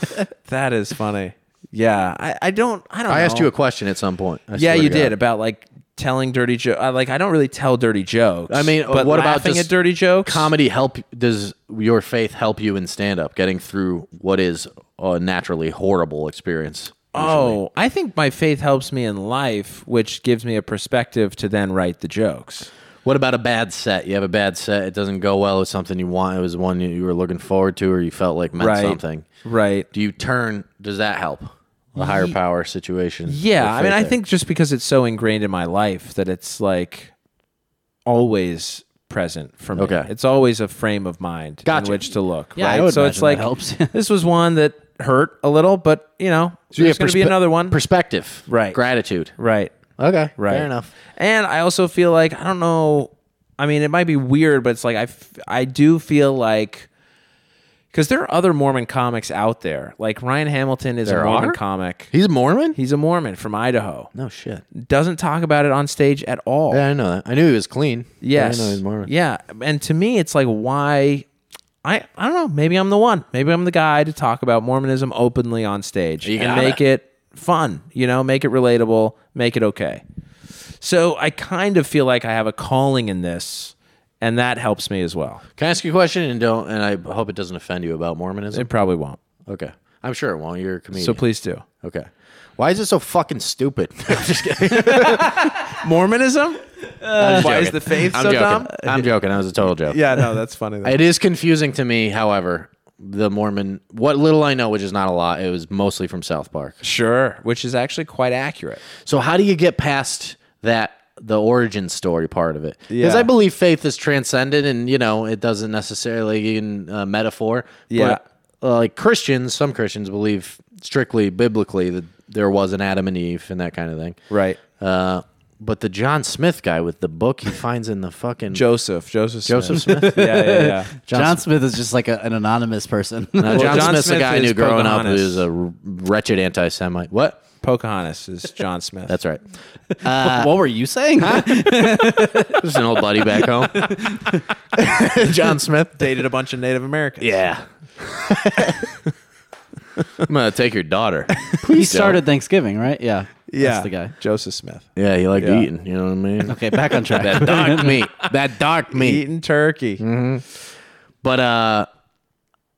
[SPEAKER 4] That is funny. Yeah. I, I don't, I don't
[SPEAKER 2] I asked
[SPEAKER 4] know.
[SPEAKER 2] you a question at some point. I
[SPEAKER 4] Yeah,
[SPEAKER 2] swear
[SPEAKER 4] you
[SPEAKER 2] to God.
[SPEAKER 4] did about like telling dirty jokes. Like I don't really tell dirty jokes.
[SPEAKER 2] I mean,
[SPEAKER 4] but
[SPEAKER 2] what about
[SPEAKER 4] laughing
[SPEAKER 2] just
[SPEAKER 4] at dirty jokes?
[SPEAKER 2] Comedy help does your faith help you in stand up getting through what is a naturally horrible experience?
[SPEAKER 4] Oh, I think my faith helps me in life, which gives me a perspective to then write the jokes.
[SPEAKER 2] What about a bad set? You have a bad set, it doesn't go well with something you want. It was one you you were looking forward to or you felt like meant
[SPEAKER 4] Right.
[SPEAKER 2] something.
[SPEAKER 4] Right.
[SPEAKER 2] Do you turn does that help? A higher power situation.
[SPEAKER 4] Yeah,
[SPEAKER 2] or
[SPEAKER 4] I mean,
[SPEAKER 2] faith
[SPEAKER 4] I
[SPEAKER 2] there?
[SPEAKER 4] think just because it's so ingrained in my life that it's like always present for me.
[SPEAKER 2] Okay.
[SPEAKER 4] It's always a frame of mind
[SPEAKER 2] Gotcha.
[SPEAKER 4] in which to look.
[SPEAKER 3] Yeah, I
[SPEAKER 4] right?
[SPEAKER 3] would
[SPEAKER 4] so
[SPEAKER 3] imagine
[SPEAKER 4] it's
[SPEAKER 3] that
[SPEAKER 4] like
[SPEAKER 3] helps.
[SPEAKER 4] this was one that hurt a little, but you know,
[SPEAKER 2] So you
[SPEAKER 4] there's
[SPEAKER 2] have
[SPEAKER 4] going to be
[SPEAKER 2] perspe-
[SPEAKER 4] another one.
[SPEAKER 2] Perspective.
[SPEAKER 4] Right.
[SPEAKER 2] Gratitude.
[SPEAKER 4] right.
[SPEAKER 2] Okay.
[SPEAKER 4] Right.
[SPEAKER 2] Fair enough.
[SPEAKER 4] And I also feel like I don't know. I mean, it might be weird, but it's like I f- I do feel like because there are other Mormon comics out there. Like Ryan Hamilton is
[SPEAKER 2] There
[SPEAKER 4] a Mormon
[SPEAKER 2] are?
[SPEAKER 4] comic.
[SPEAKER 2] He's a Mormon?
[SPEAKER 4] He's a Mormon from Idaho.
[SPEAKER 2] no shit.
[SPEAKER 4] Doesn't talk about it on stage at all.
[SPEAKER 2] Yeah, I know that. I knew he was clean. but
[SPEAKER 4] Yes.
[SPEAKER 2] I didn't know he was Mormon.
[SPEAKER 4] Yeah. And to me, it's like why. I, I don't know. Maybe I'm the one. Maybe I'm the guy to talk about Mormonism openly on stage
[SPEAKER 2] You
[SPEAKER 4] and
[SPEAKER 2] gotta.
[SPEAKER 4] make it fun. You know, make it relatable, make it okay. So I kind of feel like I have a calling in this, and that helps me as well.
[SPEAKER 2] Can I ask you a question and don't and I hope it doesn't offend you about Mormonism?
[SPEAKER 4] It probably won't.
[SPEAKER 2] okay. I'm sure it won't. You're a comedian.
[SPEAKER 4] So please do.
[SPEAKER 2] Okay. Why is it so fucking stupid? I'm just kidding.
[SPEAKER 4] Mormonism?
[SPEAKER 2] I'm just
[SPEAKER 4] why is
[SPEAKER 2] joking.
[SPEAKER 4] the faith
[SPEAKER 2] I'm
[SPEAKER 4] so
[SPEAKER 2] joking.
[SPEAKER 4] dumb?
[SPEAKER 2] I'm joking. That was a total joke.
[SPEAKER 4] Yeah, no, that's funny.
[SPEAKER 2] It is confusing to me, however, the Mormon what little I know, which is not a lot, it was mostly from South Park.
[SPEAKER 4] sure, which is actually quite accurate.
[SPEAKER 2] So how do you get past that the origin story part of it? Because
[SPEAKER 4] Yeah.
[SPEAKER 2] I believe faith is transcendent, and you know it doesn't necessarily in uh, metaphor.
[SPEAKER 4] Yeah.
[SPEAKER 2] But, uh, like Christians, some Christians believe strictly biblically that there was an Adam and Eve and that kind of thing.
[SPEAKER 4] Right.
[SPEAKER 2] Uh, but the John Smith guy with the book he finds in the fucking
[SPEAKER 4] Joseph, Joseph,
[SPEAKER 2] Joseph
[SPEAKER 4] Smith. yeah, yeah, yeah.
[SPEAKER 3] John, Smith is just like a, an anonymous person.
[SPEAKER 2] No, John,
[SPEAKER 4] John
[SPEAKER 2] Smith's
[SPEAKER 4] Smith
[SPEAKER 2] a guy I
[SPEAKER 4] is
[SPEAKER 2] knew growing up who
[SPEAKER 4] Pocahontas.
[SPEAKER 2] was a r- wretched anti-Semite. What?
[SPEAKER 4] Pocahontas is John Smith.
[SPEAKER 2] That's right.
[SPEAKER 3] what were you saying?
[SPEAKER 2] Just an old buddy back home. John Smith.
[SPEAKER 4] dated a bunch of Native Americans.
[SPEAKER 2] Yeah. I'm gonna take your daughter.
[SPEAKER 3] he
[SPEAKER 2] Please
[SPEAKER 3] started Thanksgiving, right? Yeah. That's the guy.
[SPEAKER 4] Joseph Smith.
[SPEAKER 2] Yeah, he liked
[SPEAKER 4] Yeah.
[SPEAKER 2] eating. You know what I mean?
[SPEAKER 3] Okay, back on track.
[SPEAKER 2] That dark meat. That dark meat.
[SPEAKER 4] Eating turkey.
[SPEAKER 2] Mm-hmm. But uh,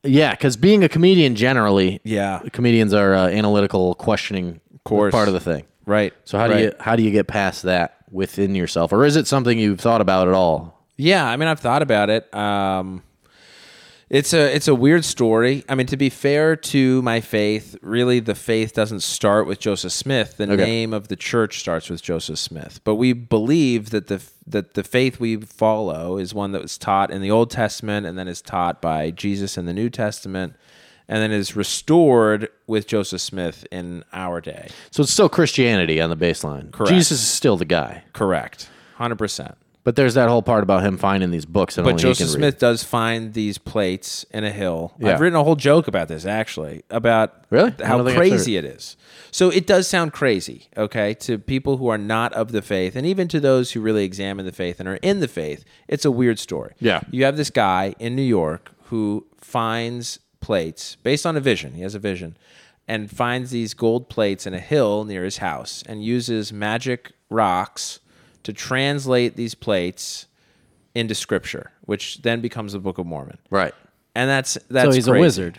[SPEAKER 2] yeah, because being a comedian generally,
[SPEAKER 4] Yeah.
[SPEAKER 2] comedians are uh, analytical questioning
[SPEAKER 4] Course.
[SPEAKER 2] part of the thing.
[SPEAKER 4] Right.
[SPEAKER 2] So how do
[SPEAKER 4] Right.
[SPEAKER 2] you how do you get past that within yourself, or is it something you've thought about at all?
[SPEAKER 4] Yeah, I mean, I've thought about it. Um, it's a it's a weird story. I mean, to be fair to my faith, really, the faith doesn't start with Joseph Smith. The name of the church starts with Joseph Smith. But we believe that the that the faith we follow is one that was taught in the Old Testament and then is taught by Jesus in the New Testament, and then is restored with Joseph Smith in our day.
[SPEAKER 2] So it's still Christianity on the baseline.
[SPEAKER 4] Correct.
[SPEAKER 2] Jesus is still the guy,
[SPEAKER 4] Correct, hundred percent.
[SPEAKER 2] but there's that whole part about him finding these books and
[SPEAKER 4] But
[SPEAKER 2] only
[SPEAKER 4] Joseph
[SPEAKER 2] he can read.
[SPEAKER 4] Smith does find these plates in a hill.
[SPEAKER 2] Yeah.
[SPEAKER 4] I've written a whole joke about this actually, about
[SPEAKER 2] Really? I
[SPEAKER 4] how
[SPEAKER 2] don't think I've
[SPEAKER 4] crazy it is. So it does sound crazy, okay, to people who are not of the faith, and even to those who really examine the faith and are in the faith. It's a weird story.
[SPEAKER 2] Yeah.
[SPEAKER 4] you have this guy in New York who finds plates based on a vision. He has a vision, and finds these gold plates in a hill near his house, and uses magic rocks to translate these plates into scripture, which then becomes the Book of Mormon.
[SPEAKER 2] Right.
[SPEAKER 4] And that's that's
[SPEAKER 3] so he's
[SPEAKER 4] crazy.
[SPEAKER 3] a wizard.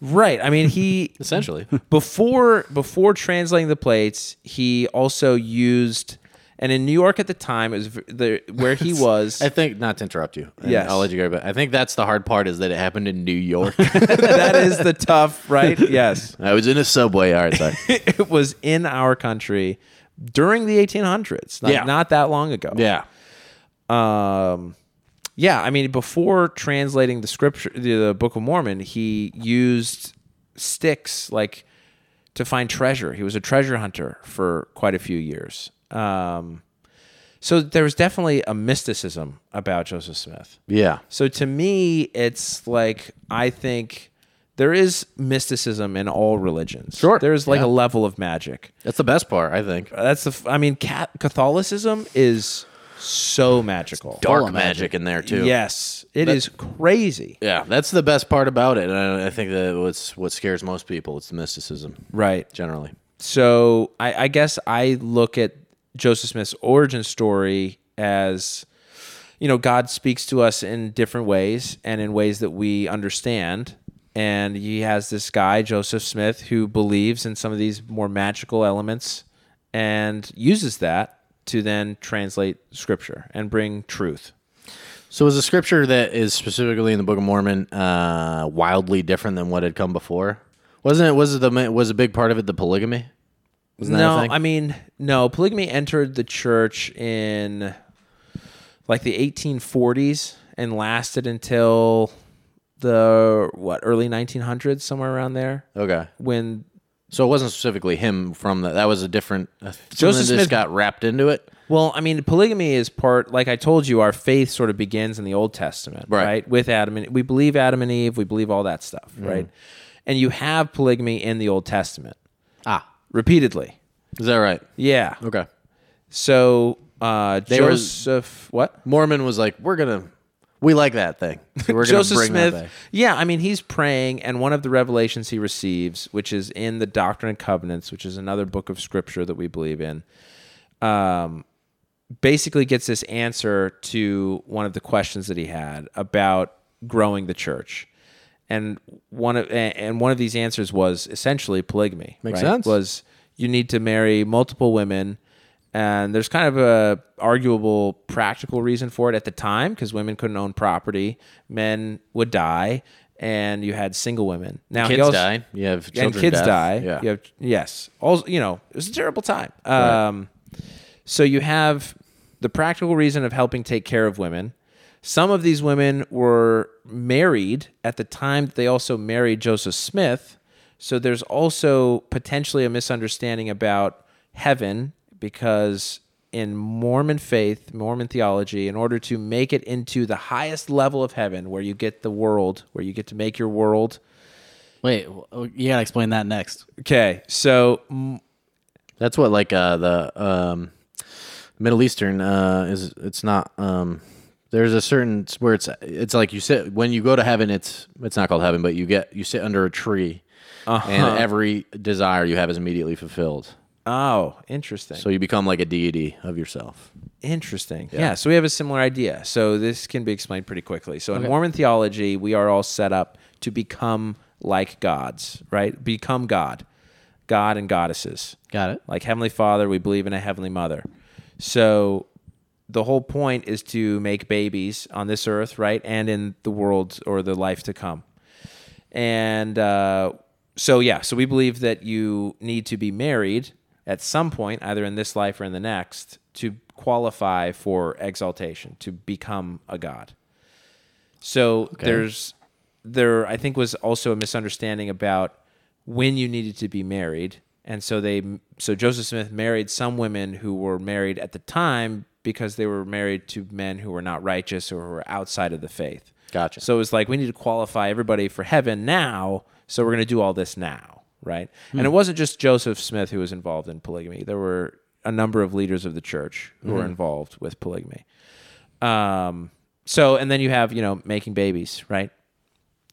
[SPEAKER 4] right? I mean, he
[SPEAKER 2] Essentially.
[SPEAKER 4] before before translating the plates, he also used, and in New York at the time, it was v- the where he was.
[SPEAKER 2] I think not to interrupt you. and
[SPEAKER 4] Yes.
[SPEAKER 2] I'll let you go. But I think that's the hard part is that it happened in New York.
[SPEAKER 4] that is the tough, right? Yes,
[SPEAKER 2] I was in a subway. All right, sorry.
[SPEAKER 4] it was in our country during the 1800s, like
[SPEAKER 2] Yeah.
[SPEAKER 4] not that long ago.
[SPEAKER 2] yeah.
[SPEAKER 4] um, yeah, I mean, before translating the scripture, the, the Book of Mormon, he used sticks like to find treasure. He was a treasure hunter for quite a few years. Um, So there was definitely a mysticism about Joseph Smith.
[SPEAKER 2] Yeah.
[SPEAKER 4] So to me, it's like I think there is mysticism in all religions.
[SPEAKER 2] Sure.
[SPEAKER 4] there is like
[SPEAKER 2] Yeah.
[SPEAKER 4] a level of magic.
[SPEAKER 2] That's the best part, I think.
[SPEAKER 4] That's the. f- I mean, Ca- Catholicism is so magical.
[SPEAKER 2] Dark
[SPEAKER 3] of
[SPEAKER 2] magic.
[SPEAKER 3] magic.
[SPEAKER 2] in there too.
[SPEAKER 4] Yes, it is crazy.
[SPEAKER 2] Yeah, that's the best part about it, and I, I think that what's what scares most people. It's the mysticism,
[SPEAKER 4] Right.
[SPEAKER 2] Generally,
[SPEAKER 4] so I, I guess I look at Joseph Smith's origin story as you know God speaks to us in different ways and in ways that we understand. And he has this guy Joseph Smith who believes in some of these more magical elements and uses that to then translate Scripture and bring truth.
[SPEAKER 2] so is the scripture that is specifically in the Book of Mormon uh, wildly different than what had come before? Wasn't it? Was it the ma- was a big part of it the polygamy? Wasn't that a
[SPEAKER 4] no,
[SPEAKER 2] thing?
[SPEAKER 4] I mean, no. Polygamy entered the church in like the 1840s and lasted until the what early 1900s, somewhere around there,
[SPEAKER 2] Okay,
[SPEAKER 4] when
[SPEAKER 2] so it wasn't specifically him from that. That was a different. Uh,
[SPEAKER 4] Joseph
[SPEAKER 2] Joseph
[SPEAKER 4] Smith-
[SPEAKER 2] Smith got wrapped into it.
[SPEAKER 4] Well, I mean, polygamy is part, like I told you, our faith sort of begins in the Old Testament,
[SPEAKER 2] Right.
[SPEAKER 4] right? With Adam and we believe Adam and Eve, we believe all that stuff,
[SPEAKER 2] Mm-hmm.
[SPEAKER 4] right? And you have polygamy in the Old Testament. Ah. Repeatedly.
[SPEAKER 2] Is that right?
[SPEAKER 4] Yeah.
[SPEAKER 2] Okay.
[SPEAKER 4] So uh,
[SPEAKER 2] were-
[SPEAKER 4] Joseph, what?
[SPEAKER 2] Mormon was like, we're gonna, we like that thing. So we're gonna
[SPEAKER 4] Joseph
[SPEAKER 2] bring
[SPEAKER 4] Smith.
[SPEAKER 2] that back.
[SPEAKER 4] Yeah, I mean, he's praying, and one of the revelations he receives, which is in the Doctrine and Covenants, which is another book of scripture that we believe in, um, basically gets this answer to one of the questions that he had about growing the church. And one of and and one of these answers was essentially polygamy.
[SPEAKER 2] Makes sense.
[SPEAKER 4] Was you need to marry multiple women, and there's kind of a arguable practical reason for it at the time because women couldn't own property, men would die, and you had single women. Now he
[SPEAKER 2] Kids
[SPEAKER 4] also-
[SPEAKER 2] die. You have children
[SPEAKER 4] and kids
[SPEAKER 2] death.
[SPEAKER 4] die.
[SPEAKER 2] Yeah.
[SPEAKER 4] You have yes. Also, you know, it was a terrible time. Um, so you have the practical reason of helping take care of women. Some of these women were married at the time that they also married Joseph Smith. So there's also potentially a misunderstanding about heaven because in Mormon faith, Mormon theology, in order to make it into the highest level of heaven where you get the world, where you get to make your world.
[SPEAKER 3] Wait, w- you gotta explain that next.
[SPEAKER 4] Okay, so mm,
[SPEAKER 2] That's what like uh, the um, Middle Eastern uh, is. It's not. Um, there's a certain it's where it's. It's like you sit when you go to heaven. It's it's not called heaven, but you get you sit under a tree,
[SPEAKER 4] Uh-huh.
[SPEAKER 2] and every desire you have is immediately fulfilled.
[SPEAKER 4] Oh, interesting.
[SPEAKER 2] So you become like a deity of yourself.
[SPEAKER 4] interesting. Yeah. So we have a similar idea. So this can be explained pretty quickly. So in Mormon theology, we are all set up to become like gods, right? Become God, God and goddesses.
[SPEAKER 3] Got it.
[SPEAKER 4] Like Heavenly Father, we believe in a Heavenly Mother. So the whole point is to make babies on this earth, right? And in the world or the life to come. And uh, so, yeah, so we believe that you need to be married at some point, either in this life or in the next, to qualify for exaltation, to become a god. So there's there I think was also a misunderstanding about when you needed to be married, and so they so Joseph Smith married some women who were married at the time because they were married to men who were not righteous or who were outside of the faith.
[SPEAKER 2] Gotcha.
[SPEAKER 4] So it's like we need to qualify everybody for heaven now, so we're going to do all this now, right? And it wasn't just Joseph Smith who was involved in polygamy. There were a number of leaders of the church who were involved with polygamy. Um, so, and then you have, you know, making babies, right?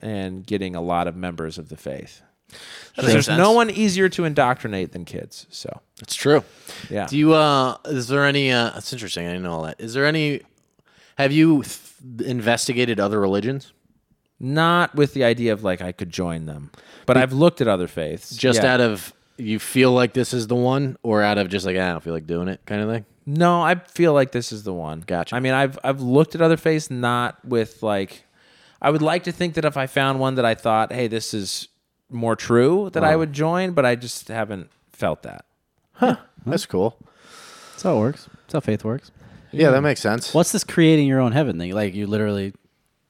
[SPEAKER 4] And getting a lot of members of the faith.
[SPEAKER 2] makes
[SPEAKER 4] There's
[SPEAKER 2] sense.
[SPEAKER 4] no one easier to indoctrinate than kids. So,
[SPEAKER 2] It's true.
[SPEAKER 4] Yeah.
[SPEAKER 2] Do you? Uh, is there any? Uh, it's interesting. I didn't know all that. Is there any? Have you th- investigated other religions?
[SPEAKER 4] not with the idea of like I could join them, but I've looked at other faiths.
[SPEAKER 2] Just
[SPEAKER 4] Yeah.
[SPEAKER 2] out of you feel like this is the one, or out of just like "Ah, I don't feel like doing it kind of thing.
[SPEAKER 4] No, I feel like this is the one.
[SPEAKER 2] Gotcha.
[SPEAKER 4] I mean, I've I've looked at other faiths, not with like. I would like to think that if I found one that I thought, hey, this is more true, that I would join, but I just haven't felt that.
[SPEAKER 2] That's cool.
[SPEAKER 3] That's how it works. That's how faith works.
[SPEAKER 2] Yeah, that makes sense.
[SPEAKER 3] What's this creating your own heaven thing? Like you literally,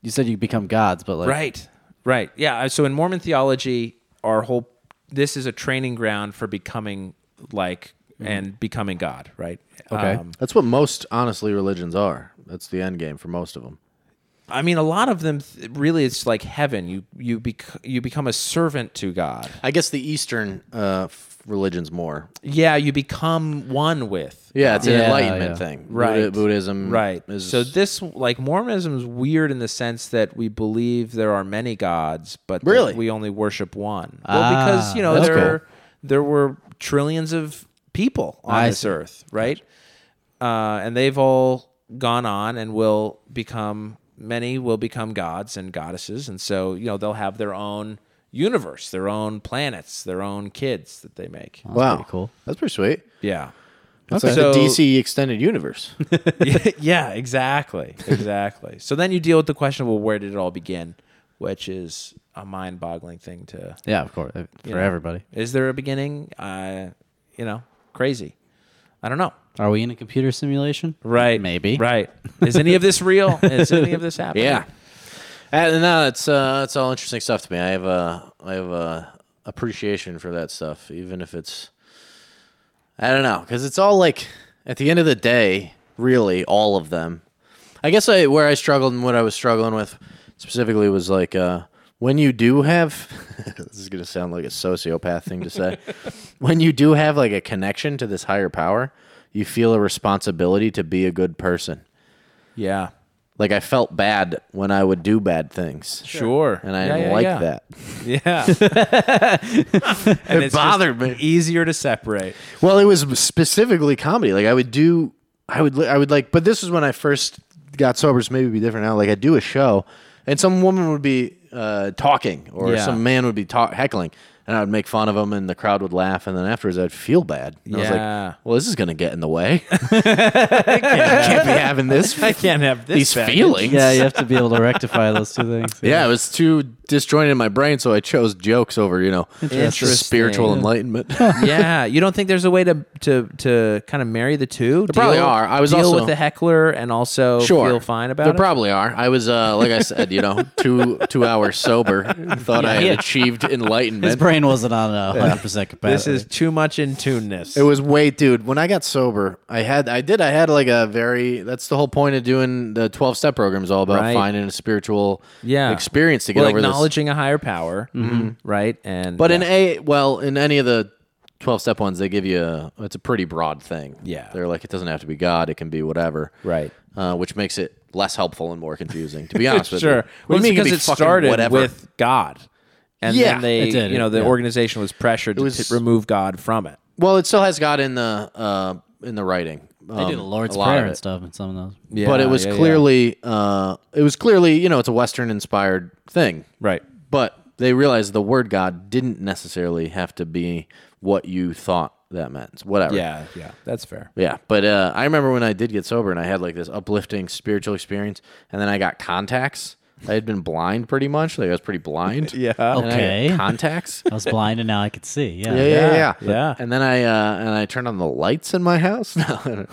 [SPEAKER 3] you said you become gods, but like
[SPEAKER 4] Right. Right. Yeah. I- So in Mormon theology, our whole this is a training ground for becoming like and becoming God, right? Um,
[SPEAKER 3] Okay.
[SPEAKER 2] Um, That's what most, honestly, religions are. That's the end game for most of them.
[SPEAKER 4] I mean, a lot of them th- really, it's like heaven. You you bec- you become a servant to God.
[SPEAKER 2] I guess the Eastern uh, f- religions more.
[SPEAKER 4] Yeah, you become one with.
[SPEAKER 2] Yeah, it's an
[SPEAKER 3] Yeah,
[SPEAKER 2] enlightenment
[SPEAKER 3] yeah.
[SPEAKER 2] thing.
[SPEAKER 4] Right.
[SPEAKER 2] Buddha- Buddhism.
[SPEAKER 4] Right.
[SPEAKER 2] Is,
[SPEAKER 4] So Mm-hmm. this like Mormonism is weird in the sense that we believe there are many gods, but that
[SPEAKER 2] Really?
[SPEAKER 4] we only worship one. well, because
[SPEAKER 3] Ah,
[SPEAKER 4] you know
[SPEAKER 3] that's
[SPEAKER 4] there
[SPEAKER 3] cool.
[SPEAKER 4] are- there were trillions of people on
[SPEAKER 3] I
[SPEAKER 4] this
[SPEAKER 3] see.
[SPEAKER 4] earth, right? Uh, and they've all gone on and will become many will become gods and goddesses, and so you know they'll have their own universe, their own planets, their own kids that they make.
[SPEAKER 2] wow,
[SPEAKER 3] pretty cool.
[SPEAKER 2] That's pretty sweet.
[SPEAKER 4] Yeah.
[SPEAKER 2] It's
[SPEAKER 4] Okay.
[SPEAKER 2] like the
[SPEAKER 4] So-
[SPEAKER 2] DC extended universe.
[SPEAKER 4] yeah, yeah, exactly. Exactly. so then you deal with the question well, where did it all begin? Which is a mind boggling thing to.
[SPEAKER 3] Yeah, of course. uh, For
[SPEAKER 4] you know.
[SPEAKER 3] everybody.
[SPEAKER 4] Is there a beginning? Uh, you know, crazy. I don't know.
[SPEAKER 3] Are we in a computer simulation?
[SPEAKER 4] Right.
[SPEAKER 3] Maybe.
[SPEAKER 4] Right. Is any of this real? Is any of this happening?
[SPEAKER 2] yeah. And no, it's uh, it's all interesting stuff to me. I have a I have a appreciation for that stuff, even if it's I don't know, because it's all like at the end of the day, really, all of them. I guess I where I struggled and what I was struggling with specifically was like uh, when you do have this is gonna sound like a sociopath thing to say when you do have like a connection to this higher power, you feel a responsibility to be a good person.
[SPEAKER 4] Yeah.
[SPEAKER 2] Like I felt bad when I would do bad things,
[SPEAKER 4] Sure.
[SPEAKER 2] and I
[SPEAKER 4] Yeah,
[SPEAKER 2] didn't
[SPEAKER 4] yeah,
[SPEAKER 2] like
[SPEAKER 4] yeah.
[SPEAKER 2] that.
[SPEAKER 4] Yeah.
[SPEAKER 2] It
[SPEAKER 4] and just
[SPEAKER 2] bothered me.
[SPEAKER 4] Easier to separate.
[SPEAKER 2] Well, it was specifically comedy. Like I would do, I would, li- I would like. But this is when I first got sober, so maybe it'd be different now. Like I would do a show, and some woman would be uh, talking, or
[SPEAKER 4] Yeah.
[SPEAKER 2] some man would be ta- heckling, and I would make fun of him, and the crowd would laugh, and then afterwards I'd feel bad. And I was
[SPEAKER 4] Yeah.
[SPEAKER 2] like, well, this is gonna get in the way. I can't, can't be having this.
[SPEAKER 4] I can't have this.
[SPEAKER 2] These
[SPEAKER 4] back.
[SPEAKER 2] feelings.
[SPEAKER 3] Yeah, you have to be able to rectify those two things.
[SPEAKER 2] Yeah, it was too disjointed in my brain, so I chose jokes over, you know,
[SPEAKER 4] Interesting.
[SPEAKER 2] spiritual enlightenment.
[SPEAKER 4] yeah, you don't think there's a way to to to kind of marry the two? There
[SPEAKER 2] probably are. I was
[SPEAKER 4] deal
[SPEAKER 2] also-
[SPEAKER 4] with the heckler and also
[SPEAKER 2] sure,
[SPEAKER 4] feel fine about
[SPEAKER 2] there
[SPEAKER 4] it.
[SPEAKER 2] probably are. I was, uh, like I said, you know, two two hours sober, thought I had achieved
[SPEAKER 3] His
[SPEAKER 2] enlightenment.
[SPEAKER 3] brain wasn't on a 100% capacity.
[SPEAKER 4] this is too much in tuneness.
[SPEAKER 2] it was way, dude. When I got sober, I had, I did, I had like a very. That's the whole point of doing the twelve step program is all about
[SPEAKER 4] Right.
[SPEAKER 2] finding a spiritual
[SPEAKER 4] yeah,
[SPEAKER 2] experience to get
[SPEAKER 4] well,
[SPEAKER 2] over this. Mm-hmm.
[SPEAKER 4] acknowledging a higher power, right? And
[SPEAKER 2] But
[SPEAKER 4] yeah.
[SPEAKER 2] in a well, in any of the twelve step ones, they give you a, it's a pretty broad thing.
[SPEAKER 4] Yeah.
[SPEAKER 2] they're like it doesn't have to be God; it can be whatever.
[SPEAKER 4] Right.
[SPEAKER 2] Uh, which makes it less helpful and more confusing, to be honest with you.
[SPEAKER 4] sure,
[SPEAKER 2] What
[SPEAKER 4] well,
[SPEAKER 2] do you mean
[SPEAKER 4] because
[SPEAKER 2] can be
[SPEAKER 4] it
[SPEAKER 2] fucking
[SPEAKER 4] started
[SPEAKER 2] whatever?
[SPEAKER 4] with God, and
[SPEAKER 2] Yeah,
[SPEAKER 4] then they,
[SPEAKER 3] it did,
[SPEAKER 4] you know, the
[SPEAKER 3] yeah.
[SPEAKER 4] organization was pressured to
[SPEAKER 2] was-
[SPEAKER 4] t- remove God from it.
[SPEAKER 2] well, it still has God in the uh, in the writing.
[SPEAKER 3] They
[SPEAKER 2] Um,
[SPEAKER 3] do the Lord's
[SPEAKER 2] a lot of
[SPEAKER 3] Prayer
[SPEAKER 2] it.
[SPEAKER 3] and stuff in some of those.
[SPEAKER 4] Yeah,
[SPEAKER 2] but it was
[SPEAKER 4] yeah, yeah.
[SPEAKER 2] clearly uh, it was clearly you know it's a Western inspired thing,
[SPEAKER 4] right.
[SPEAKER 2] but they realized the word God didn't necessarily have to be what you thought that meant. Whatever.
[SPEAKER 4] Yeah, yeah, that's fair.
[SPEAKER 2] Yeah, but uh, I remember when I did get sober and I had like this uplifting spiritual experience, and then I got contacts. I had been blind pretty much, like I was pretty blind. yeah,
[SPEAKER 3] Okay.
[SPEAKER 2] contacts.
[SPEAKER 3] I was blind and now I could see. Yeah.
[SPEAKER 2] Yeah, yeah, yeah,
[SPEAKER 4] yeah.
[SPEAKER 2] And then I uh, and I turned on the lights in my house, No, I don't-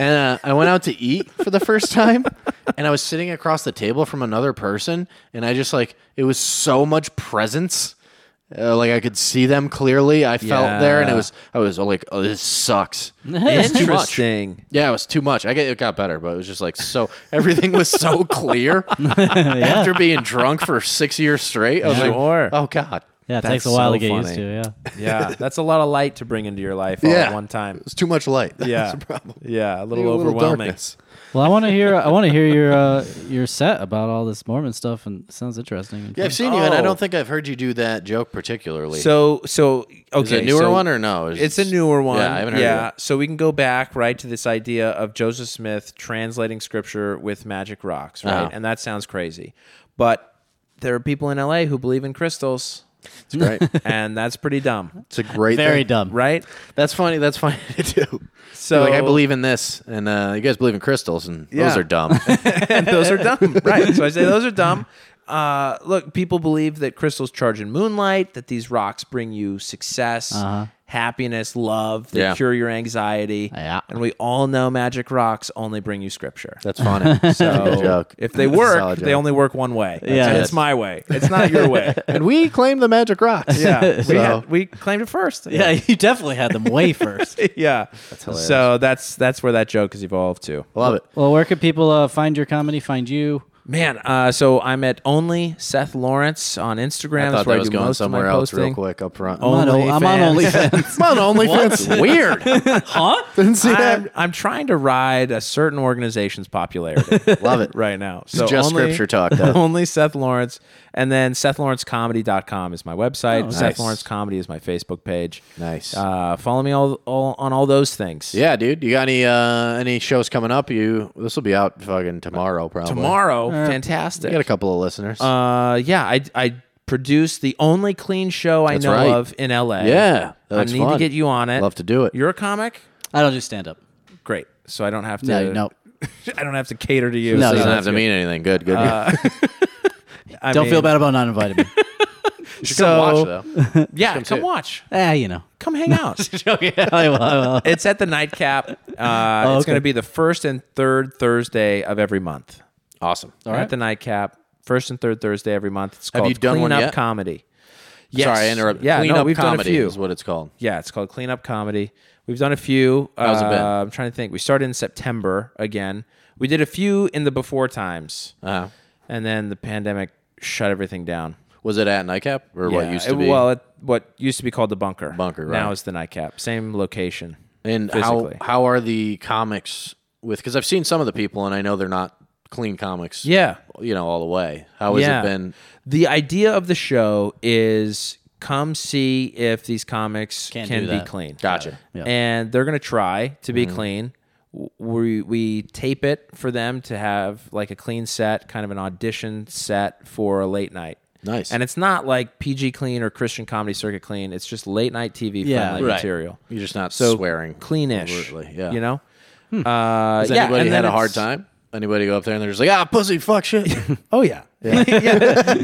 [SPEAKER 2] and uh, I went out to eat for the first time, and I was sitting across the table from another person, and I just like it was so much presence. Uh, like I could see them clearly. I felt there, and it
[SPEAKER 4] Yeah.
[SPEAKER 2] was I was like, "Oh, this sucks." It's too much.
[SPEAKER 4] Interesting.
[SPEAKER 2] Yeah, it was too much. I get it got better, but it was just like so everything was so clear after being drunk for six years straight. I was
[SPEAKER 4] Sure.
[SPEAKER 2] like, oh god,
[SPEAKER 3] Yeah, it
[SPEAKER 4] That's
[SPEAKER 3] takes a while
[SPEAKER 4] so
[SPEAKER 3] to get used
[SPEAKER 4] funny.
[SPEAKER 3] to. Yeah.
[SPEAKER 4] Yeah, that's a lot of light to bring into your life all
[SPEAKER 2] Yeah.
[SPEAKER 4] at one time.
[SPEAKER 2] it's too much light. That's
[SPEAKER 4] Yeah,
[SPEAKER 2] the problem.
[SPEAKER 4] yeah, a little
[SPEAKER 2] Need a little
[SPEAKER 4] overwhelming.
[SPEAKER 2] darkness.
[SPEAKER 3] Well, I want to hear. I want to hear your uh, your set about all this Mormon stuff, and it sounds interesting. and
[SPEAKER 2] Yeah,
[SPEAKER 3] fun.
[SPEAKER 2] I've seen you, and I
[SPEAKER 4] Oh.
[SPEAKER 2] don't think I've heard you do that joke particularly.
[SPEAKER 4] So, so okay,
[SPEAKER 2] is it a newer
[SPEAKER 4] so
[SPEAKER 2] one or no? Is-
[SPEAKER 4] It's a newer one.
[SPEAKER 2] Yeah, I haven't heard
[SPEAKER 4] Yeah,
[SPEAKER 2] Of
[SPEAKER 4] so we can go back right to this idea of Joseph Smith translating scripture with magic rocks, right?
[SPEAKER 2] Uh-huh.
[SPEAKER 4] And that sounds crazy, but there are people in LA who believe in crystals,
[SPEAKER 2] it. It's great.
[SPEAKER 4] and that's pretty dumb,
[SPEAKER 2] it's a great,
[SPEAKER 3] Very
[SPEAKER 2] thing.
[SPEAKER 3] dumb.
[SPEAKER 4] right?
[SPEAKER 2] That's funny. That's funny to do.
[SPEAKER 4] So-
[SPEAKER 2] like I believe in this, and uh, you guys believe in crystals, and
[SPEAKER 4] Yeah.
[SPEAKER 2] those are dumb.
[SPEAKER 4] and those are dumb, right? So I say those are dumb.
[SPEAKER 3] Uh-huh.
[SPEAKER 4] Uh, look, people believe that crystals charge in moonlight, that these rocks bring you success, happiness, love. They
[SPEAKER 2] Yeah.
[SPEAKER 4] cure your anxiety.
[SPEAKER 3] Yeah.
[SPEAKER 4] And we all know magic rocks only bring you scripture.
[SPEAKER 2] That's funny.
[SPEAKER 4] So if they work, they only work one way.
[SPEAKER 3] Yeah.
[SPEAKER 4] and it's my way. It's not your way.
[SPEAKER 2] and we claim the magic rocks.
[SPEAKER 4] Yeah, we,
[SPEAKER 2] So-
[SPEAKER 4] had, we claimed it first.
[SPEAKER 3] Yeah, you definitely had them way first.
[SPEAKER 4] yeah.
[SPEAKER 2] hilarious.
[SPEAKER 4] so that's that's where that joke has evolved to.
[SPEAKER 2] love it.
[SPEAKER 3] well, where could people uh, find your comedy? Find you?
[SPEAKER 4] Man, uh, so I'm at only Seth Lawrence on Instagram.
[SPEAKER 2] I
[SPEAKER 4] That's
[SPEAKER 2] thought
[SPEAKER 4] where
[SPEAKER 2] that
[SPEAKER 4] I
[SPEAKER 2] was
[SPEAKER 4] do
[SPEAKER 2] going
[SPEAKER 4] most
[SPEAKER 2] somewhere
[SPEAKER 4] of my
[SPEAKER 2] else
[SPEAKER 4] posting.
[SPEAKER 2] real quick up front.
[SPEAKER 4] Oh,
[SPEAKER 3] I'm on, I'm on
[SPEAKER 4] OnlyFans.
[SPEAKER 3] OnlyFans.
[SPEAKER 2] on OnlyFans. Weird.
[SPEAKER 3] huh?
[SPEAKER 2] Didn't see
[SPEAKER 4] I'm, I'm trying to ride a certain organization's popularity
[SPEAKER 2] Love it.
[SPEAKER 4] right now.
[SPEAKER 2] It's
[SPEAKER 4] So
[SPEAKER 2] just
[SPEAKER 4] only,
[SPEAKER 2] scripture talk, though.
[SPEAKER 4] Only Seth Lawrence, and then SethLawrenceComedy.com is my website. Seth
[SPEAKER 2] Oh, nice.
[SPEAKER 4] Lawrence Comedy is my Facebook page.
[SPEAKER 2] Nice.
[SPEAKER 4] Uh, follow me all, all on all those things.
[SPEAKER 2] yeah, dude. You got any uh, any shows coming up? You this will be out fucking tomorrow probably.
[SPEAKER 4] Tomorrow,
[SPEAKER 2] We
[SPEAKER 4] fantastic.
[SPEAKER 2] got a couple of listeners.
[SPEAKER 4] Uh, yeah, I I produced the only clean show I
[SPEAKER 2] That's
[SPEAKER 4] know
[SPEAKER 2] right.
[SPEAKER 4] of in LA.
[SPEAKER 2] Yeah, that
[SPEAKER 4] I
[SPEAKER 2] looks
[SPEAKER 4] need to
[SPEAKER 2] fun.
[SPEAKER 4] get you on it.
[SPEAKER 2] Love to do it.
[SPEAKER 4] You're a comic,
[SPEAKER 3] I don't do stand up.
[SPEAKER 4] great. So I don't have to.
[SPEAKER 3] No, no.
[SPEAKER 4] I don't have to cater to you.
[SPEAKER 3] No,
[SPEAKER 4] so
[SPEAKER 3] you
[SPEAKER 2] doesn't
[SPEAKER 4] that's
[SPEAKER 2] have to
[SPEAKER 4] good.
[SPEAKER 2] mean anything. Good, good.
[SPEAKER 4] Uh, I
[SPEAKER 3] don't
[SPEAKER 4] mean,
[SPEAKER 3] feel bad about not inviting me.
[SPEAKER 2] good. Should
[SPEAKER 4] so-
[SPEAKER 2] come watch though.
[SPEAKER 4] Yeah, come,
[SPEAKER 2] too.
[SPEAKER 4] watch.
[SPEAKER 3] eh, you know.
[SPEAKER 4] Come hang out.
[SPEAKER 3] I will, I will.
[SPEAKER 4] it's at the nightcap. Uh,
[SPEAKER 2] Oh,
[SPEAKER 4] It's
[SPEAKER 3] okay.
[SPEAKER 4] going to be the first and third Thursday of every month.
[SPEAKER 2] Awesome.
[SPEAKER 4] All right. At the nightcap, first and third Thursday every month. It's
[SPEAKER 2] Have
[SPEAKER 4] called
[SPEAKER 2] you done
[SPEAKER 4] Clean
[SPEAKER 2] one
[SPEAKER 4] Up
[SPEAKER 2] yet?
[SPEAKER 4] Comedy. Yes.
[SPEAKER 2] Sorry, I interrupted.
[SPEAKER 4] Yeah,
[SPEAKER 2] Clean
[SPEAKER 4] no,
[SPEAKER 2] up
[SPEAKER 4] we've
[SPEAKER 2] comedy
[SPEAKER 4] done a few.
[SPEAKER 2] is what it's called.
[SPEAKER 4] Yeah, it's called Clean Up Comedy. We've done a few.
[SPEAKER 2] How's it been?
[SPEAKER 4] Uh, I'm trying to think. We started in September again. We did a few in the before times,
[SPEAKER 2] Uh-huh.
[SPEAKER 4] and then the pandemic shut everything down.
[SPEAKER 2] Was it at nightcap or what
[SPEAKER 4] Yeah,
[SPEAKER 2] used to
[SPEAKER 4] it-
[SPEAKER 2] be?
[SPEAKER 4] Well, it, what used to be called the bunker.
[SPEAKER 2] Bunker, right.
[SPEAKER 4] Now is the nightcap. Same location.
[SPEAKER 2] And how
[SPEAKER 4] physically.
[SPEAKER 2] how are the comics with? Because I've seen some of the people, and I know they're not clean comics.
[SPEAKER 4] Yeah.
[SPEAKER 2] you know all the way. How has
[SPEAKER 4] yeah.
[SPEAKER 2] it been?
[SPEAKER 4] The idea of the show is come see if these comics
[SPEAKER 3] Can't
[SPEAKER 4] can
[SPEAKER 3] do
[SPEAKER 4] be
[SPEAKER 3] that.
[SPEAKER 4] clean.
[SPEAKER 2] Gotcha. Mm-hmm.
[SPEAKER 3] Yeah.
[SPEAKER 4] And they're going to try to be clean. W- We, we tape it for them to have like a clean set, kind of an audition set for a late night.
[SPEAKER 2] Nice.
[SPEAKER 4] And it's not like PG clean or Christian comedy circuit clean. It's just late night TV
[SPEAKER 3] Yeah.
[SPEAKER 4] friendly
[SPEAKER 3] Right.
[SPEAKER 4] material.
[SPEAKER 2] You're just not
[SPEAKER 4] So
[SPEAKER 2] swearing.
[SPEAKER 4] Cleanish.
[SPEAKER 2] overtly, yeah. Hmm.
[SPEAKER 4] You know? Uh,
[SPEAKER 2] Has
[SPEAKER 4] yeah,
[SPEAKER 2] anybody
[SPEAKER 4] and
[SPEAKER 2] had
[SPEAKER 4] then
[SPEAKER 2] a hard
[SPEAKER 4] it's-
[SPEAKER 2] time? Anybody go up there and they're just like, ah, pussy, fuck shit.
[SPEAKER 4] Oh yeah. Yeah.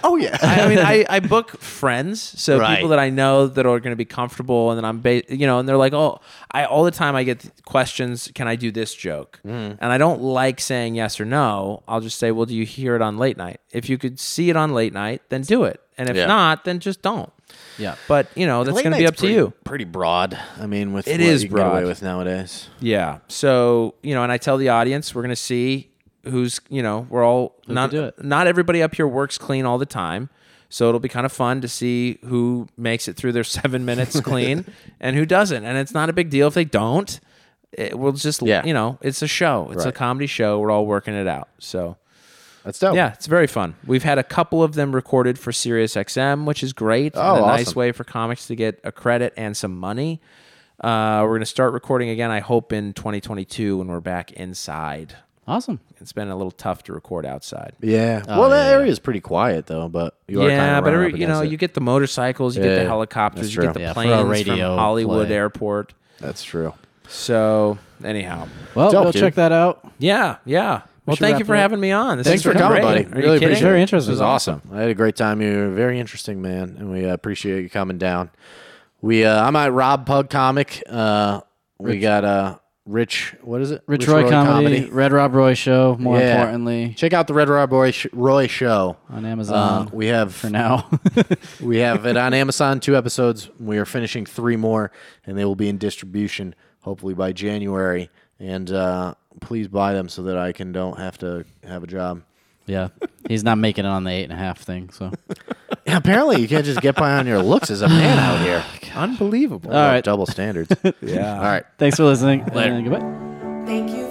[SPEAKER 4] Oh
[SPEAKER 2] yeah.
[SPEAKER 4] I, I mean, I, I book friends, so
[SPEAKER 2] Right.
[SPEAKER 4] people that I know that are going to be comfortable, and then I'm, ba- you know, and they're like, oh, I all the time I get th- questions. Can I do this joke?
[SPEAKER 2] Mm.
[SPEAKER 4] And I don't like saying yes or no. I'll just say, well, do you hear it on late night? If you could see it on late night, then do it. And if
[SPEAKER 2] Yeah.
[SPEAKER 4] not, then just don't.
[SPEAKER 3] Yeah.
[SPEAKER 4] But you know, that's going to be up to you.
[SPEAKER 2] Pretty broad. I mean, with
[SPEAKER 4] It
[SPEAKER 2] what
[SPEAKER 4] is
[SPEAKER 2] you can get
[SPEAKER 4] broad.
[SPEAKER 2] away with nowadays.
[SPEAKER 4] Yeah. So you know, and I tell the audience we're gonna see who's you know we're all not
[SPEAKER 3] do it.
[SPEAKER 4] not everybody up here works clean all the time. So it'll be kind of fun to see who makes it through their seven minutes clean and who doesn't. And it's not a big deal if they don't. It, we'll just
[SPEAKER 2] Yeah.
[SPEAKER 4] you know it's a show. It's a
[SPEAKER 2] Right.
[SPEAKER 4] comedy show. We're all working it out. So.
[SPEAKER 2] That's dope.
[SPEAKER 4] Yeah, it's very fun. We've had a couple of them recorded for SiriusXM, which is great.
[SPEAKER 2] Oh,
[SPEAKER 4] and a
[SPEAKER 2] awesome.
[SPEAKER 4] nice way for comics to get a credit and some money. Uh, we're going to start recording again, I hope, in 2022 when we're back inside.
[SPEAKER 3] Awesome.
[SPEAKER 4] It's been a little tough to record outside.
[SPEAKER 2] Oh, Yeah. well, that area is pretty quiet though, but you are kind
[SPEAKER 4] yeah,
[SPEAKER 2] of
[SPEAKER 4] but every, you know, you get the motorcycles, you get
[SPEAKER 2] Yeah,
[SPEAKER 4] the
[SPEAKER 2] that's
[SPEAKER 4] helicopters, you
[SPEAKER 2] true.
[SPEAKER 4] get the
[SPEAKER 2] Yeah,
[SPEAKER 3] for a
[SPEAKER 4] planes
[SPEAKER 3] radio
[SPEAKER 4] from Hollywood
[SPEAKER 3] play.
[SPEAKER 4] Airport.
[SPEAKER 2] That's true.
[SPEAKER 4] So, anyhow,
[SPEAKER 3] Well,
[SPEAKER 2] Dope,
[SPEAKER 3] go
[SPEAKER 2] dude.
[SPEAKER 3] check that out.
[SPEAKER 4] yeah, yeah. Well,
[SPEAKER 3] should
[SPEAKER 4] thank you
[SPEAKER 3] wrap
[SPEAKER 4] for
[SPEAKER 3] it up.
[SPEAKER 4] having me on. This
[SPEAKER 2] Thanks for
[SPEAKER 4] has been
[SPEAKER 2] coming,
[SPEAKER 4] great.
[SPEAKER 2] buddy.
[SPEAKER 4] Are you
[SPEAKER 2] Really
[SPEAKER 4] kidding?
[SPEAKER 2] appreciate it.
[SPEAKER 3] Very
[SPEAKER 2] This
[SPEAKER 3] interesting.
[SPEAKER 2] was awesome. I had a great time. You were very interesting, man, and we uh, appreciate you coming down. We uh, I'm at Rob Pug Comic. Uh, we got uh, Rich. What is it?
[SPEAKER 3] Rich Roy, comedy, Red Rob Roy show. More
[SPEAKER 2] Yeah.
[SPEAKER 3] importantly,
[SPEAKER 2] check out the Red Rob Roy, sh- Roy show
[SPEAKER 3] on
[SPEAKER 2] Uh,
[SPEAKER 3] Amazon
[SPEAKER 2] we have
[SPEAKER 3] for now.
[SPEAKER 2] we have it on Amazon. Two episodes. We are finishing three more, and they will be in distribution hopefully by January. And uh, please buy them so that I can don't have to have a job.
[SPEAKER 3] yeah, he's not making it on the eight and a half thing. So, all
[SPEAKER 2] Yeah, apparently, you can't just get by on your looks as a man out here.
[SPEAKER 4] Unbelievable.
[SPEAKER 2] All
[SPEAKER 3] right.
[SPEAKER 2] double standards. yeah. All right.
[SPEAKER 3] Thanks for listening. And goodbye.
[SPEAKER 1] Thank you